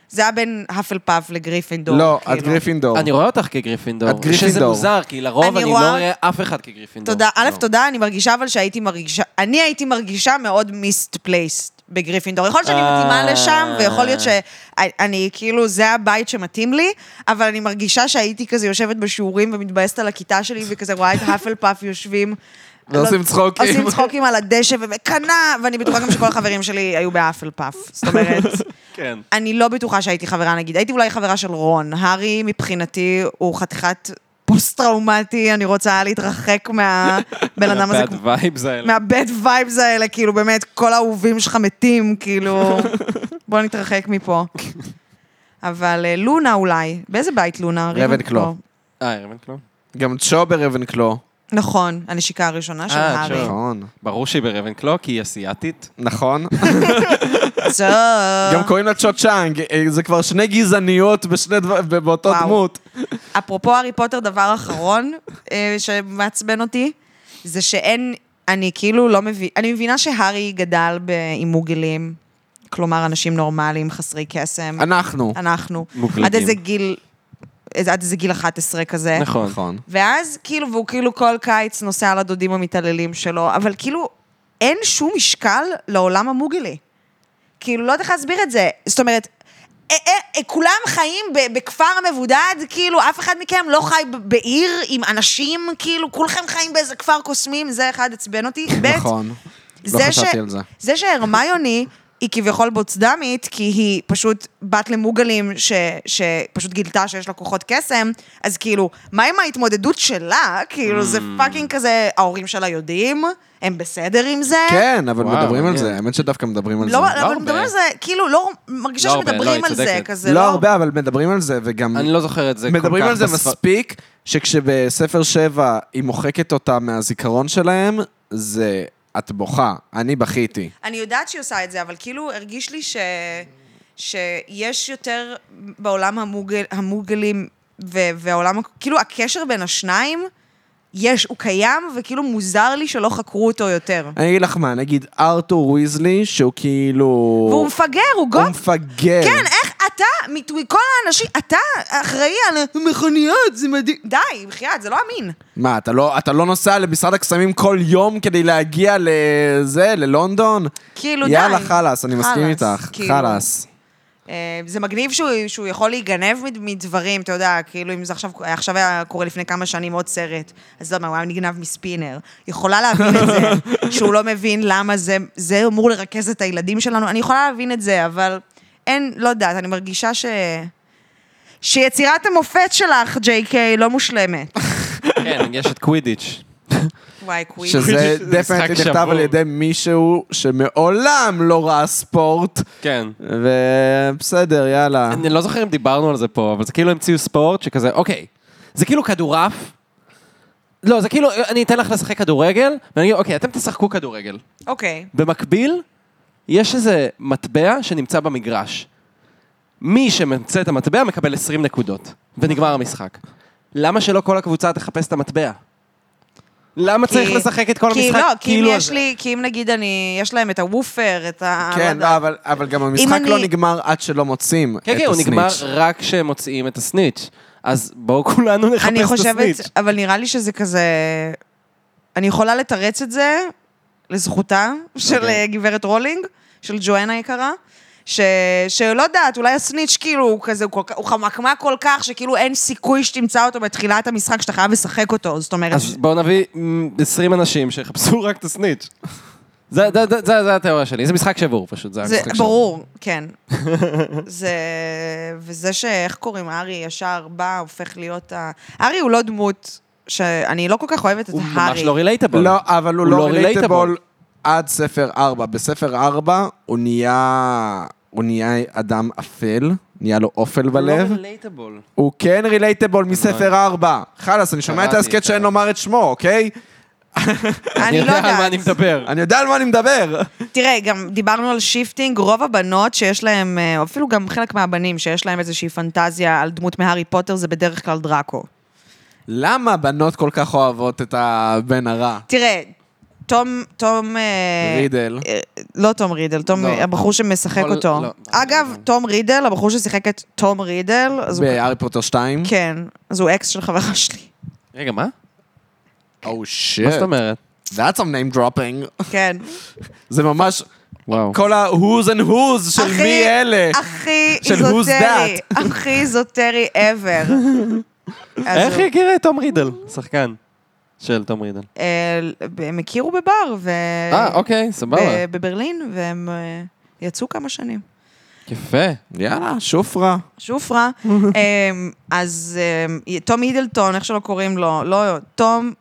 זה היה בין האפלפאף לגריפינדור. לא, את כאילו. גריפינדור. אני רואה אותך כגריפינדור. את שזה גריפינדור. מוזר, כי לרוב אני אני לא רואה- רואה אף אחד כגריפינדור. תודה, א', לא. תודה, אני מרגישה אבל שהייתי מרגישה, אני הייתי מרגישה מאוד מיסט פלייסט בגריפינדור. יכול להיות שאני אה. מתאימה לשם, ויכול להיות שאני, כאילו, זה הבית שמתאים לי, אבל אני מרגישה שהייתי כזה יושבת בשיעורים ומתבאסת על הכיתה שלי, וכזה רואה את האפל פאף יושבים. ועושים לא- צחוקים. עושים צחוקים על הדשא ומקנא, ואני בטוחה גם שכל החברים שלי היו באפל פאף. זאת אומרת, כן. אני לא בטוחה שהייתי חברה, נגיד. הייתי אולי חברה של רון. הארי, מבחינתי, הוא חתיכת פוסט-טראומטי, אני רוצה להתרחק מהבן אדם הזה. כמו- וייבס האלה. מהבד וייבס האלה, כאילו, באמת, כל האהובים שלך מתים, כאילו, בוא נתרחק מפה. אבל אה, לונה אולי, באיזה בית לונה? לא. רבנקלו. ריבנקלו. אה, רבנקלו? גם צ'ו ברבנקלו. נכון, הנשיקה הראשונה של אה, הארי. צ'ו. נכון. ברור שהיא ברבנקלו, כי היא אסיאתית. נכון. אה? צ'ו. גם קוראים לה צ'ו צ'אנג. אה, זה כבר שני גזעניות בשני דבר- ב- באותו וואו. דמות. אפרופו הארי פוטר, דבר אחרון אה, שמעצבן אותי, זה שאין, אני כאילו לא מבינה, אני מבינה שהארי גדל ב- עם מוגלים, כלומר אנשים נורמליים, חסרי קסם, אנחנו. אה, אנחנו. מוגלגים. עד איזה גיל, איזה- עד איזה גיל 11 כזה. נכון. נכון. ואז כאילו, והוא כאילו כל קיץ נוסע לדודים המתעללים שלו, אבל כאילו, אין שום משקל לעולם המוגלי. כאילו, לא יודעת איך להסביר את זה. זאת אומרת, א- א- א- כולם חיים ב- בכפר המבודד, כאילו, אף אחד מכם לא חי ב- בעיר עם אנשים, כאילו, כולכם חיים באיזה כפר קוסמים, זה אחד עצבן אותי. ב', נכון. לא זה אה? חשבתי על זה. זה שהרמיוני היא כביכול בוצדמית, כי היא פשוט בת למוגלים ש, שפשוט גילתה שיש לה כוחות קסם, אז כאילו, מה עם ההתמודדות שלה? כאילו, זה פאקינג כזה, ההורים שלה יודעים, הם בסדר עם זה. כן, אבל וואו, מדברים על מעניין. זה. האמת שדווקא מדברים על זה. לא, אבל הרבה. מדברים על זה, כאילו, לא מרגישה לא הרבה, לא, שמדברים היא על זה, צודקת. כזה, לא הרבה, אבל מדברים על זה, וגם... אני לא זוכר את זה כל כך. מדברים על זה בספר- מספיק, שכשבספר שבע היא מוחקת אותה מהזיכרון שלהם, זה... את בוכה, אני בכיתי. אני יודעת שהיא עושה את זה, אבל כאילו הרגיש לי ש... שיש יותר בעולם המוגל... המוגלים ו... והעולם, ה- כאילו הקשר בין השניים, יש, הוא קיים, וכאילו מוזר לי שלא חקרו אותו יותר. אני אגיד לך מה, נגיד ארתור ויזלי, שהוא כאילו... והוא מפגר, הוא הוא גוף. מפגר. כן, איך אתה, מת- מכל האנשים, אתה אחראי על המכוניות, זה מדהים. די, בחייאת, זה לא אמין. מה, אתה לא, אתה לא נוסע למשרד הקסמים כל יום כדי להגיע לזה, ללונדון? כאילו, יאללה, די. חלאס, אני מסכים חלאס, איתך. כאילו. חלאס. אה, זה מגניב שהוא, שהוא יכול להיגנב מד- מדברים, אתה יודע, כאילו אם זה עכשיו, עכשיו היה קורה לפני כמה שנים עוד סרט, אז לא יודע, מה, הוא היה נגנב מספינר. יכולה להבין את <laughs> זה, שהוא לא מבין למה זה, זה אמור לרכז את הילדים שלנו, אני יכולה להבין את זה, אבל אין, לא יודעת, אני מרגישה ש... שיצירת המופת שלך, ג'יי קיי, לא מושלמת. <laughs> כן, יש את קווידיץ'. וואי, קוויד. <laughs> שזה משחק דפנטלי נכתב שבור. על ידי מישהו שמעולם לא ראה ספורט, כן. אה? ובסדר, יאללה. אני לא זוכר אם דיברנו על זה פה, אבל זה כאילו המציאו ספורט שכזה, אוקיי, זה כאילו כדורעף. לא, זה כאילו, אני אתן לך לשחק כדורגל, ואני אגיד, אוקיי, אתם תשחקו כדורגל. אוקיי. במקביל, יש איזה מטבע שנמצא במגרש. מי שממצא את המטבע מקבל 20 נקודות, ונגמר המשחק. למה שלא כל הקבוצה תחפש את המטבע? למה צריך כי- לשחק את כל כי המשחק לא, כי אם כאילו יש זה? לי, כי אם נגיד אני, יש להם את הוופר, את ה... לא כן, יודעת. לא, אבל, אבל גם המשחק אני- לא נגמר עד שלא מוצאים את כן, כן, הוא הסניץ'. נגמר רק כשמוציאים את הסניץ'. אז בואו כולנו נחפש את אני הסניץ'. חושבת, אבל נראה לי שזה כזה... אני יכולה לתרץ את זה לזכותה של אוקיי. אה, גברת רולינג, של ג'ואנה היקרה. ש... שלא יודעת, אולי הסניץ' כאילו הוא כזה, הוא, כל... כך- הוא חמקמק כל כך, שכאילו אין סיכוי שתמצא אותו בתחילת המשחק, שאתה חייב לשחק אותו, זאת אומרת... אז בואו נביא מ, 20 אנשים שיחפשו רק את הסניץ'. זה, זה, זה, זה, זה התיאוריה שלי, זה משחק שבור פשוט, זה, זה המשחק שבור. ברור, <laughs> כן. זה... וזה שאיך קוראים, ארי ישר בא, הופך להיות ה... ארי הוא לא דמות שאני לא כל כך אוהבת את הוא ממש הארי. לא רילייטבל. לא, אבל הוא הוא לא לא רילייטבול relatable. עד ספר 4. בספר 4 הוא נהיה... הוא נהיה אדם אפל, נהיה לו לא אופל בלב. לא רילייטבול. הוא כן רילייטבול מספר 4. חלאס, אני שומע את קראתי, ההסכת שאין קראתי. לומר את שמו, אוקיי? אני אני לא יודע על מה יודעת. אני מדבר. אני יודע על מה אני מדבר. תראה, גם דיברנו על שיפטינג, רוב הבנות שיש להם, אה, אפילו גם חלק מהבנים שיש להם איזושהי פנטזיה על דמות מהארי פוטר, זה בדרך כלל דראקו. למה בנות כל כך אוהבות את הבן הרע? תראה, תום, תום... אה, רידל. אה, לא תום רידל, תום, לא. הבחור שמשחק כל- אותו. לא. אגב, תום רידל, הבחור ששיחק את תום רידל, אז הוא... בהארי פוטר 2? כן, אז הוא אקס של חברה שלי. <laughs> רגע, מה? או מה שיט. זאת אומרת? Oh, That's some name dropping. <laughs> כן. זה ממש וואו. כל ה-who's and who's של הכי- מי אלה. הכי של who's איזוטרי, <laughs> הכי איזוטרי <laughs> ever. אז איך הוא- היא הכירה את תום רידל? שחקן של תום רידל. אה, הם הכירו בבר, ו... אה, אוקיי, סבבה. ב- בברלין, והם אה, יצאו כמה שנים. יפה. יאללה, שופרה. שופרה. אמ, אז אמ, תום הידלטון, איך שלא קוראים לו, לא, תום,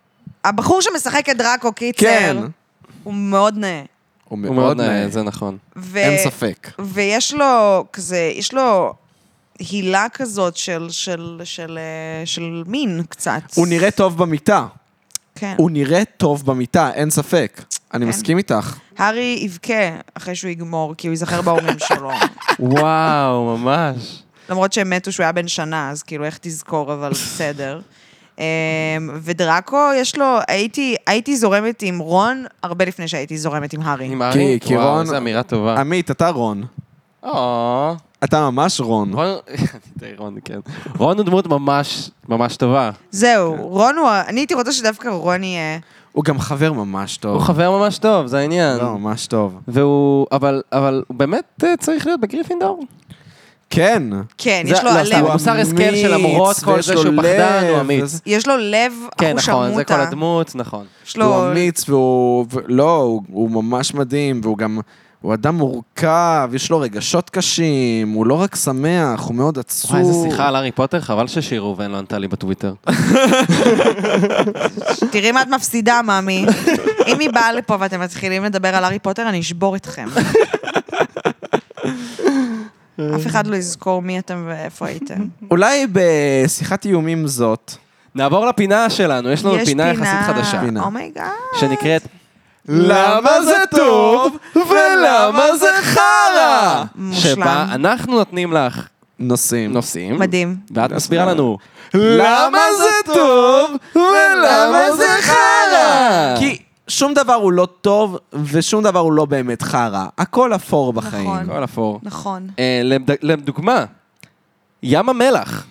הבחור שמשחק את דראקו קיצר, כן. הוא מאוד נאה. הוא מאוד נאה, זה נכון. ו- אין ספק. ויש לו כזה, יש לו הילה כזאת של, של, של, אה, של מין קצת. הוא נראה טוב במיטה. כן. הוא נראה טוב במיטה, אין ספק. אני מסכים איתך. הארי יבכה אחרי שהוא יגמור, כי הוא ייזכר בהורים <laughs> שלו. וואו, ממש. למרות שהם מתו שהוא היה בן שנה, אז כאילו, איך <laughs> תזכור, אבל בסדר. אמ, ודרקו, יש לו, הייתי, הייתי זורמת עם רון הרבה לפני שהייתי זורמת עם הארי. עם ארי? כי וואו, רון- איזו אמירה טובה. עמית, אתה רון. אה. או. אתה ממש <laughs> רון. רון, די, רון, כן. רון הוא דמות ממש, ממש טובה. כן. זהו, רון הוא, ה- אני הייתי רוצה שדווקא רון יהיה... הוא גם חבר ממש טוב. הוא חבר ממש טוב, זה העניין. לא, ממש טוב. והוא, אבל, אבל הוא באמת אה, צריך להיות בגריפינדור. כן. כן, זה- יש לו לא, הלב, סתם, הוא מוסר השכל של למרות אמיץ, כל ויש זה לו שהוא פחדן, לב, הוא אמיץ. וזה- יש לו לב כן, אחוש נכון, זה כל עמותה. הדמות, נכון. יש הוא לו... אמיץ והוא... ו- לא, הוא- הוא ממש מדהים, והוא גם... הוא אדם מורכב, יש לו רגשות קשים, הוא לא רק שמח, הוא מאוד עצוב. וואי, איזה שיחה על הארי פוטר, חבל ששירו ואין לו ענתה לי בטוויטר. תראי מה את מפסידה, <laughs> מאמי. אם היא באה לפה ואתם מתחילים לדבר על הארי פוטר, אני <laughs> אשבור אתכם. אף אחד לא יזכור מי אתם ואיפה הייתם. אולי בשיחת איומים זאת, נעבור לפינה שלנו, יש לנו יש לא, Oh פינה יחסית חדשה, פינה. אומייגאד. שנקראת... למה זה טוב ולמה זה חרא? אה, מושלם. שבה אנחנו נותנים לך נושאים. נושאים, מדהים. ואת מסבירה לנו למה זה טוב ולמה זה חרא? כי שום דבר הוא לא טוב ושום דבר הוא לא באמת חרא. הכל אפור בחיים. נכון. כל אפור. נכון. אה, למד- לדוגמה, ים המלח.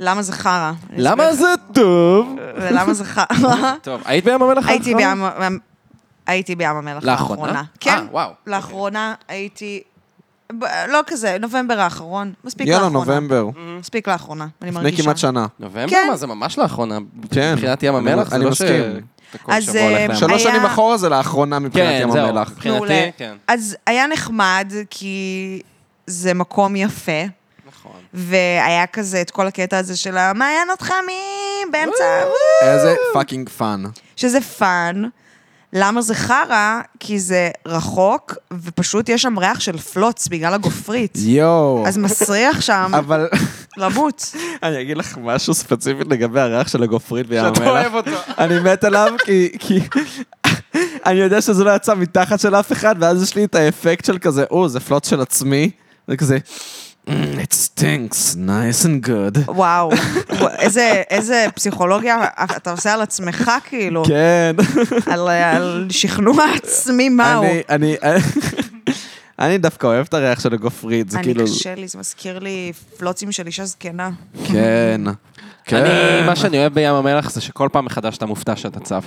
למה זה חרא? למה זה טוב? נכון. ולמה זה <laughs> חרא? טוב, היית בים המלח? הייתי האחרון? בים... הייתי בים המלח לאחרונה? לאחרונה. אה, כן. וואו. לאחרונה הייתי... ב- לא כזה, נובמבר האחרון. מספיק יאללה, לאחרונה. נובמבר. Mm-hmm. מספיק לאחרונה, אני לפני מרגישה. כמעט שנה. נובמבר? כן. מה, זה ממש לאחרונה. כן. מבחינת ים אני- המלח, זה אני לא ש... מסכים. אתה כל אז, אה, שבוע הולך לים. שלוש- שלוש שנים היה- אחורה זה לאחרונה מבחינת כן, ים זהו. המלח. מעולה. מבחינתי, כן. אז היה נחמד, כי זה מקום יפה. נכון. והיה כזה את כל הקטע הזה של המעיינות חמים באמצע, וואו. איזה פאקינג פאן. שזה פאן. למה זה חרא? כי זה רחוק, ופשוט יש שם ריח של פלוץ בגלל הגופרית. יואו. אז מסריח שם לא. אבל למות. אני אגיד לך משהו ספציפית לגבי הריח של הגופרית בים המלח. אותו. אני מת עליו כי... כי... אני יודע שזה לא יצא מתחת של אף אחד, ואז יש לי את האפקט של כזה, או, זה פלוט של עצמי. זה כזה, "Mm, it stinks, nice and good. וואו, וואו, איזה- איזה פסיכולוגיה אתה עושה על עצמך, כאילו, כן. על- על שכנוע עצמי מהו. אני, אני, <laughs> אני דווקא אוהב את הריח של הגופרית, זה אני כאילו... קשה לי, זה מזכיר לי פלוצים של אישה זקנה. כן. אני, מה שאני אוהב בים המלח זה שכל פעם מחדש אתה מופתע שאתה צף.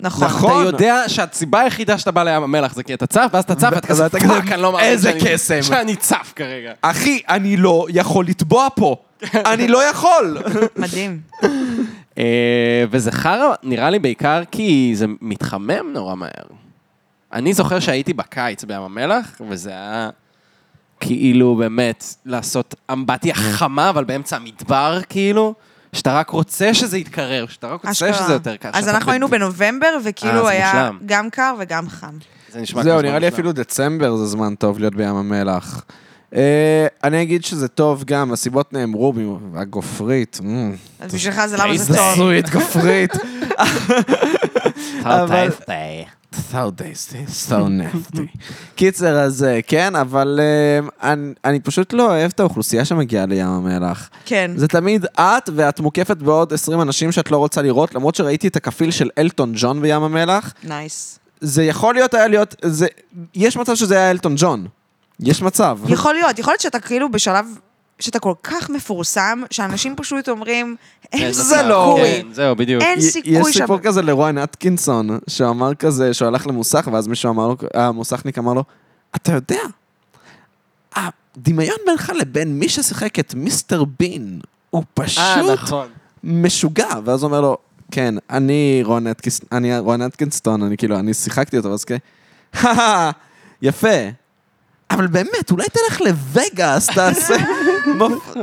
נכון. אתה יודע שהסיבה היחידה שאתה בא לים המלח זה כי אתה צף, ואז אתה צף, ואתה כזה, ואתה כזה, פאק, אני לא מאמין איזה שאני- קסם." שאני צף כרגע. אחי, אני לא יכול לטבוע פה. אני לא יכול. מדהים. אה, וזה חרא, נראה לי בעיקר כי זה מתחמם נורא מהר. אני זוכר שהייתי בקיץ בים המלח, וזה היה כאילו באמת לעשות אמבטיה חמה, אבל באמצע המדבר, כאילו, שאתה רק רוצה שזה יתקרר, שאתה רק רוצה אשכרה. שזה יותר קר. אז שאתה אנחנו היינו בנובמבר, אה, וכאילו זה היה מושלם. גם קר וגם חם. זה נשמע זהו, כמו נראה זמן לי מושלם. אפילו דצמבר זה זמן טוב להיות בים המלח. אה, אני אגיד שזה טוב גם, הסיבות נאמרו, במ- הגופרית. מ, אז בשבילך זה למה זה איזה טוב. סוויט גופרית. אבל- טייפ-טיי. <laughs> So tasty, so nasty. קיצר, אז אה, כן, אבל אה, אני- אני פשוט לא אוהב את האוכלוסייה שמגיעה לים המלח. כן. זה תמיד את, ואת מוקפת בעוד 20 אנשים שאת לא רוצה לראות, למרות שראיתי את הכפיל של אלטון ג'ון בים המלח. נייס. זה יכול להיות, היה להיות, זה, יש מצב שזה היה אלטון ג'ון. יש מצב. יכול להיות, יכול להיות שאתה כאילו בשלב... שאתה כל כך מפורסם, שאנשים פשוט אומרים, אין איזה זה צף. לא, כן, זהו, בדיוק. אין י- סיכוי יש שם. סיפור כזה לרוין אטקינסון, שאמר כזה, שהוא הלך למוסך, ואז מישהו אמר לו, אה, המוסכניק אמר לו, אתה יודע, הדמיון בינך לבין מי ששיחק את מיסטר בין, הוא אה, פשוט <laughs> נכון. משוגע. ואז הוא אומר לו, כן, אני רון אטקינס- אני רון אטקינסטון, אני כאילו, אני שיחקתי אותו, ואז כ... יפה. אבל באמת, אולי תלך לווגאס, תעשה...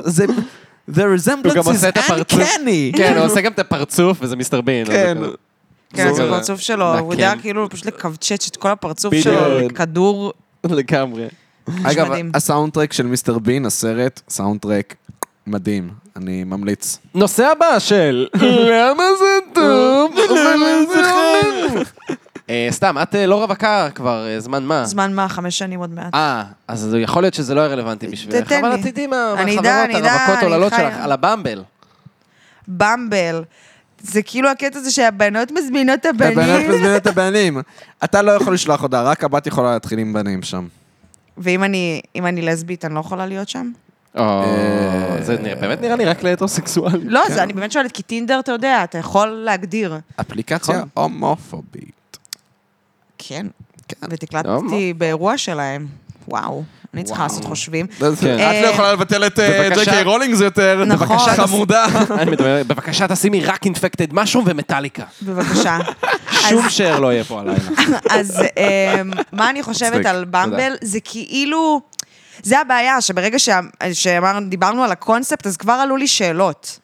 זה... The הוא גם resemblance עושה is את הפרצוף. uncanny. כן, הוא עושה גם את הפרצוף, וזה לא מיסטר בין. אז זה כן. כזה. כן, זה זה- הפרצוף שלו, הוא נקם. יודע כאילו פשוט לקבצ'ץ' את כל הפרצוף בדיוק. שלו, לכדור. לגמרי. אגב, מדהים. הסאונדטרק של מיסטר בין, הסרט, סאונדטרק מדהים, אני ממליץ. נושא הבא של למה זה <laughs> טוב ולמה זה חם. אה, סתם, את אה, לא רווקה כבר אה, זמן מה. זמן מה, חמש שנים עוד מעט. אה, אז זה יכול להיות שזה לא יהיה רלוונטי בשבילך. תתן אבל לי. את תדעי מה- אני מהחברות אדע, אני אדע, הרווקות אני עוללות חיה. שלך, על הבמבל. במבל. זה כאילו הקטע הזה שהבנות מזמינות את <laughs> הבנות הבנים, מזמינות את הבנים. אתה לא יכול לשלוח הודעה, רק הבת יכולה להתחיל עם בנים שם. ואם אני אם אני לסבית, אני לא יכולה להיות שם? אה, זה נראה- באמת נראה לי רק להטרוסקסואלים. לא, זה- אני באמת שואלת, כי טינדר, אתה יודע, אתה יכול להגדיר. נכון. אפליקציה הומופובית. כן. כן. ותקלטתי באירוע שלהם. לא, וואו, אני צריכה לעשות חושבים. כן. אה, את לא יכולה לבטל את בבקשה. ג'קי רולינגס יותר. נכון. בבקשה, בבקשה, חמודה. <laughs> אני מדבר- בבקשה תשימי רק אינפקטד משום ומטאליקה. בבקשה. <laughs> שום שער לא יהיה פה <laughs> הלילה. אז אמ, מה אני חושבת מצחיק, על במבל? תודה. זה כאילו... זה הבעיה, שברגע שה- שאמרנו, דיברנו על הקונספט, אז כבר עלו לי שאלות.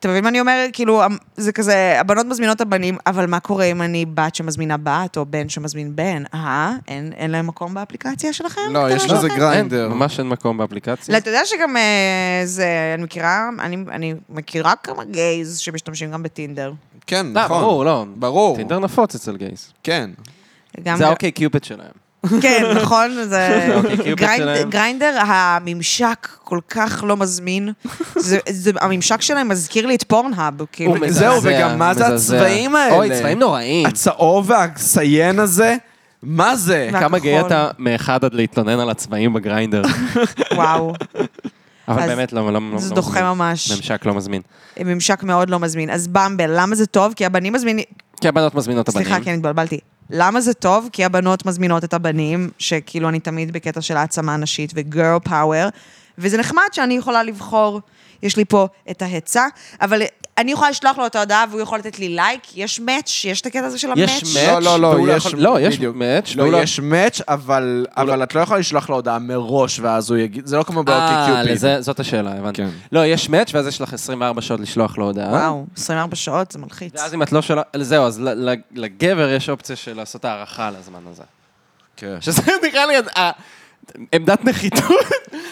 אתה מבין מה אני אומרת? כאילו, המ- זה כזה, הבנות מזמינות את הבנים, אבל מה קורה אם אני בת שמזמינה בת, או בן שמזמין בן? אה, אין, אין להם מקום באפליקציה שלכם? לא, יש לזה גריינדר. אין, ממש אין מקום באפליקציה. לא, אתה יודע שגם אה, זה, אני מכירה, אני, אני מכירה כמה גייז שמשתמשים גם בטינדר. כן, לא, נכון. ברור, לא. ברור. טינדר נפוץ אצל גייס. כן. גם זה האוקיי קיופיד שלהם. כן, נכון, זה... <laughs> אוקיי, קיופיד גריינד- שלהם. גריינדר, הממשק כל כך לא מזמין. זה- זה- הממשק שלהם מזכיר לי את פורנהאב, כאילו. הוא מזעזע, זהו, וגם מה זה מזעזע. הצבעים האלה? אוי, צבעים נוראים. הצהוב והציין הזה, מה זה? והכחול. כמה גאה אתה מאחד עד להתלונן על הצבעים <laughs> בגריינדר. וואו, אבל אז באמת, לא, לא, לא. זה לא דוחה מזמין. ממש. ממשק לא מזמין. ממשק מאוד לא מזמין. אז במבל, למה זה טוב? כי הבנים מזמינים... כי הבנות מזמינות את הבנים. סליחה, כן, התבלבלתי. למה זה טוב? כי הבנות מזמינות את הבנים, שכאילו אני תמיד בקטע של העצמה נשית וגרל פאוור, וזה נחמד שאני יכולה לבחור, יש לי פה את ההיצע, אבל אני יכולה לשלוח לו את ההודעה והוא יכול לתת לי לייק, יש מאץ', יש את הקטע הזה של המאץ'. יש לא, מאץ', לא, לא, והוא לא יש- יכול- לא, יש בדיוק. מאץ', והוא לא, יש מאץ', אבל אבל את לא יכולה לשלוח לו הודעה מראש, ואז הוא יגיד, זה לא כמו באוקיי אה, קיופיד. לזה- זאת השאלה, הבנתי. כן. לא, יש מאץ', ואז יש לך 24 שעות לשלוח לו הודעה. וואו, 24 שעות, זה מלחיץ. ואז אם את לא שולחת, זהו, אז ל- ל- לגבר יש אופציה של לעשות הערכה לזמן הזה. כן. שזה נראה לי ה- ה- עמדת נחיתות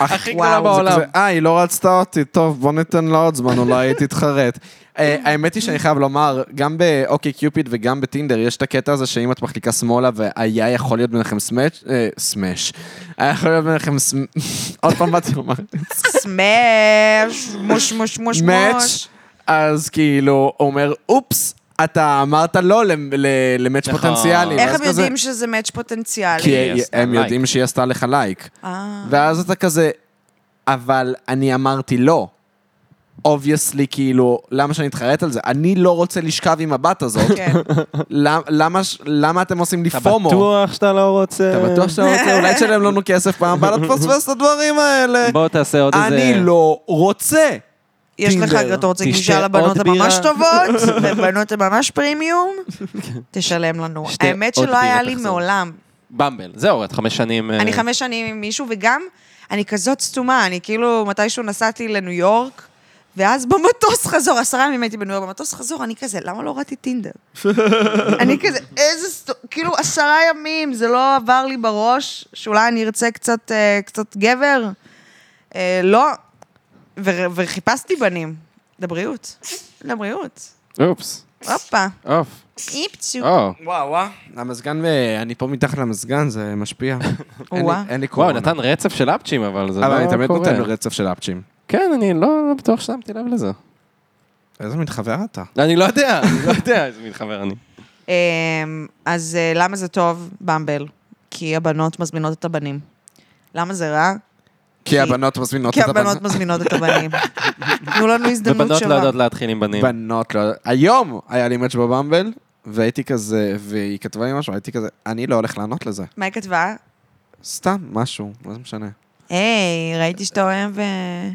הכי גדולה וואו, זה בעולם. זה כזה, אה, היא לא רצתה אותי, טוב, בוא ניתן לה עוד זמן, אולי היא תתחרט. אה, האמת היא שאני חייב לומר, גם באוקיי קיופיד וגם בטינדר יש את הקטע הזה שאם את מחליקה שמאלה והיה יכול להיות ביניכם סמאש, אה, סמאש. היה יכול להיות ביניכם סמ... <laughs> עוד פעם באתי לומר, סמאש, <laughs> מוש מוש מוש מאץ', מוש. אז כאילו, הוא אומר, אופס, אתה אמרת לא למ- ל- למאץ' נכון. פוטנציאלי. איך ואז הם כזה- יודעים שזה מאץ' כי פוטנציאלי? היא עשתה הם לייק. יודעים שהיא עשתה לך לייק. אה, ואז אתה כזה, אבל אני אמרתי לא. אובייסלי, כאילו, למה שאני אתחרט על זה? אני לא רוצה לשכב עם הבת <laughs> הזאת. כן. למ- למה ש- למה אתם עושים לי אתה פומו? בטוח שאתה לא רוצה? אתה בטוח שאתה רוצה? אולי תשלם לנו כסף <laughs> פעם הבאה לפספס את הדברים האלה. בוא תעשה עוד איזה... אני לא רוצה. יש לך, טינדר. אתה רוצה תשתה גישה עוד לבנות בירה. הממש <laughs> טובות, לבנות הממש פרימיום, תשלם לנו. שתה האמת כן. עוד שלא היה בירה, לי תחזור. מעולם. במבל, זהו, את חמש שנים... אה, אני חמש שנים עם מישהו, וגם, אני כזאת סתומה, אני כאילו, מתישהו נסעתי לניו יורק, ואז במטוס חזור, עשרה ימים הייתי בניו יורק, במטוס חזור, אני כזה, למה לא הורדתי טינדר? אני כזה, איזה סתום, כאילו, עשרה ימים, זה לא עבר לי בראש, שאולי אני ארצה קצת, אה, קצת גבר? אה, לא. ו- וחיפשתי בנים. לבריאות. לבריאות. אופס, הופה. אוף, איפצו. או. וואו, וואו. המזגן, ו- אני פה מתחת למזגן, זה <laughs> משפיע. אין לי- וואו. אין לי וואו, קורונה. נתן רצף של אפצ'ים, אבל זה לא אבל קורה. אני תמיד נותן רצף של אפצ'ים. כן, אני לא לא בטוח ששמתי לב לזה. איזה מין חבר אתה? אני לא יודע, אני לא יודע <laughs> איזה מין חבר אני. אמ, אז אה, למה זה טוב, במבל? כי הבנות מזמינות את הבנים. למה זה רע? כי הבנות מזמינות כי את הבנות. הבנות מזמינות את הבנים. תנו לנו הזדמנות ובנות לא שווה. יודעות להתחיל עם בנים. בנות לא... היום היה לי מאץ' בבמבל, והייתי כזה, והיא כתבה לי משהו, הייתי כזה, אני לא הולך לענות לזה. מה היא כתבה? סתם, משהו, מה זה משנה. היי, ראיתי שאתה אוהב אה,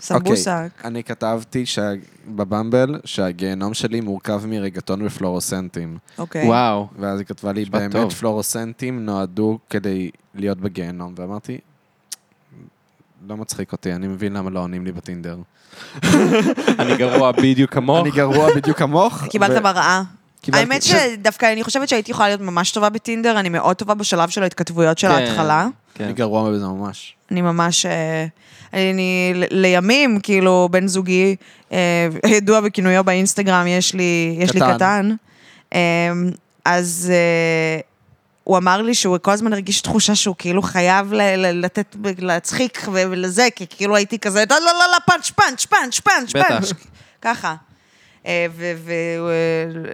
סמבוסק. אוקיי, אני כתבתי שה- בבמבל שהגיהנום שלי מורכב מרגטון ופלורוסנטים. אוקיי. וואו. ואז היא כתבה לי, נשמע באמת טוב." פלורוסנטים נועדו כדי להיות בגיהנום, ואמרתי, לא מצחיק אותי, אני מבין למה לא עונים לי בטינדר. אני גרוע בדיוק כמוך. אני גרוע בדיוק כמוך. <laughs> ו- קיבלת מראה. קיבלתי- האמת ש- שדווקא אני חושבת שהייתי יכולה להיות ממש טובה בטינדר, אני מאוד טובה בשלב של ההתכתבויות של כן, ההתחלה. כן. אני גרוע בזה ממש. אני ממש... אה, אני ל- לימים, כאילו, בן זוגי, אה, ידוע בכינויו באינסטגרם, יש לי יש לי קטן. קטן. אה, אז אה, הוא אמר לי שהוא כל הזמן הרגיש תחושה שהוא כאילו חייב ל- ל- לתת, להצחיק ו- ולזה, כי כאילו הייתי כזה, לא, לא, לא, לא, פאנץ', פאנץ', פאנץ', פאנץ', בטח. פאנץ', ככה. אה, ו... ו- אה,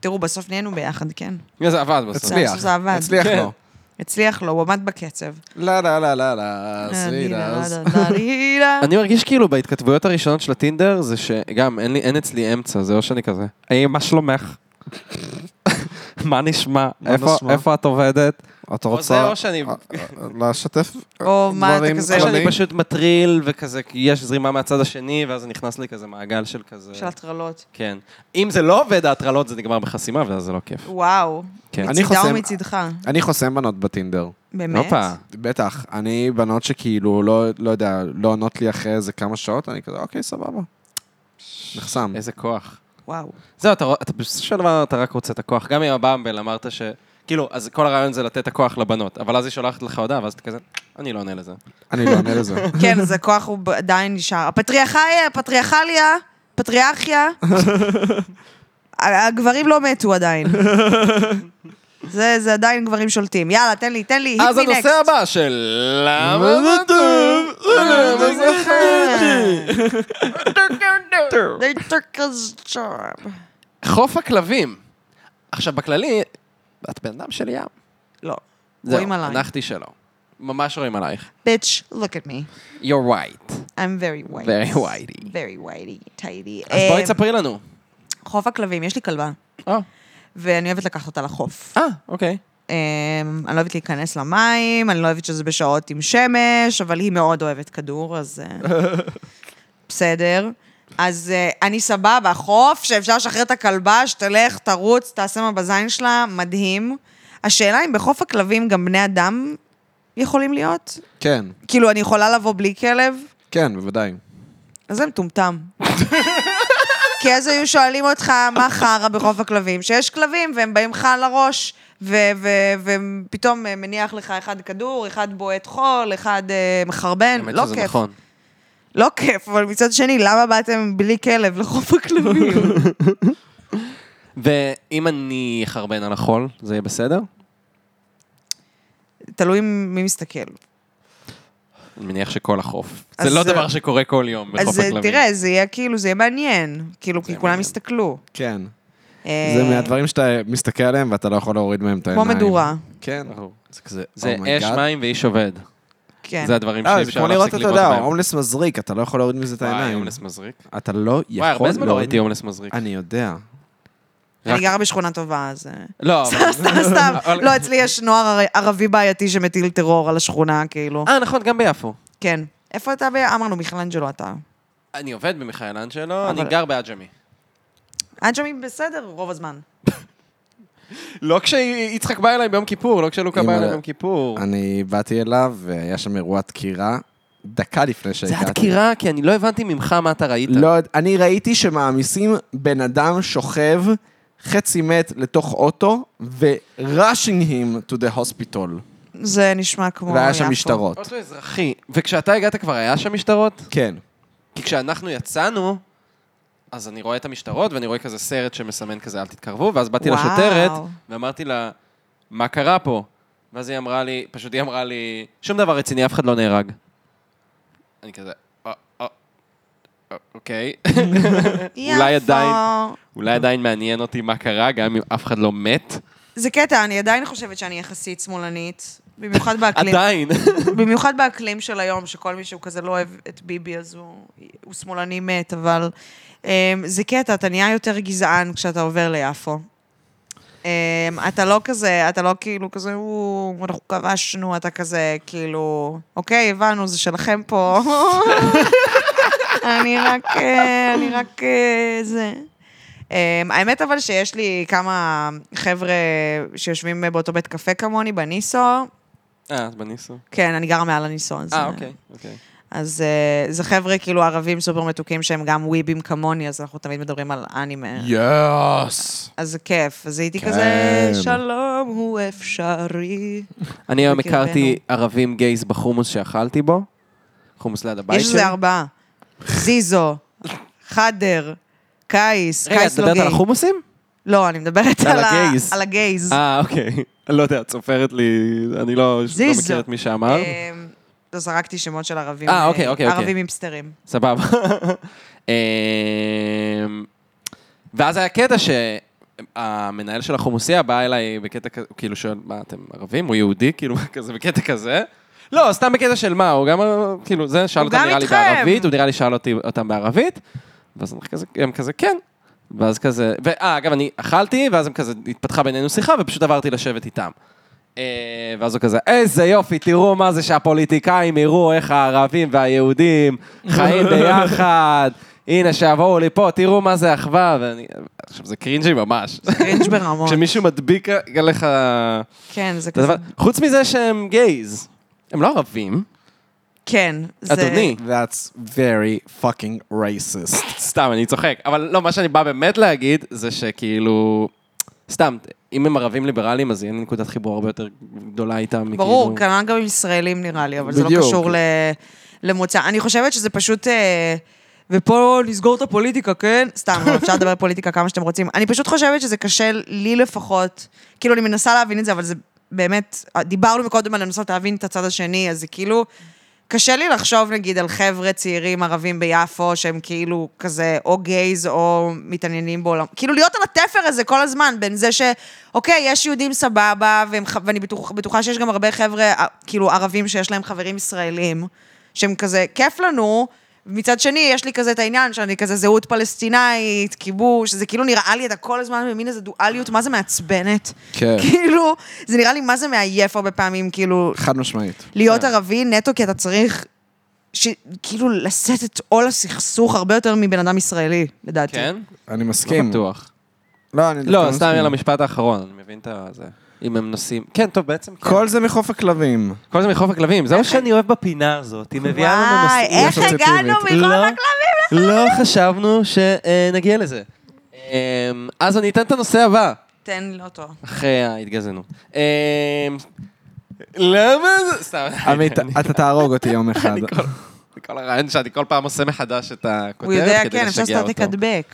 תראו, בסוף נהיינו ביחד, כן. אז זה עבד בסוף. הצליח. בסוף זה עבד. הצליח כן. לו. הצליח לו, הוא עמד בקצב. לא, לא, לא, לא, לא, אני לא סלידה. אז- יודעת, אני לא- אני מרגיש כאילו בהתכתבויות הראשונות של הטינדר זה שגם אין, לי, אין אצלי אמצע, זה או שאני כזה. היי, מה שלומך? מה נשמע? מה איפה, נשמע? איפה את אה, עובדת? אתה או זה רוצה או שאני, או לשתף? או מה אתה דברים- כזה, אבל- שאני אני- פשוט מטריל וכזה, כי יש זרימה מהצד השני, ואז נכנס לי כזה מעגל של כזה... של הטרלות. כן. אם זה לא עובד, ההטרלות זה נגמר בחסימה, ואז זה לא כיף. וואו. כן. אני מצידה חוסם- ומצידך. אני חוסם בנות בטינדר. באמת? הופה. בטח, אני בנות שכאילו, לא, לא יודע, לא עונות לי אחרי איזה כמה שעות, אני כזה, אוקיי, סבבה. נחסם. איזה כוח. וואו. זהו, אתה, רוא- אתה בסופו של דבר אתה רק רוצה את הכוח. גם עם הבמבל אמרת ש... כאילו, אז כל הרעיון זה לתת את הכוח לבנות, אבל אז היא שולחת לך הודעה, ואז אתה כזה, אני לא עונה לזה. אני לא עונה לזה. <laughs> כן, אז הכוח הוא ב- עדיין נשאר. הפטריארכיה, פטריארכליה, פטריארכיה. <laughs> ה- הגברים לא <laughs> מתו עדיין. זה, זה עדיין גברים שולטים. יאללה, תן לי, תן לי, hit אז me הנושא next. הבא של למה זה טוב, למה <laughs> זה They took his job. חם. חוף הכלבים. עכשיו, בכללי, את בן אדם של ים. לא. זהו, רואים עליי. הנחתי שלא. ממש רואים עלייך. Bitch, look at me. You're white. I'm very white. Very whitey. Very whitey, tidy. Um, אז בואי תספרי לנו. חוף הכלבים, יש לי כלבה, אה, ואני אוהבת לקחת אותה לחוף. אה, אוקיי. אמ, אני לא אוהבת להיכנס למים, אני לא אוהבת שזה בשעות עם שמש, אבל היא מאוד אוהבת כדור, <laughs> אז אה, בסדר. אז אה, אני סבבה, חוף שאפשר לשחרר את הכלבה, שתלך, תרוץ, תעשה מה בזין שלה, מדהים. השאלה אם בחוף הכלבים גם בני אדם יכולים להיות? כן, כאילו, אני יכולה לבוא בלי כלב? כן, בוודאי. אז זה מטומטם. כי אז היו שואלים אותך, מה חרא בחוף הכלבים? שיש כלבים והם באים לך על הראש, ו- ו- ופתאום מניח לך אחד כדור, אחד בועט חול, אחד אה, מחרבן, האמת לא שזה כיף. נכון. לא כיף, אבל מצד שני, למה באתם בלי כלב לחוף הכלבים? <laughs> ואם אני אחרבן על החול, זה יהיה בסדר? תלוי מי מסתכל. אני מניח שכל החוף. אז זה לא זה- דבר שקורה כל יום בחוף אז אה, הכלבים. תראה, זה יהיה כאילו, זה יהיה מעניין. כאילו, כי כולם יסתכלו. כן. אה, זה מהדברים שאתה מסתכל עליהם ואתה לא יכול להוריד מהם את כמו העיניים. מדורה. כן. ברור. זה כזה, זה "Oh my אש, God." מים ואיש עובד. כן. זה הדברים אה, שאי זה אפשר כמו לראות, להפסיק אתה לבעוט יודע, בהם. הומלס מזריק, אתה לא יכול להוריד מזה את וואי, העיניים. הומלס מזריק. אתה לא וואי, יכול הרבה זמן לא להוריד. ראיתי הומלס מזריק. אני יודע. אני רק- גרה בשכונה טובה, אז... אה, לא, אבל... סתם, <laughs> סתם. לא, אצלי יש נוער ער- ערבי בעייתי שמטיל טרור על השכונה, כאילו. אה, נכון, גם ביפו. כן. איפה אתה? ב- אמרנו, מיכלנג'לו אתה. אני עובד במיכאלן שלו, אבל- אני גר בעג'מי. אנג'מי בסדר רוב הזמן. לא כשיצחק בא אליי ביום כיפור, לא כשלוקה בא אימא'לה. אליי ביום כיפור. אני באתי אליו, והיה שם אירוע דקירה, דקה לפני זה שהגעתי. הדקירה, כי אני לא הבנתי ממך מה אתה ראית. לא, יודע, אני ראיתי שמעמיסים בן אדם שוכב חצי מת לתוך אוטו, ו-rushing him to the hospital. זה נשמע כמו והיה שם יפו. משטרות. אוטו אזרחי. וכשאתה הגעת כבר היה שם משטרות? כן. כי כשאנחנו יצאנו, אז אני רואה את המשטרות, ואני רואה כזה סרט שמסמן כזה, אל תתקרבו, ואז באתי וואו. לשוטרת, ואמרתי לה, מה קרה פה? ואז היא אמרה לי, פשוט היא אמרה לי, שום דבר רציני, אף אחד לא נהרג. אני כזה, "אה, אה, אה, אוקיי. <laughs> אולי יפו. עדיין. אולי עדיין מעניין אותי מה קרה, גם אם אף אחד לא מת. זה קטע, אני עדיין חושבת שאני יחסית שמאלנית. במיוחד באקלים. עדיין. במיוחד באקלים של היום, שכל מי שהוא כזה לא אוהב את ביבי, אז הוא, הוא שמאלני מת, אבל אמ, זה קטע, אתה נהיה יותר גזען כשאתה עובר ליפו. אמ, אתה לא כזה, אתה לא כאילו כזה, "או, אנחנו כבשנו, אתה כזה, כאילו, אוקיי, הבנו, זה שלכם פה. אני רק, אה, אני רק אה, זה. אמ, האמת אבל שיש לי כמה חבר'ה שיושבים באותו בית קפה כמוני, בניסו, אה, אז בניסו. כן, אני גרה מעל הניסון. אז- אה, אוקיי, אוקיי. אז אה, זה חבר'ה כאילו ערבים סופר מתוקים שהם גם וויבים כמוני, אז אנחנו תמיד מדברים על אנימה. יאס. אז זה כיף. אז הייתי כן. כזה, שלום הוא אפשרי. אני היום בקרבנו. הכרתי ערבים גייז בחומוס שאכלתי בו. חומוס ליד הבית יש כן. שלי. איזה ארבעה. זיזו, חדר, קייס, רגע, את קייס לא מדברת גיי. על החומוסים? לא, אני מדברת על על ה- הגייז. על הגייז. אה, אוקיי. לא יודע, את סופרת לי, אני לא לא זיזו. מכיר את מי שאמר. אמ, לא זרקתי שמות של ערבים. אה, אוקיי, אוקיי, אוקיי. ערבים היפסטרים. סבבה. <laughs> אמ, ואז היה קטע שהמנהל של החומוסייה בא אליי בקטע כזה, הוא כאילו שואל, מה, אתם ערבים? הוא יהודי? כאילו, <laughs> כזה בקטע כזה. לא, סתם בקטע של מה, הוא גם, כאילו, זה, שאל הוא אותם גם נראה לי איתכם. בערבית, הוא נראה לי שאל אותי, אותם בערבית, ואז הם כזה, הם כזה, כן. ואז כזה, ואה, אגב, אני אכלתי, ואז הם כזה, התפתחה בינינו שיחה, ופשוט עברתי לשבת איתם. אה, ואז הוא כזה, איזה יופי, תראו מה זה שהפוליטיקאים יראו איך הערבים והיהודים חיים ביחד. הנה, שיבואו לי פה, תראו מה זה אחווה. ואני... עכשיו, זה קרינג'י ממש. קרינג' ברמות. כשמישהו מדביק עליך... כן, זה את הדבר- כזה. חוץ מזה שהם גייז. הם לא ערבים, כן. זה- אדוני. That's very fucking racist. סתם, אני צוחק. אבל לא, מה שאני בא באמת להגיד, זה שכאילו... סתם, אם הם ערבים ליברליים, אז יהיה לי נקודת חיבור הרבה יותר גדולה איתם. מכאילו- ברור, כן. כנ"ל גם עם ישראלים נראה לי, אבל זה לא בדיוק. קשור ל- למוצא. אני חושבת שזה פשוט... אה, ופה נסגור את הפוליטיקה, כן? סתם, אבל אפשר לדבר פוליטיקה כמה שאתם רוצים. אני פשוט חושבת שזה קשה לי לפחות, כאילו, אני מנסה להבין את זה, אבל זה באמת, דיברנו מקודם על לנסות להבין את הצד השני, אז זה כאילו, קשה לי לחשוב, נגיד, על חבר'ה צעירים ערבים ביפו, שהם כאילו כזה או גייז או מתעניינים בעולם. כאילו, להיות על התפר הזה כל הזמן, בין זה ש... אוקיי, יש יהודים סבבה, והם, ח- ואני בטוח, בטוחה שיש גם הרבה חבר'ה, אה, כאילו, ערבים שיש להם חברים ישראלים, שהם כזה, כיף לנו. מצד שני, יש לי כזה את העניין שאני כזה זהות פלסטינאית, כיבוש, זה כאילו נראה לי, אתה כל הזמן במין איזה דואליות, מה זה מעצבנת. כן. כאילו, זה נראה לי מה זה מעייף הרבה פעמים, כאילו, חד משמעית. להיות כן. ערבי נטו כי אתה צריך, ש... כאילו, לשאת את עול הסכסוך הרבה יותר מבן אדם ישראלי, לדעתי. כן? אני לא מסכים. בטוח. לא, אני דווקא לא, סתם מסכים. על המשפט האחרון, אני מבין את זה. אם הם נוסעים... כן, טוב, בעצם כן. כל זה <laughs> מחוף הכלבים. כל זה מחוף הכלבים, זה מה שאני אוהב בפינה הזאת, היא מביאה לנו וואי, נושאים. איך אסוציאטיבית. הגענו מכל לא. הכלבים? לא חשבנו שנגיע לזה. אה, אז אני אתן את הנושא הבא, תן לי אותו. אחרי ההתגזענות. אה, למה זה... סתם. עמית, אתה תהרוג אותי יום אחד. אני כל- זה <laughs> כל הרעיון שאני כל פעם עושה מחדש את הוא הכותרת יודע, כדי כן, אפשר לשגע לעשות אותו. תקדבק.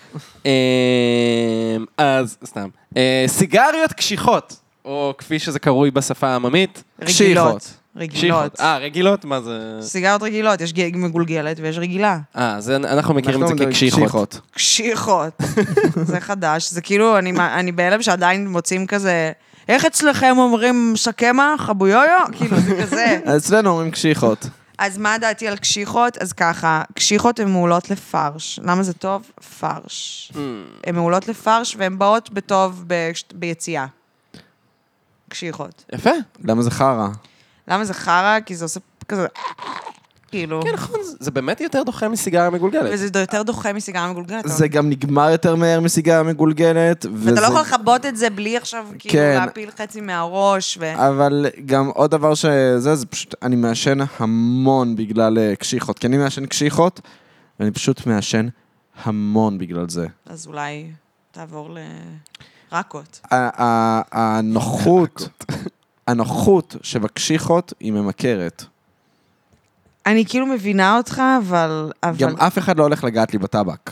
אמ, אז, סתם. אה, סיגריות קשיחות, או כפי שזה קרוי בשפה העממית, רגילות. קשיחות. רגילות. אה, רגילות? מה זה? סיגריות רגילות, יש ג- מגולגלת ויש רגילה. אה, זה- אנחנו מכירים את זה אנחנו כקשיחות. קשיחות. זה חדש, זה כאילו, אני, מה- אני בהלם שעדיין מוצאים כזה איך אצלכם אומרים שקמח, אבו יויו? כאילו, זה כזה. אצלנו אומרים קשיחות. אז מה דעתי על קשיחות? אז ככה, קשיחות הן מעולות לפרש. למה זה טוב? פרש. Mm. הן מעולות לפרש והן באות בטוב ב... ביציאה. קשיחות. יפה. למה זה חרא? למה זה חרא? כי זה עושה כזה... כאילו... כן, נכון, זה- זה באמת יותר דוחה מסיגריה מגולגלת. וזה יותר דוחה מסיגריה מגולגלת. זה גם נגמר יותר מהר מסיגריה מגולגלת. ואתה וזה- לא יכול לכבות את זה בלי עכשיו, כאילו, כן. להפיל חצי מהראש, ו... אבל גם עוד דבר שזה, זה פשוט, אני מעשן המון בגלל אה, קשיחות. כי אני מעשן קשיחות, ואני פשוט מעשן המון בגלל זה. אז אולי תעבור לרקות. ה- ה- <laughs> הנוחות, הנוחות שבקשיחות היא ממכרת. אני כאילו מבינה אותך, אבל... אבל... גם אף אחד לא הולך לגעת לי בטבק.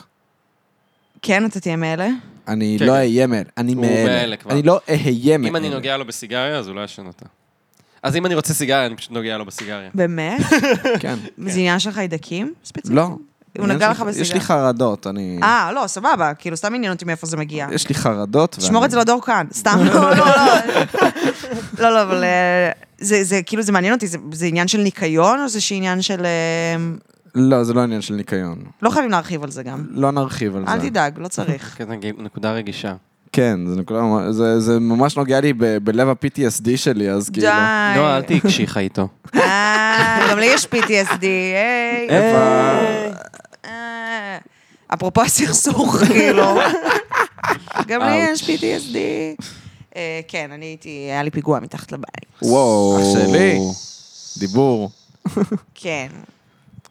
כן, אתה תהיה מאלה? אני כן, לא כן. אהיה מאלה, אני הוא מאלה מאלה. כבר. אני לא אהיה מאלה. אם אני נוגע לו בסיגריה, אז הוא לא ישן אותה. אז אם אני רוצה סיגריה, אני פשוט נוגע לו בסיגריה. באמת? <laughs> כן. זה עניין של חיידקים? ספציפית? לא. הוא נגע לך יש לי בסיגריה. חרדות, אני... אה, לא, סבבה, כאילו, סתם עניין אותי מאיפה זה מגיע. יש לי חרדות. שמור ואני- את זה לדור כאן, <laughs> סתם, לא, לא, לא. <laughs> לא, לא, אבל אה, זה, זה, כאילו, זה מעניין אותי, זה- זה עניין של ניקיון, או זה שעניין של... אה, לא, זה לא עניין של ניקיון. לא חייבים להרחיב על זה גם. לא נרחיב על זה. אל תדאג, לא צריך. כן, זה נגיד- נקודה רגישה. כן, זה, נקודה, ממש- זה, זה ממש נוגע לי ב, בלב ה-PTSD שלי, אז די. <laughs> כאילו... לא, אל תהיי קשיחה איתו. אה, גם לי יש PTSD, היי. אה. אפרופו הסכסוך, כאילו. גם לי יש PTSD. אה, כן, אני הייתי, היה לי פיגוע מתחת לבית. כאילו, וואו. אח שלי. דיבור. כן.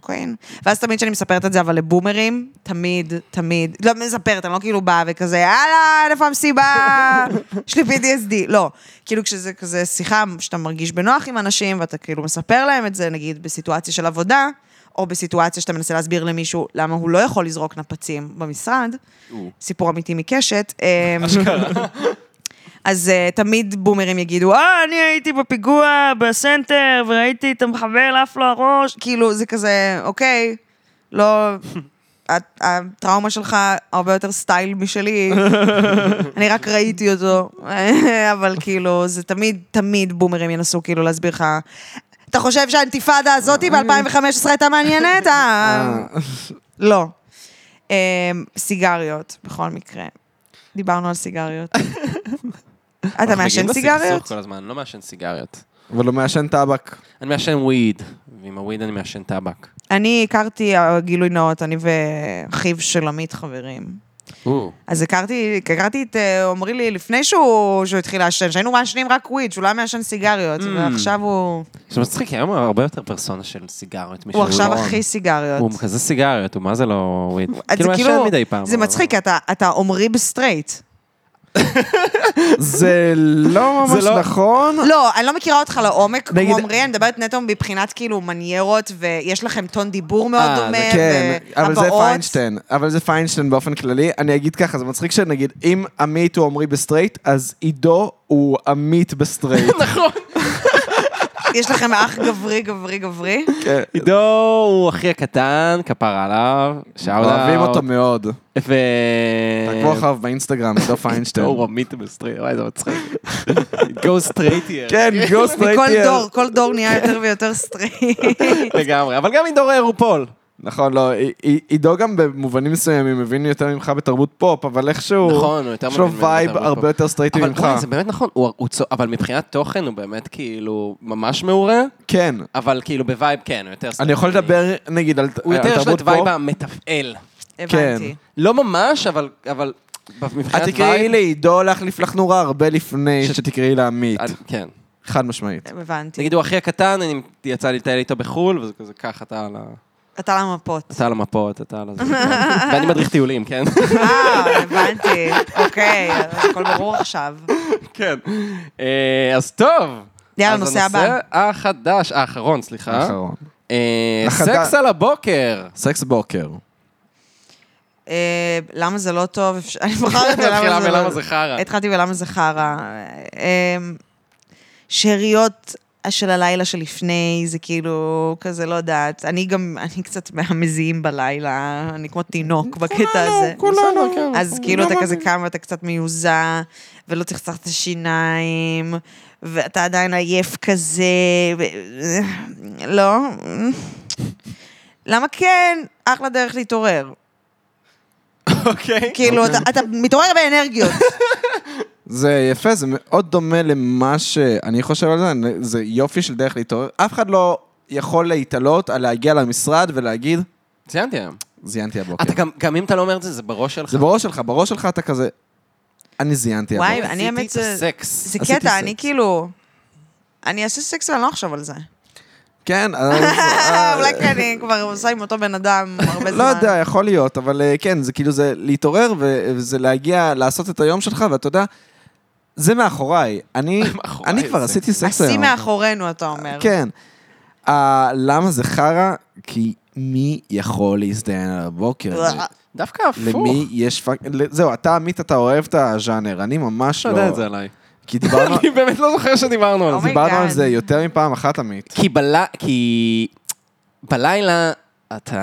כן. ואז תמיד כשאני מספרת את זה, אבל לבומרים, תמיד, תמיד, לא מספרת, אני לא כאילו באה וכזה, אהלן, איפה המסיבה? יש לי PTSD. לא, כאילו כשזה כזה שיחה שאתה מרגיש בנוח עם אנשים, ואתה כאילו מספר להם את זה, נגיד בסיטואציה של עבודה, או בסיטואציה שאתה מנסה להסביר למישהו למה הוא לא יכול לזרוק נפצים במשרד, סיפור אמיתי מקשת. אמ, אז uh, תמיד בומרים יגידו, אה, אני הייתי בפיגוע בסנטר, וראיתי את המחבל עף לו הראש, כאילו, זה כזה, אוקיי, לא... הט- הטראומה שלך הרבה יותר סטייל <laughs> משלי, אני רק ראיתי אותו, <laughs> אבל כאילו, זה תמיד, תמיד בומרים ינסו כאילו להסביר לך. אתה חושב שהאינתיפאדה אה. הזאתי ב-2015 הייתה מעניינת? אה, לא. אמ, סיגריות, בכל מקרה. דיברנו על <laughs> סיגריות. אתה אנחנו מגיעים מעשן לסכסוך סיגריות? כל הזמן, אני לא מעשן סיגריות. אבל הוא מעשן טבק. אני מעשן וויד, ועם הוויד אני מעשן טבק. אני הכרתי, אה, גילוי נאות, אני ואחיו של עמית חברים. אז הכרתי, הכרתי את אה, עמרי לי לפני שהוא, שהוא התחיל לעשן, שהיינו מעשנים רק וויד, שהוא לא היה מעשן Mm. סיגריות, ועכשיו הוא... זה מצחיק, כי היום הוא הרבה יותר פרסונה של סיגריות. משל הוא עכשיו לא. הכי סיגריות. הוא כזה סיגריות, הוא מה זה לא וויד. אז כאילו, הוא ישן מדי פעם. זה אבל- מצחיק, אתה- אתה עמרי בסטרייט. זה לא ממש לא- נכון. לא, אני לא מכירה אותך לעומק, כמו נגיד- עמרי, אני מדברת נטו מבחינת כאילו מניירות, ויש לכם טון דיבור מאוד אה, זה דומה, כן, אבל זה והבעות. פיינשטיין. אבל זה פיינשטיין באופן כללי. אני אגיד ככה, זה מצחיק שנגיד, אם עמית הוא עמרי בסטרייט, אז עידו הוא עמית בסטרייט. נכון. יש לכם אח גברי, גברי, <laughs> גברי. כן. עידו הוא אחי הקטן, כפרה עליו, שאוט אוהבים אותו מאוד. ו... תעקבו אחריו באינסטגרם, אה, עידו פיינשטיין. הוא עמית בסטרייט, וואי, זה <laughs> מצחיק. גו סטרייטייר. כן, גו מכל סטרייטייר. דור, כל דור נהיה יותר ויותר <laughs> סטרייט. לגמרי, אבל גם עידו רופול. נכון, לא, עי- עי- עידו גם במובנים מסוימים מבין יותר ממך בתרבות פופ, אבל איכשהו... נכון, הוא יותר יש לו מבין ממני וייב בתרבות הרבה פופ. יותר סטרייטי אבל ממך. וואי, זה באמת נכון, הוא- הוא צו- אבל מבחינת תוכן הוא באמת כאילו ממש מעורה, כן. אבל כאילו בווייב כן, הוא יותר אני סטרייטי. יכול לדבר, נגיד, על על תרבות הוא פופ. יותר יש לו את וייב המתפעל. הבנתי. לא ממש, אבל אבל מבחינת את וייב... תקראי לעידו להחליף לך נורה הרבה לפני שתקראי לעמית. אני- כן. חד משמעית. הבנתי. נגיד הוא אחי הקטן, אני יצא לי לטייל איתו בחו"ל, וזה כזה ככה, אתה על ה... אתה על המפות. אתה על המפות, אתה על הזה. ואני מדריך טיולים, כן? <laughs> אה, הבנתי. אוקיי, אז הכל ברור עכשיו. כן. אה, אז טוב. יאללה, אז נושא הבא. הנושא החדש, האחרון, סליחה. אחרון. אה, החד- סקס על הבוקר. סקס בוקר. אה, למה זה לא טוב? אפשר- אני בחרתי מתחילה בלמה כן. זה לא... בלמה זה חרא. התחלתי בלמה זה חרא. אה, אה, שאריות של הלילה שלפני, זה כאילו, כזה, לא יודעת. אני גם, אני קצת מהמזיעים בלילה, אני כמו תינוק בקטע הזה. כולנו, כן. אז כאילו אתה כזה קם ואתה קצת מיוזע, ולא צחצח את השיניים, ואתה עדיין עייף כזה, ו... לא. למה כן? אחלה דרך להתעורר. אוקיי. כאילו, אתה, אתה מתעורר באנרגיות. זה יפה, זה מאוד דומה למה שאני חושב על זה, אני- זה יופי של דרך להתעורר. אף אחד לא יכול להתעלות על להגיע למשרד ולהגיד, ציינתי היום. זיינתי הבוקר. אתה גם, גם אם אתה לא אומר את זה, זה בראש שלך. זה בראש שלך, בראש שלך אתה כזה, אני זיינתי הבוקר. וואי, אני האמת, עשיתי את זה הסקס. זה עשיתי סקס. קטע, אני כאילו... אני אעשה סקס ואני לא אחשוב <laughs> על זה. כן, אז... אה, אה, אולי כי אני כבר עושה עם אותו בן אדם <laughs> הרבה זמן. לא יודע, יכול להיות, אבל אה, כן, זה כאילו זה להתעורר ו- וזה להגיע, לעשות את היום שלך, ואתה יודע, זה מאחוריי. אני מאחוריי אני כבר זה. עשיתי סקס השיא היום. מאחורינו, אתה אומר. כן. אה, למה זה חרא? כי מי יכול להזדיין על הבוקר? אה, דווקא הפוך. למי יש פאק... ל- זהו, אתה עמית, אתה אוהב את הז'אנר, אני ממש אתה לא... יודע את זה עליי. <laughs> כי דיברנו, אני באמת לא זוכר שדיברנו על זה. אומי דיברנו על גאד. זה יותר מפעם אחת, עמית. כי, בלי... כי בלילה אתה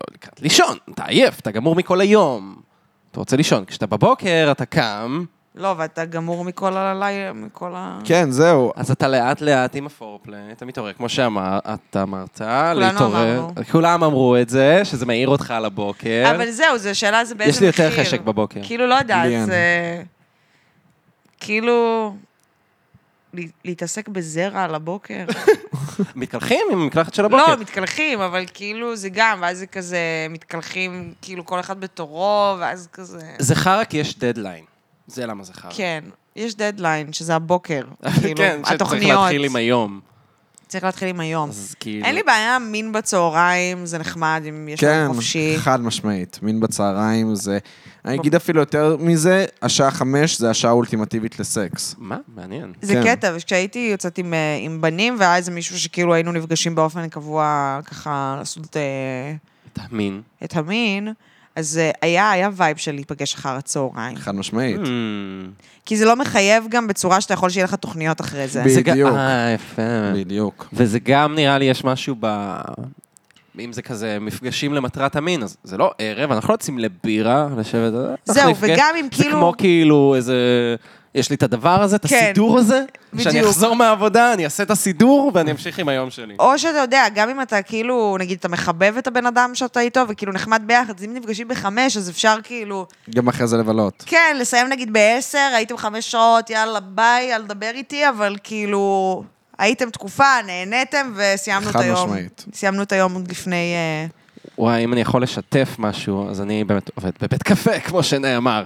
לא לקראת לישון, אתה עייף, אתה גמור מכל היום. אתה רוצה לישון. כשאתה בבוקר, אתה קם, לא, ואתה גמור מכל הלילה, מכל ה... כן, זהו. אז אתה לאט לאט עם הפורפליי, אתה מתעורר, כמו שאתה אמרת, להתעורר. אמרנו. כולם אמרו את זה, שזה מאיר אותך על הבוקר. אבל זהו, זו שאלה, זה באיזה יש מחיר. לי יותר חשק בבוקר. כאילו, לא יודעת, לי אין. זה... כאילו... לה- להתעסק בזרע על <laughs> הבוקר. מתקלחים עם המקלחת של הבוקר. לא, מתקלחים, אבל כאילו זה גם, ואז זה כזה, מתקלחים, כאילו כל אחד בתורו, ואז כזה... זה חרא כי יש דדליין. זה למה זה חרא. כן, יש דדליין, שזה הבוקר. כאילו, אה. <laughs> כן, שצריך התוכניות. להתחיל עם היום. צריך להתחיל עם היום. אז כאילו... אין לי בעיה, מין בצהריים, זה נחמד, אם יש כן, לנו חופשי. חד משמעית. מין בצהריים זה... אני אגיד אפילו יותר מזה, השעה חמש זה השעה האולטימטיבית לסקס. מה? מעניין. זה כן. קטע, וכשהייתי יוצאת עם, אה, עם בנים, והיה איזה מישהו שכאילו היינו נפגשים באופן קבוע, ככה לעשות אה, תאמין. את המין, אז אה, היה, היה וייב של להיפגש אחר הצהריים. חד משמעית. Mm. Mm. כי זה לא מחייב גם בצורה שאתה יכול שיהיה לך תוכניות אחרי זה. ב- זה גם- בדיוק. אה, יפה. בדיוק. וזה גם, נראה לי, יש משהו ב... אם זה כזה מפגשים למטרת המין, אז זה לא ערב, אנחנו לא יוצאים לבירה, לשבת... אנחנו זהו, נפגש- וגם אם זה כאילו- כמו כאילו איזה... יש לי את הדבר הזה, את כן. הסידור הזה, שאני בדיוק. אחזור מהעבודה, אני אעשה את הסידור ואני אמשיך עם היום שלי. או שאתה יודע, גם אם אתה כאילו, נגיד, אתה מחבב את הבן אדם שאתה איתו, וכאילו נחמד ביחד, אז אם נפגשים בחמש, אז אפשר כאילו, גם אחרי זה לבלות. כן, לסיים נגיד בעשר, הייתם חמש שעות, יאללה, ביי, אל תדבר איתי, אבל כאילו, הייתם תקופה, נהניתם, וסיימנו את חד היום. משמעית. סיימנו את היום עוד לפני... אה, וואי, אם אני יכול לשתף משהו, אז אני באמת עובד בבית קפה, <laughs> כמו שנאמר.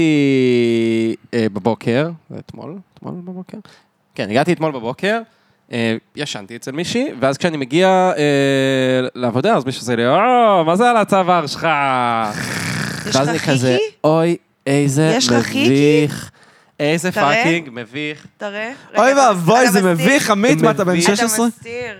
והגעתי אה, בבוקר, אתמול, אתמול בבוקר? כן, הגעתי אתמול בבוקר, אה, ישנתי אצל מישהי, ואז כשאני מגיע אה, לעבודה, אז מישהו עושה לי, או, מה זה על הצוואר שלך? יש ואז לך אני כזה, חיקי? אוי, איזה יש לך מביך. איזה תראה. פאקינג מביך. תראה. רגע, אוי אתה- ואבוי, אתה זה מסתיר? מביך, עמית, מה אתה בן מביך. 16? אתה מסתיר.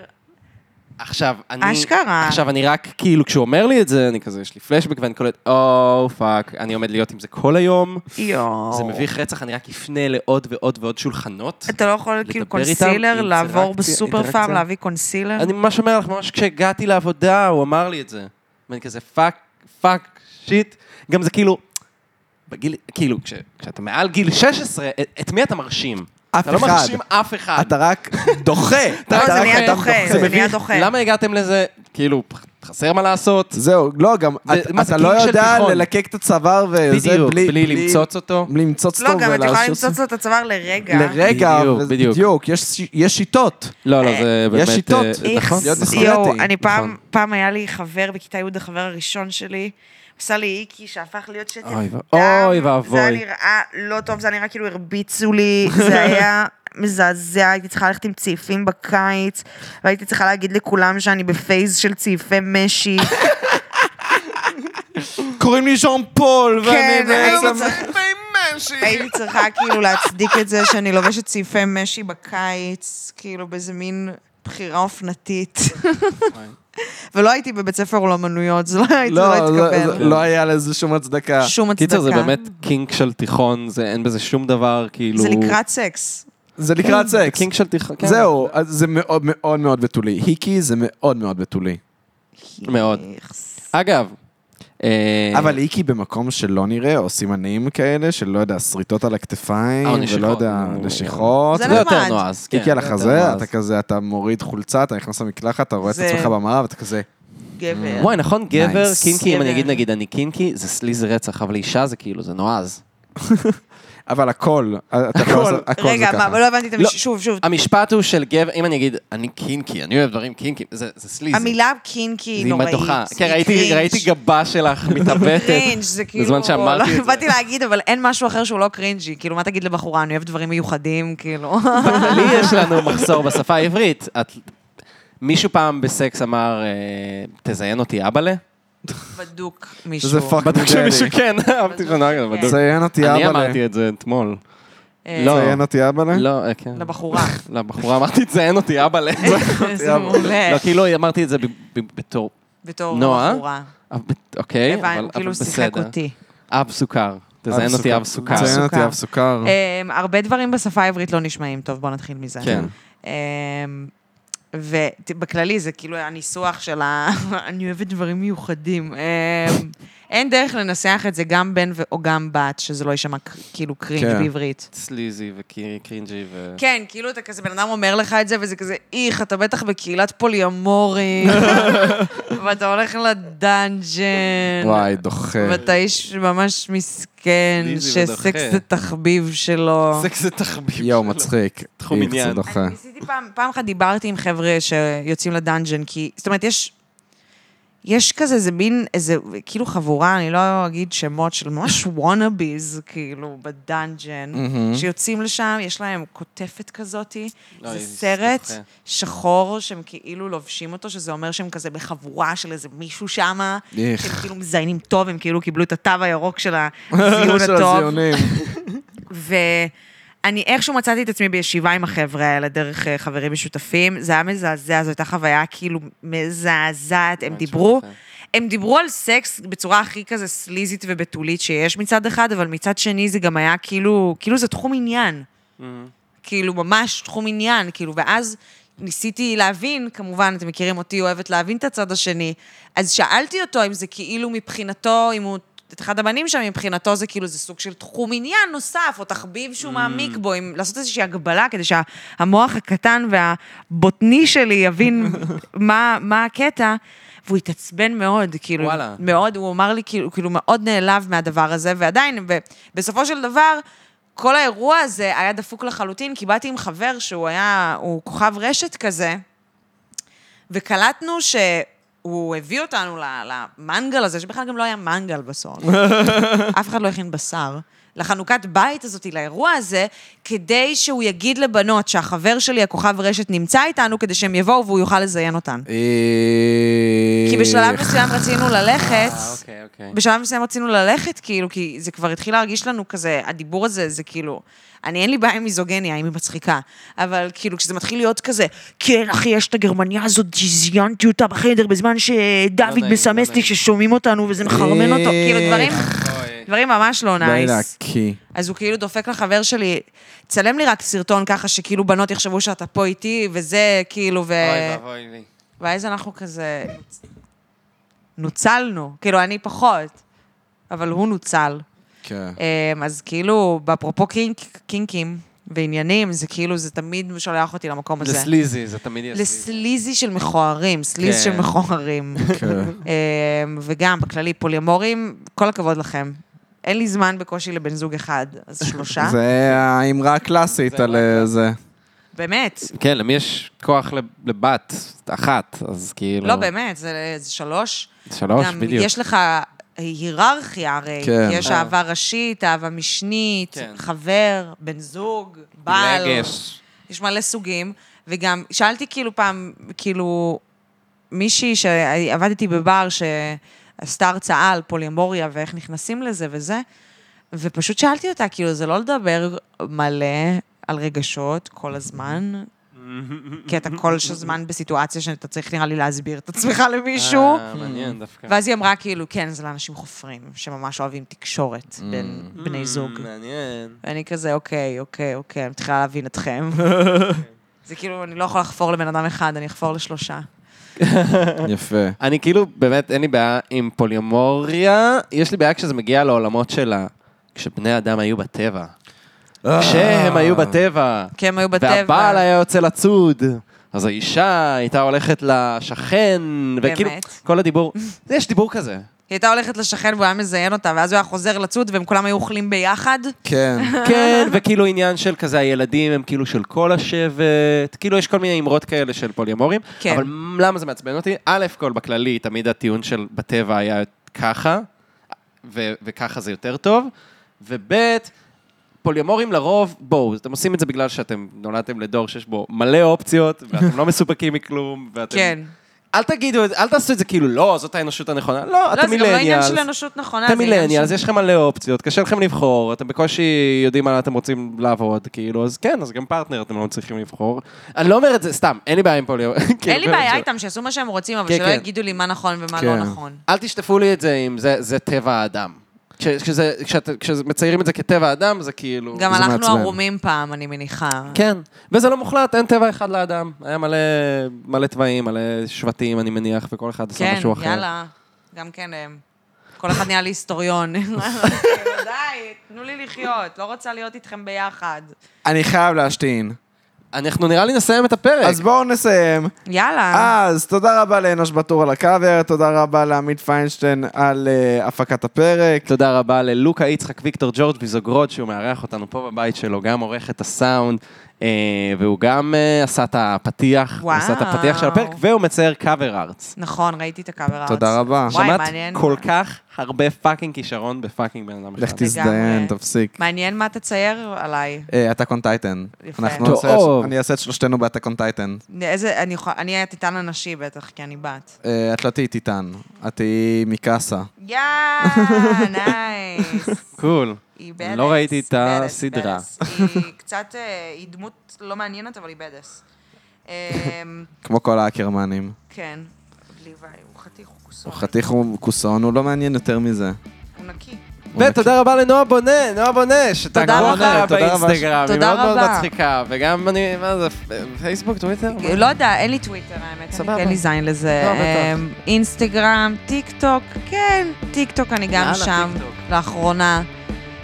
עכשיו, אני... אשכרה. עכשיו, אני רק, כאילו, כשהוא אומר לי את זה, אני כזה, יש לי פלשבק, ואני קולט, או, פאק, אני עומד להיות עם זה כל היום. יואו. Oh. זה מביך רצח, אני רק אפנה לעוד ועוד ועוד שולחנות. אתה לא יכול כאילו לדבר קונסילר, איתם, לעבור אינטראקציה, בסופר פארם, אינטראקציה. להביא קונסילר? אני ממש אומר לך, ממש כשהגעתי לעבודה, הוא אמר לי את זה. ואני כזה, פאק, פאק, שיט. גם זה כאילו, בגיל, כאילו, כש, כשאתה מעל גיל 16, את, את מי אתה מרשים? אף אתה לא אחד. מרשים אף אחד. אתה רק דוחה. <laughs> אתה לא, רק זה אדם נהיה דוחה, דוחה. זה נהיה דוחה. למה הגעתם לזה? כאילו, חסר מה לעשות. זהו, לא, גם זה- את- מה, זה אתה לא קינג של יודע תיכון. ללקק את הצוואר וזה בדיוק, בלי למצוץ אותו. בלי למצוץ לא, אותו גם את יכולה ולעשות- למצוץ אה? לו את הצוואר לרגע. לרגע, בדיוק, וזה- בדיוק. בדיוק, יש ש- יש שיטות. לא, לא, זה יש באמת... שיטות. אה, איכס, נכון? להיות דיסקרטי. יואו, אני פעם, נכון. פעם היה לי חבר בכיתה י', החבר הראשון שלי, עשה לי איקי שהפך להיות שטף אוי ו- דם. אוי ואבוי. זה היה נראה לא טוב, זה היה נראה כאילו הרביצו לי, <laughs> זה היה מזעזע, הייתי צריכה ללכת עם צעיפים בקיץ, והייתי צריכה להגיד לכולם שאני בפייז של צעיפי משי. קוראים לי ז'אן פול, כן, ואני הייתי בעצם... צריכה- הייתי צריכה כאילו להצדיק את זה שאני לובשת צעיפי משי בקיץ, כאילו באיזה מין בחירה <laughs> אופנתית. ולא הייתי בבית ספר לאומנויות, זה לא הייתי, זה לא לא, זה- זה- התקבל. לא היה לזה שום לא. הצדקה. שום הצדקה. קיצר, זה באמת קינק של תיכון, זה אין בזה שום דבר, כאילו... זה לקראת כן. סקס. זה לקראת סקס. קינג של תיכון. כן. זהו, אז זה מאוד מאוד מאוד בתולי. היקי זה מאוד מאוד בתולי. מאוד. אגב, אה, אבל היקי במקום שלא נראה, או סימנים כאלה, שלא יודע, שריטות על הכתפיים, אה, או ולא נשיכות. יודע, נו, נשיכות. זה זה יותר נחמד. נועז. כן, היקי על זה יותר החזה, נועז. אתה כזה, אתה מוריד חולצה, אתה נכנס למקלחת, אתה רואה את זה- עצמך במראה, ואתה כזה, גבר. וואי, נכון, גבר, Nice. קינקי, אם אני גבר. אגיד, נגיד, אני קינקי, זה לי זה רצח, אבל לאישה זה כאילו, זה נועז. אבל הכל, אה, אתה יכול לעשות- הכל זה רגע, ככה. מה, אבל לא הבנתי את לא. המשפט, שוב, שוב. המשפט הוא של גבר, אם אני אגיד, אני קינקי, אני אוהב דברים קינקי, זה זה סליזי. המילה קינקי זה עם נוראית. הדוחה. כן, היא ראיתי- קרינג'. ראיתי גבה שלך מתעוותת. קרינג', זה כאילו... בזמן שאמרתי את לא זה. באתי להגיד, אבל אין משהו אחר שהוא לא קרינג'י. כאילו, מה תגיד לבחורה? אני אוהבת דברים מיוחדים, כאילו. לי יש לנו מחסור בשפה העברית. את- מישהו פעם בסקס אמר, אה, תזיין אותי אבאלה? בדוק זה מישהו. פאק בטוח שמישהו כן, אהבתי לך, נגד, בדיוק. ציין אותי אני אבאלה. אמרתי את זה אתמול. אה, לא. ציין אותי אבאלה? לא, אה, כן. לבחורה. לבחורה אמרתי, תזיין אותי <laughs> אבאלה. זה מעולה. לא, כאילו אמרתי את זה ב- ב- בתור... בתור נועה? בחורה. אבל- אוקיי, אבל הבנו, אבל כאילו שיחק בסדר. אותי. אב סוכר. תזיין אותי אב סוכר. אה, ציין אותי סוכר. אב סוכר. אמ, הרבה דברים בשפה העברית לא נשמעים טוב, בואו נתחיל מזה. אמ, כן. ובכללי זה כאילו הניסוח של ה... <laughs> אני אוהבת דברים מיוחדים. אמ, אין דרך לנסח את זה גם בן ו- או גם בת, שזה לא יישמע ק- כאילו קרינג' כן. בעברית. סליזי וקרינג'י ו... כן, כאילו אתה כזה, בן אדם אומר לך את זה, וזה כזה, איך, אתה בטח בקהילת פוליאמורים, ואתה הולך לדאנג'ן. וואי, כן. דוחה. ואתה איש ממש מסכן, ליזי ודוחה. שסקס זה תחביב שלו. סקס זה תחביב. יואו, מצחיק. תחום איקס, זה עניין. דוחה. אני ניסיתי פעם, פעם אחת דיברתי עם חבר'ה שיוצאים לדאנג'ן, כי, זאת אומרת, יש... יש כזה, זה מין, איזה, כאילו חבורה, אני לא אגיד שמות, של <laughs> ממש וואנאביז, כאילו, בדאנג'ן, שיוצאים לשם, יש להם קוטפת כזאתי, אוי, לא, זה זה סרט דוחה. שחור שהם כאילו לובשים אותו, שזה אומר שהם כזה בחבורה של איזה מישהו שמה, איך. שהם כאילו מזיינים טוב, הם כאילו קיבלו את התו הירוק <laughs> של הציון של הטוב. הזיונים. ואני איכשהו מצאתי את עצמי בישיבה עם החבר'ה האלה דרך אה, חברים משותפים. זה היה מזעזע, זו הייתה חוויה כאילו מזעזעת. הם דיברו, שלכם. הם דיברו על סקס בצורה הכי כזה סליזית ובתולית שיש מצד אחד, אבל מצד שני זה גם היה כאילו, כאילו זה תחום עניין. כאילו, ממש תחום עניין, כאילו, ואז ניסיתי להבין, כמובן, אתם מכירים אותי, אוהבת להבין את הצד השני, אז שאלתי אותו אם זה כאילו מבחינתו, אם הוא... את אחד הבנים שם, מבחינתו זה כאילו, זה סוג של תחום עניין נוסף, או תחביב שהוא מעמיק בו, עם, לעשות איזושהי הגבלה כדי שהמוח הקטן והבוטני שלי יבין מה, מה הקטע. והוא התעצבן מאוד, כאילו, וואלה. מאוד, הוא אמר לי, כאילו, כאילו מאוד נעלב מהדבר הזה, ועדיין, ובסופו של דבר, כל האירוע הזה היה דפוק לחלוטין, כי באתי עם חבר שהוא היה, הוא כוכב רשת כזה, וקלטנו שהוא הביא אותנו ל- למנגל הזה, שבכלל גם לא היה מנגל בסוף. אף אחד לא הכין בשר. לחנוכת בית הזאת, לאירוע הזה, כדי שהוא יגיד לבנות שהחבר שלי, הכוכב רשת, נמצא איתנו, כדי שהם יבואו והוא יוכל לזיין אותן. כי בשלב מסוים רצינו ללכת, אה, אוקיי, אוקיי. בשלב מסוים רצינו ללכת, כאילו, כי זה כבר התחיל להרגיש לנו כזה, הדיבור הזה, זה כאילו, אני אין לי בעיה עם מיזוגניה, אם היא מצחיקה, אבל כאילו, כשזה מתחיל להיות כזה, כן, אחי, יש את הגרמניה הזאת, שזיינתי אותה בחדר בזמן לא שדוד נעים, לא מסמס לי נעים. אה. ששומעים אותנו וזה מחרמן אותו, כאילו, דברים, דברים ממש לא די נייס. להקיא. אז הוא כאילו דופק לחבר שלי, צלם לי רק סרטון ככה, שכאילו בנות יחשבו שאתה פה איתי, וזה, כאילו, ו... אוי ואבוי לי. ואז אנחנו כזה... נוצלנו, כאילו, אני פחות, אבל הוא נוצל. כן. אמ, אז כאילו, באפרופו קינק, קינקים ועניינים, זה כאילו, זה תמיד שולח אותי למקום הזה. לסליזי, זה תמיד יהיה סליזי. לסליזי של מכוערים, סליז כן. של <laughs> מכוערים. כן. אמ, וגם, בכללי, פוליומורים, כל הכבוד לכם. אין לי זמן בקושי לבן זוג אחד, <laughs> אז שלושה. זה האמרה הקלאסית על אה, זה. באמת, כן, למי יש כוח לב- לבת אחת, אז כאילו... לא באמת, זה זה שלוש. שלוש, גם בדיוק. יש לך היררכיה הרי, כן. יש אה. אהבה ראשית, אהבה משנית, כן. חבר, בן זוג, בעל, רגש. יש מלא סוגים, וגם שאלתי כאילו פעם, כאילו, מישהי שעבדתי בבר שעשתה הרצאה על פולימוריה ואיך נכנסים לזה וזה, ופשוט שאלתי אותה, כאילו, זה לא לדבר מלא על רגשות כל הזמן, כי אתה כל זמן בסיטואציה שאתה צריך נראה לי להסביר את עצמך למישהו. אה, מעניין דווקא. ואז היא אמרה כאילו, כן, זה לאנשים חופרים, שממש אוהבים תקשורת Mm. בין בני זוג. מעניין. ואני כזה, אוקיי, אוקיי, אוקיי, אני מתחילה להבין אתכם. זה כאילו, אני לא יכולה לחפור לבן אדם אחד, אני אחפור לשלושה. יפה. אני כאילו, באמת, אין לי בעיה עם פוליומוריה, יש לי בעיה כשזה מגיע לעולמות שלה, כשבני אדם היו בטבע. כשהם היו בטבע. כי הם היו בטבע. והבעל היה יוצא לצוד. אז האישה הייתה הולכת לשכן, וכאילו, באמת? כל <laughs> הדיבור, יש דיבור כזה. היא הייתה הולכת לשכן והוא היה מזיין אותה, ואז הוא היה חוזר לצוד, והם כולם היו אוכלים ביחד. <laughs> כן. כן, וכאילו עניין של כזה, הילדים הם כאילו של כל השבט, כאילו יש כל מיני אמרות כאלה של פוליומורים, כן. אבל למה זה מעצבן אותי? א' כל בכללי, תמיד הטיעון של בטבע היה ככה, ו- וככה זה יותר טוב, וב' פוליומורים לרוב, בואו, אתם עושים את זה בגלל שאתם נולדתם לדור שיש בו מלא אופציות, ואתם לא מסופקים מכלום, ואתם... כן. אל תגידו, את- אל תעשו את זה כאילו, לא, זאת האנושות הנכונה. לא, לא, אתם זה גם לא עניין מילניאלס. של אנושות נכונה, אה, זה אתם עניין של... מילניאלס, יש לכם מלא אופציות, קשה לכם לבחור, אתם בקושי יודעים על מה אתם רוצים לעבוד, כאילו, אז כן, אז גם פרטנר אתם לא צריכים לבחור. אני לא אומר את זה סתם, אין לי בעיה עם פוליו. <laughs> אין לי כאילו, בעיה זה- איתם, שיעשו מה שהם רוצים, אבל כן, שלא כן. יגידו לי מה נכון ומה לא כן. נכון. אל תשטפו לי את זה אם זה- זה טבע האדם. כש- כשזה- כשאת- כשמציירים את זה כטבע האדם, זה כאילו... גם זה אנחנו מעצבן. ערומים פעם, אני מניחה. כן, וזה לא מוחלט, אין טבע אחד לאדם. היה מלא מלא טבעים, מלא שבטים, אני מניח, וכל אחד עשה כן, משהו אחר. יאללה. גם כן, הם. כל אחד נהיה <laughs> לי היסטוריון. כאילו, די, תנו לי לחיות, לא רוצה להיות איתכם ביחד. אני חייב להשתין. אנחנו נראה לי נסיים את הפרק. אז בואו נסיים. יאללה. אז תודה רבה לאנוש בטור על הקאבר, תודה רבה לעמית פיינשטיין על אה, הפקת הפרק. תודה רבה ללוקה יצחק ויקטור ג'ורג' ביזוגרוד, שהוא מארח אותנו פה בבית שלו, גם עורך את הסאונד, אה, והוא גם אה, עשה את הפתיח, הוא עשה את וואו. הפתיח של הפרק, והוא מצייר קאבר ארטס. נכון, ראיתי את הקאבר הארץ. תודה רבה. וואי, שמעת מעניין. כל כך הרבה פאקינג כישרון בפאקינג בן אדם לך אחד. תזדיין, תפסיק. מעניין מה תצייר עליי. עטק און טייטן. יפה. אנחנו טוב. נעשה את- אני אעשה את שלושתנו בעטק און טייטן. איזה, אני יכולה, אני הטיטן הנשי בטח, כי אני בת. אה, את לא תהיי טיטן, את תהיי <laughs> מיקאסה. יאה, נייס. קול. היא בדס. לא ראיתי את היא בדס, הסדרה. בדס. <laughs> היא קצת, אה, היא דמות לא מעניינת, אבל היא בדס. אמ, כמו כל האקרמנים. כן. ליוואי, הוא חתיך, הוא כוסון. הוא חתיך הוא כוסון, הוא לא מעניין יותר מזה. הוא נקי. ותודה רבה לנועה בונה, נועה בונה, תודה שתעקבו רבה. אחריה תודה רבה. באינסטגרם, היא תודה מאוד מאוד רבה. מצחיקה, וגם אני, מה זה, פייסבוק, טוויטר? מה? לא יודע, אין לי טוויטר האמת, סבבה. אני כן לי זין לזה. לא, בטח. אמ, אינסטגרם, טיק טוק, כן, טיק טוק אני גם יאללה, שם, טיק טוק. לאחרונה.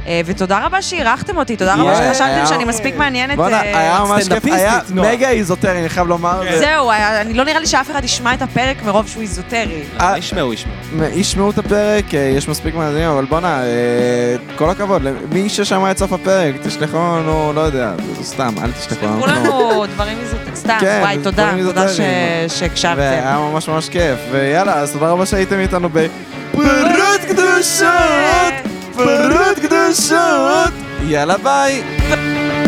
אה, ותודה רבה שאירחתם אותי, תודה רבה יאי, שחשבתם היה- שאני מספיק מעניינת. בואנה, אה, היה ממש כיף, היה סטנדאפיסטית, נועה. מגה איזוטרי, אני חייב לומר. זה- זהו, היה- אני לא נראה לי שאף אחד ישמע את הפרק מרוב שהוא איזוטרי. אה, ישמעו, ישמעו. ישמעו את הפרק, אה, יש מספיק מאזינים, אבל בואנה, אה, כל הכבוד, למי ששמע את סוף הפרק, תשלחו לנו, לא יודע, סתם, אל תשלחו לנו. תנו לנו דברים איזוטריים. סתם, כן, וואי, תודה, דברים תודה ש- איזוטריים. והיה שהקשבתם. ממש ממש כיף, ויאללה, אז תודה רבה שהייתם איתנו בפרות קדושות, פרות קדושות, יאללה ביי.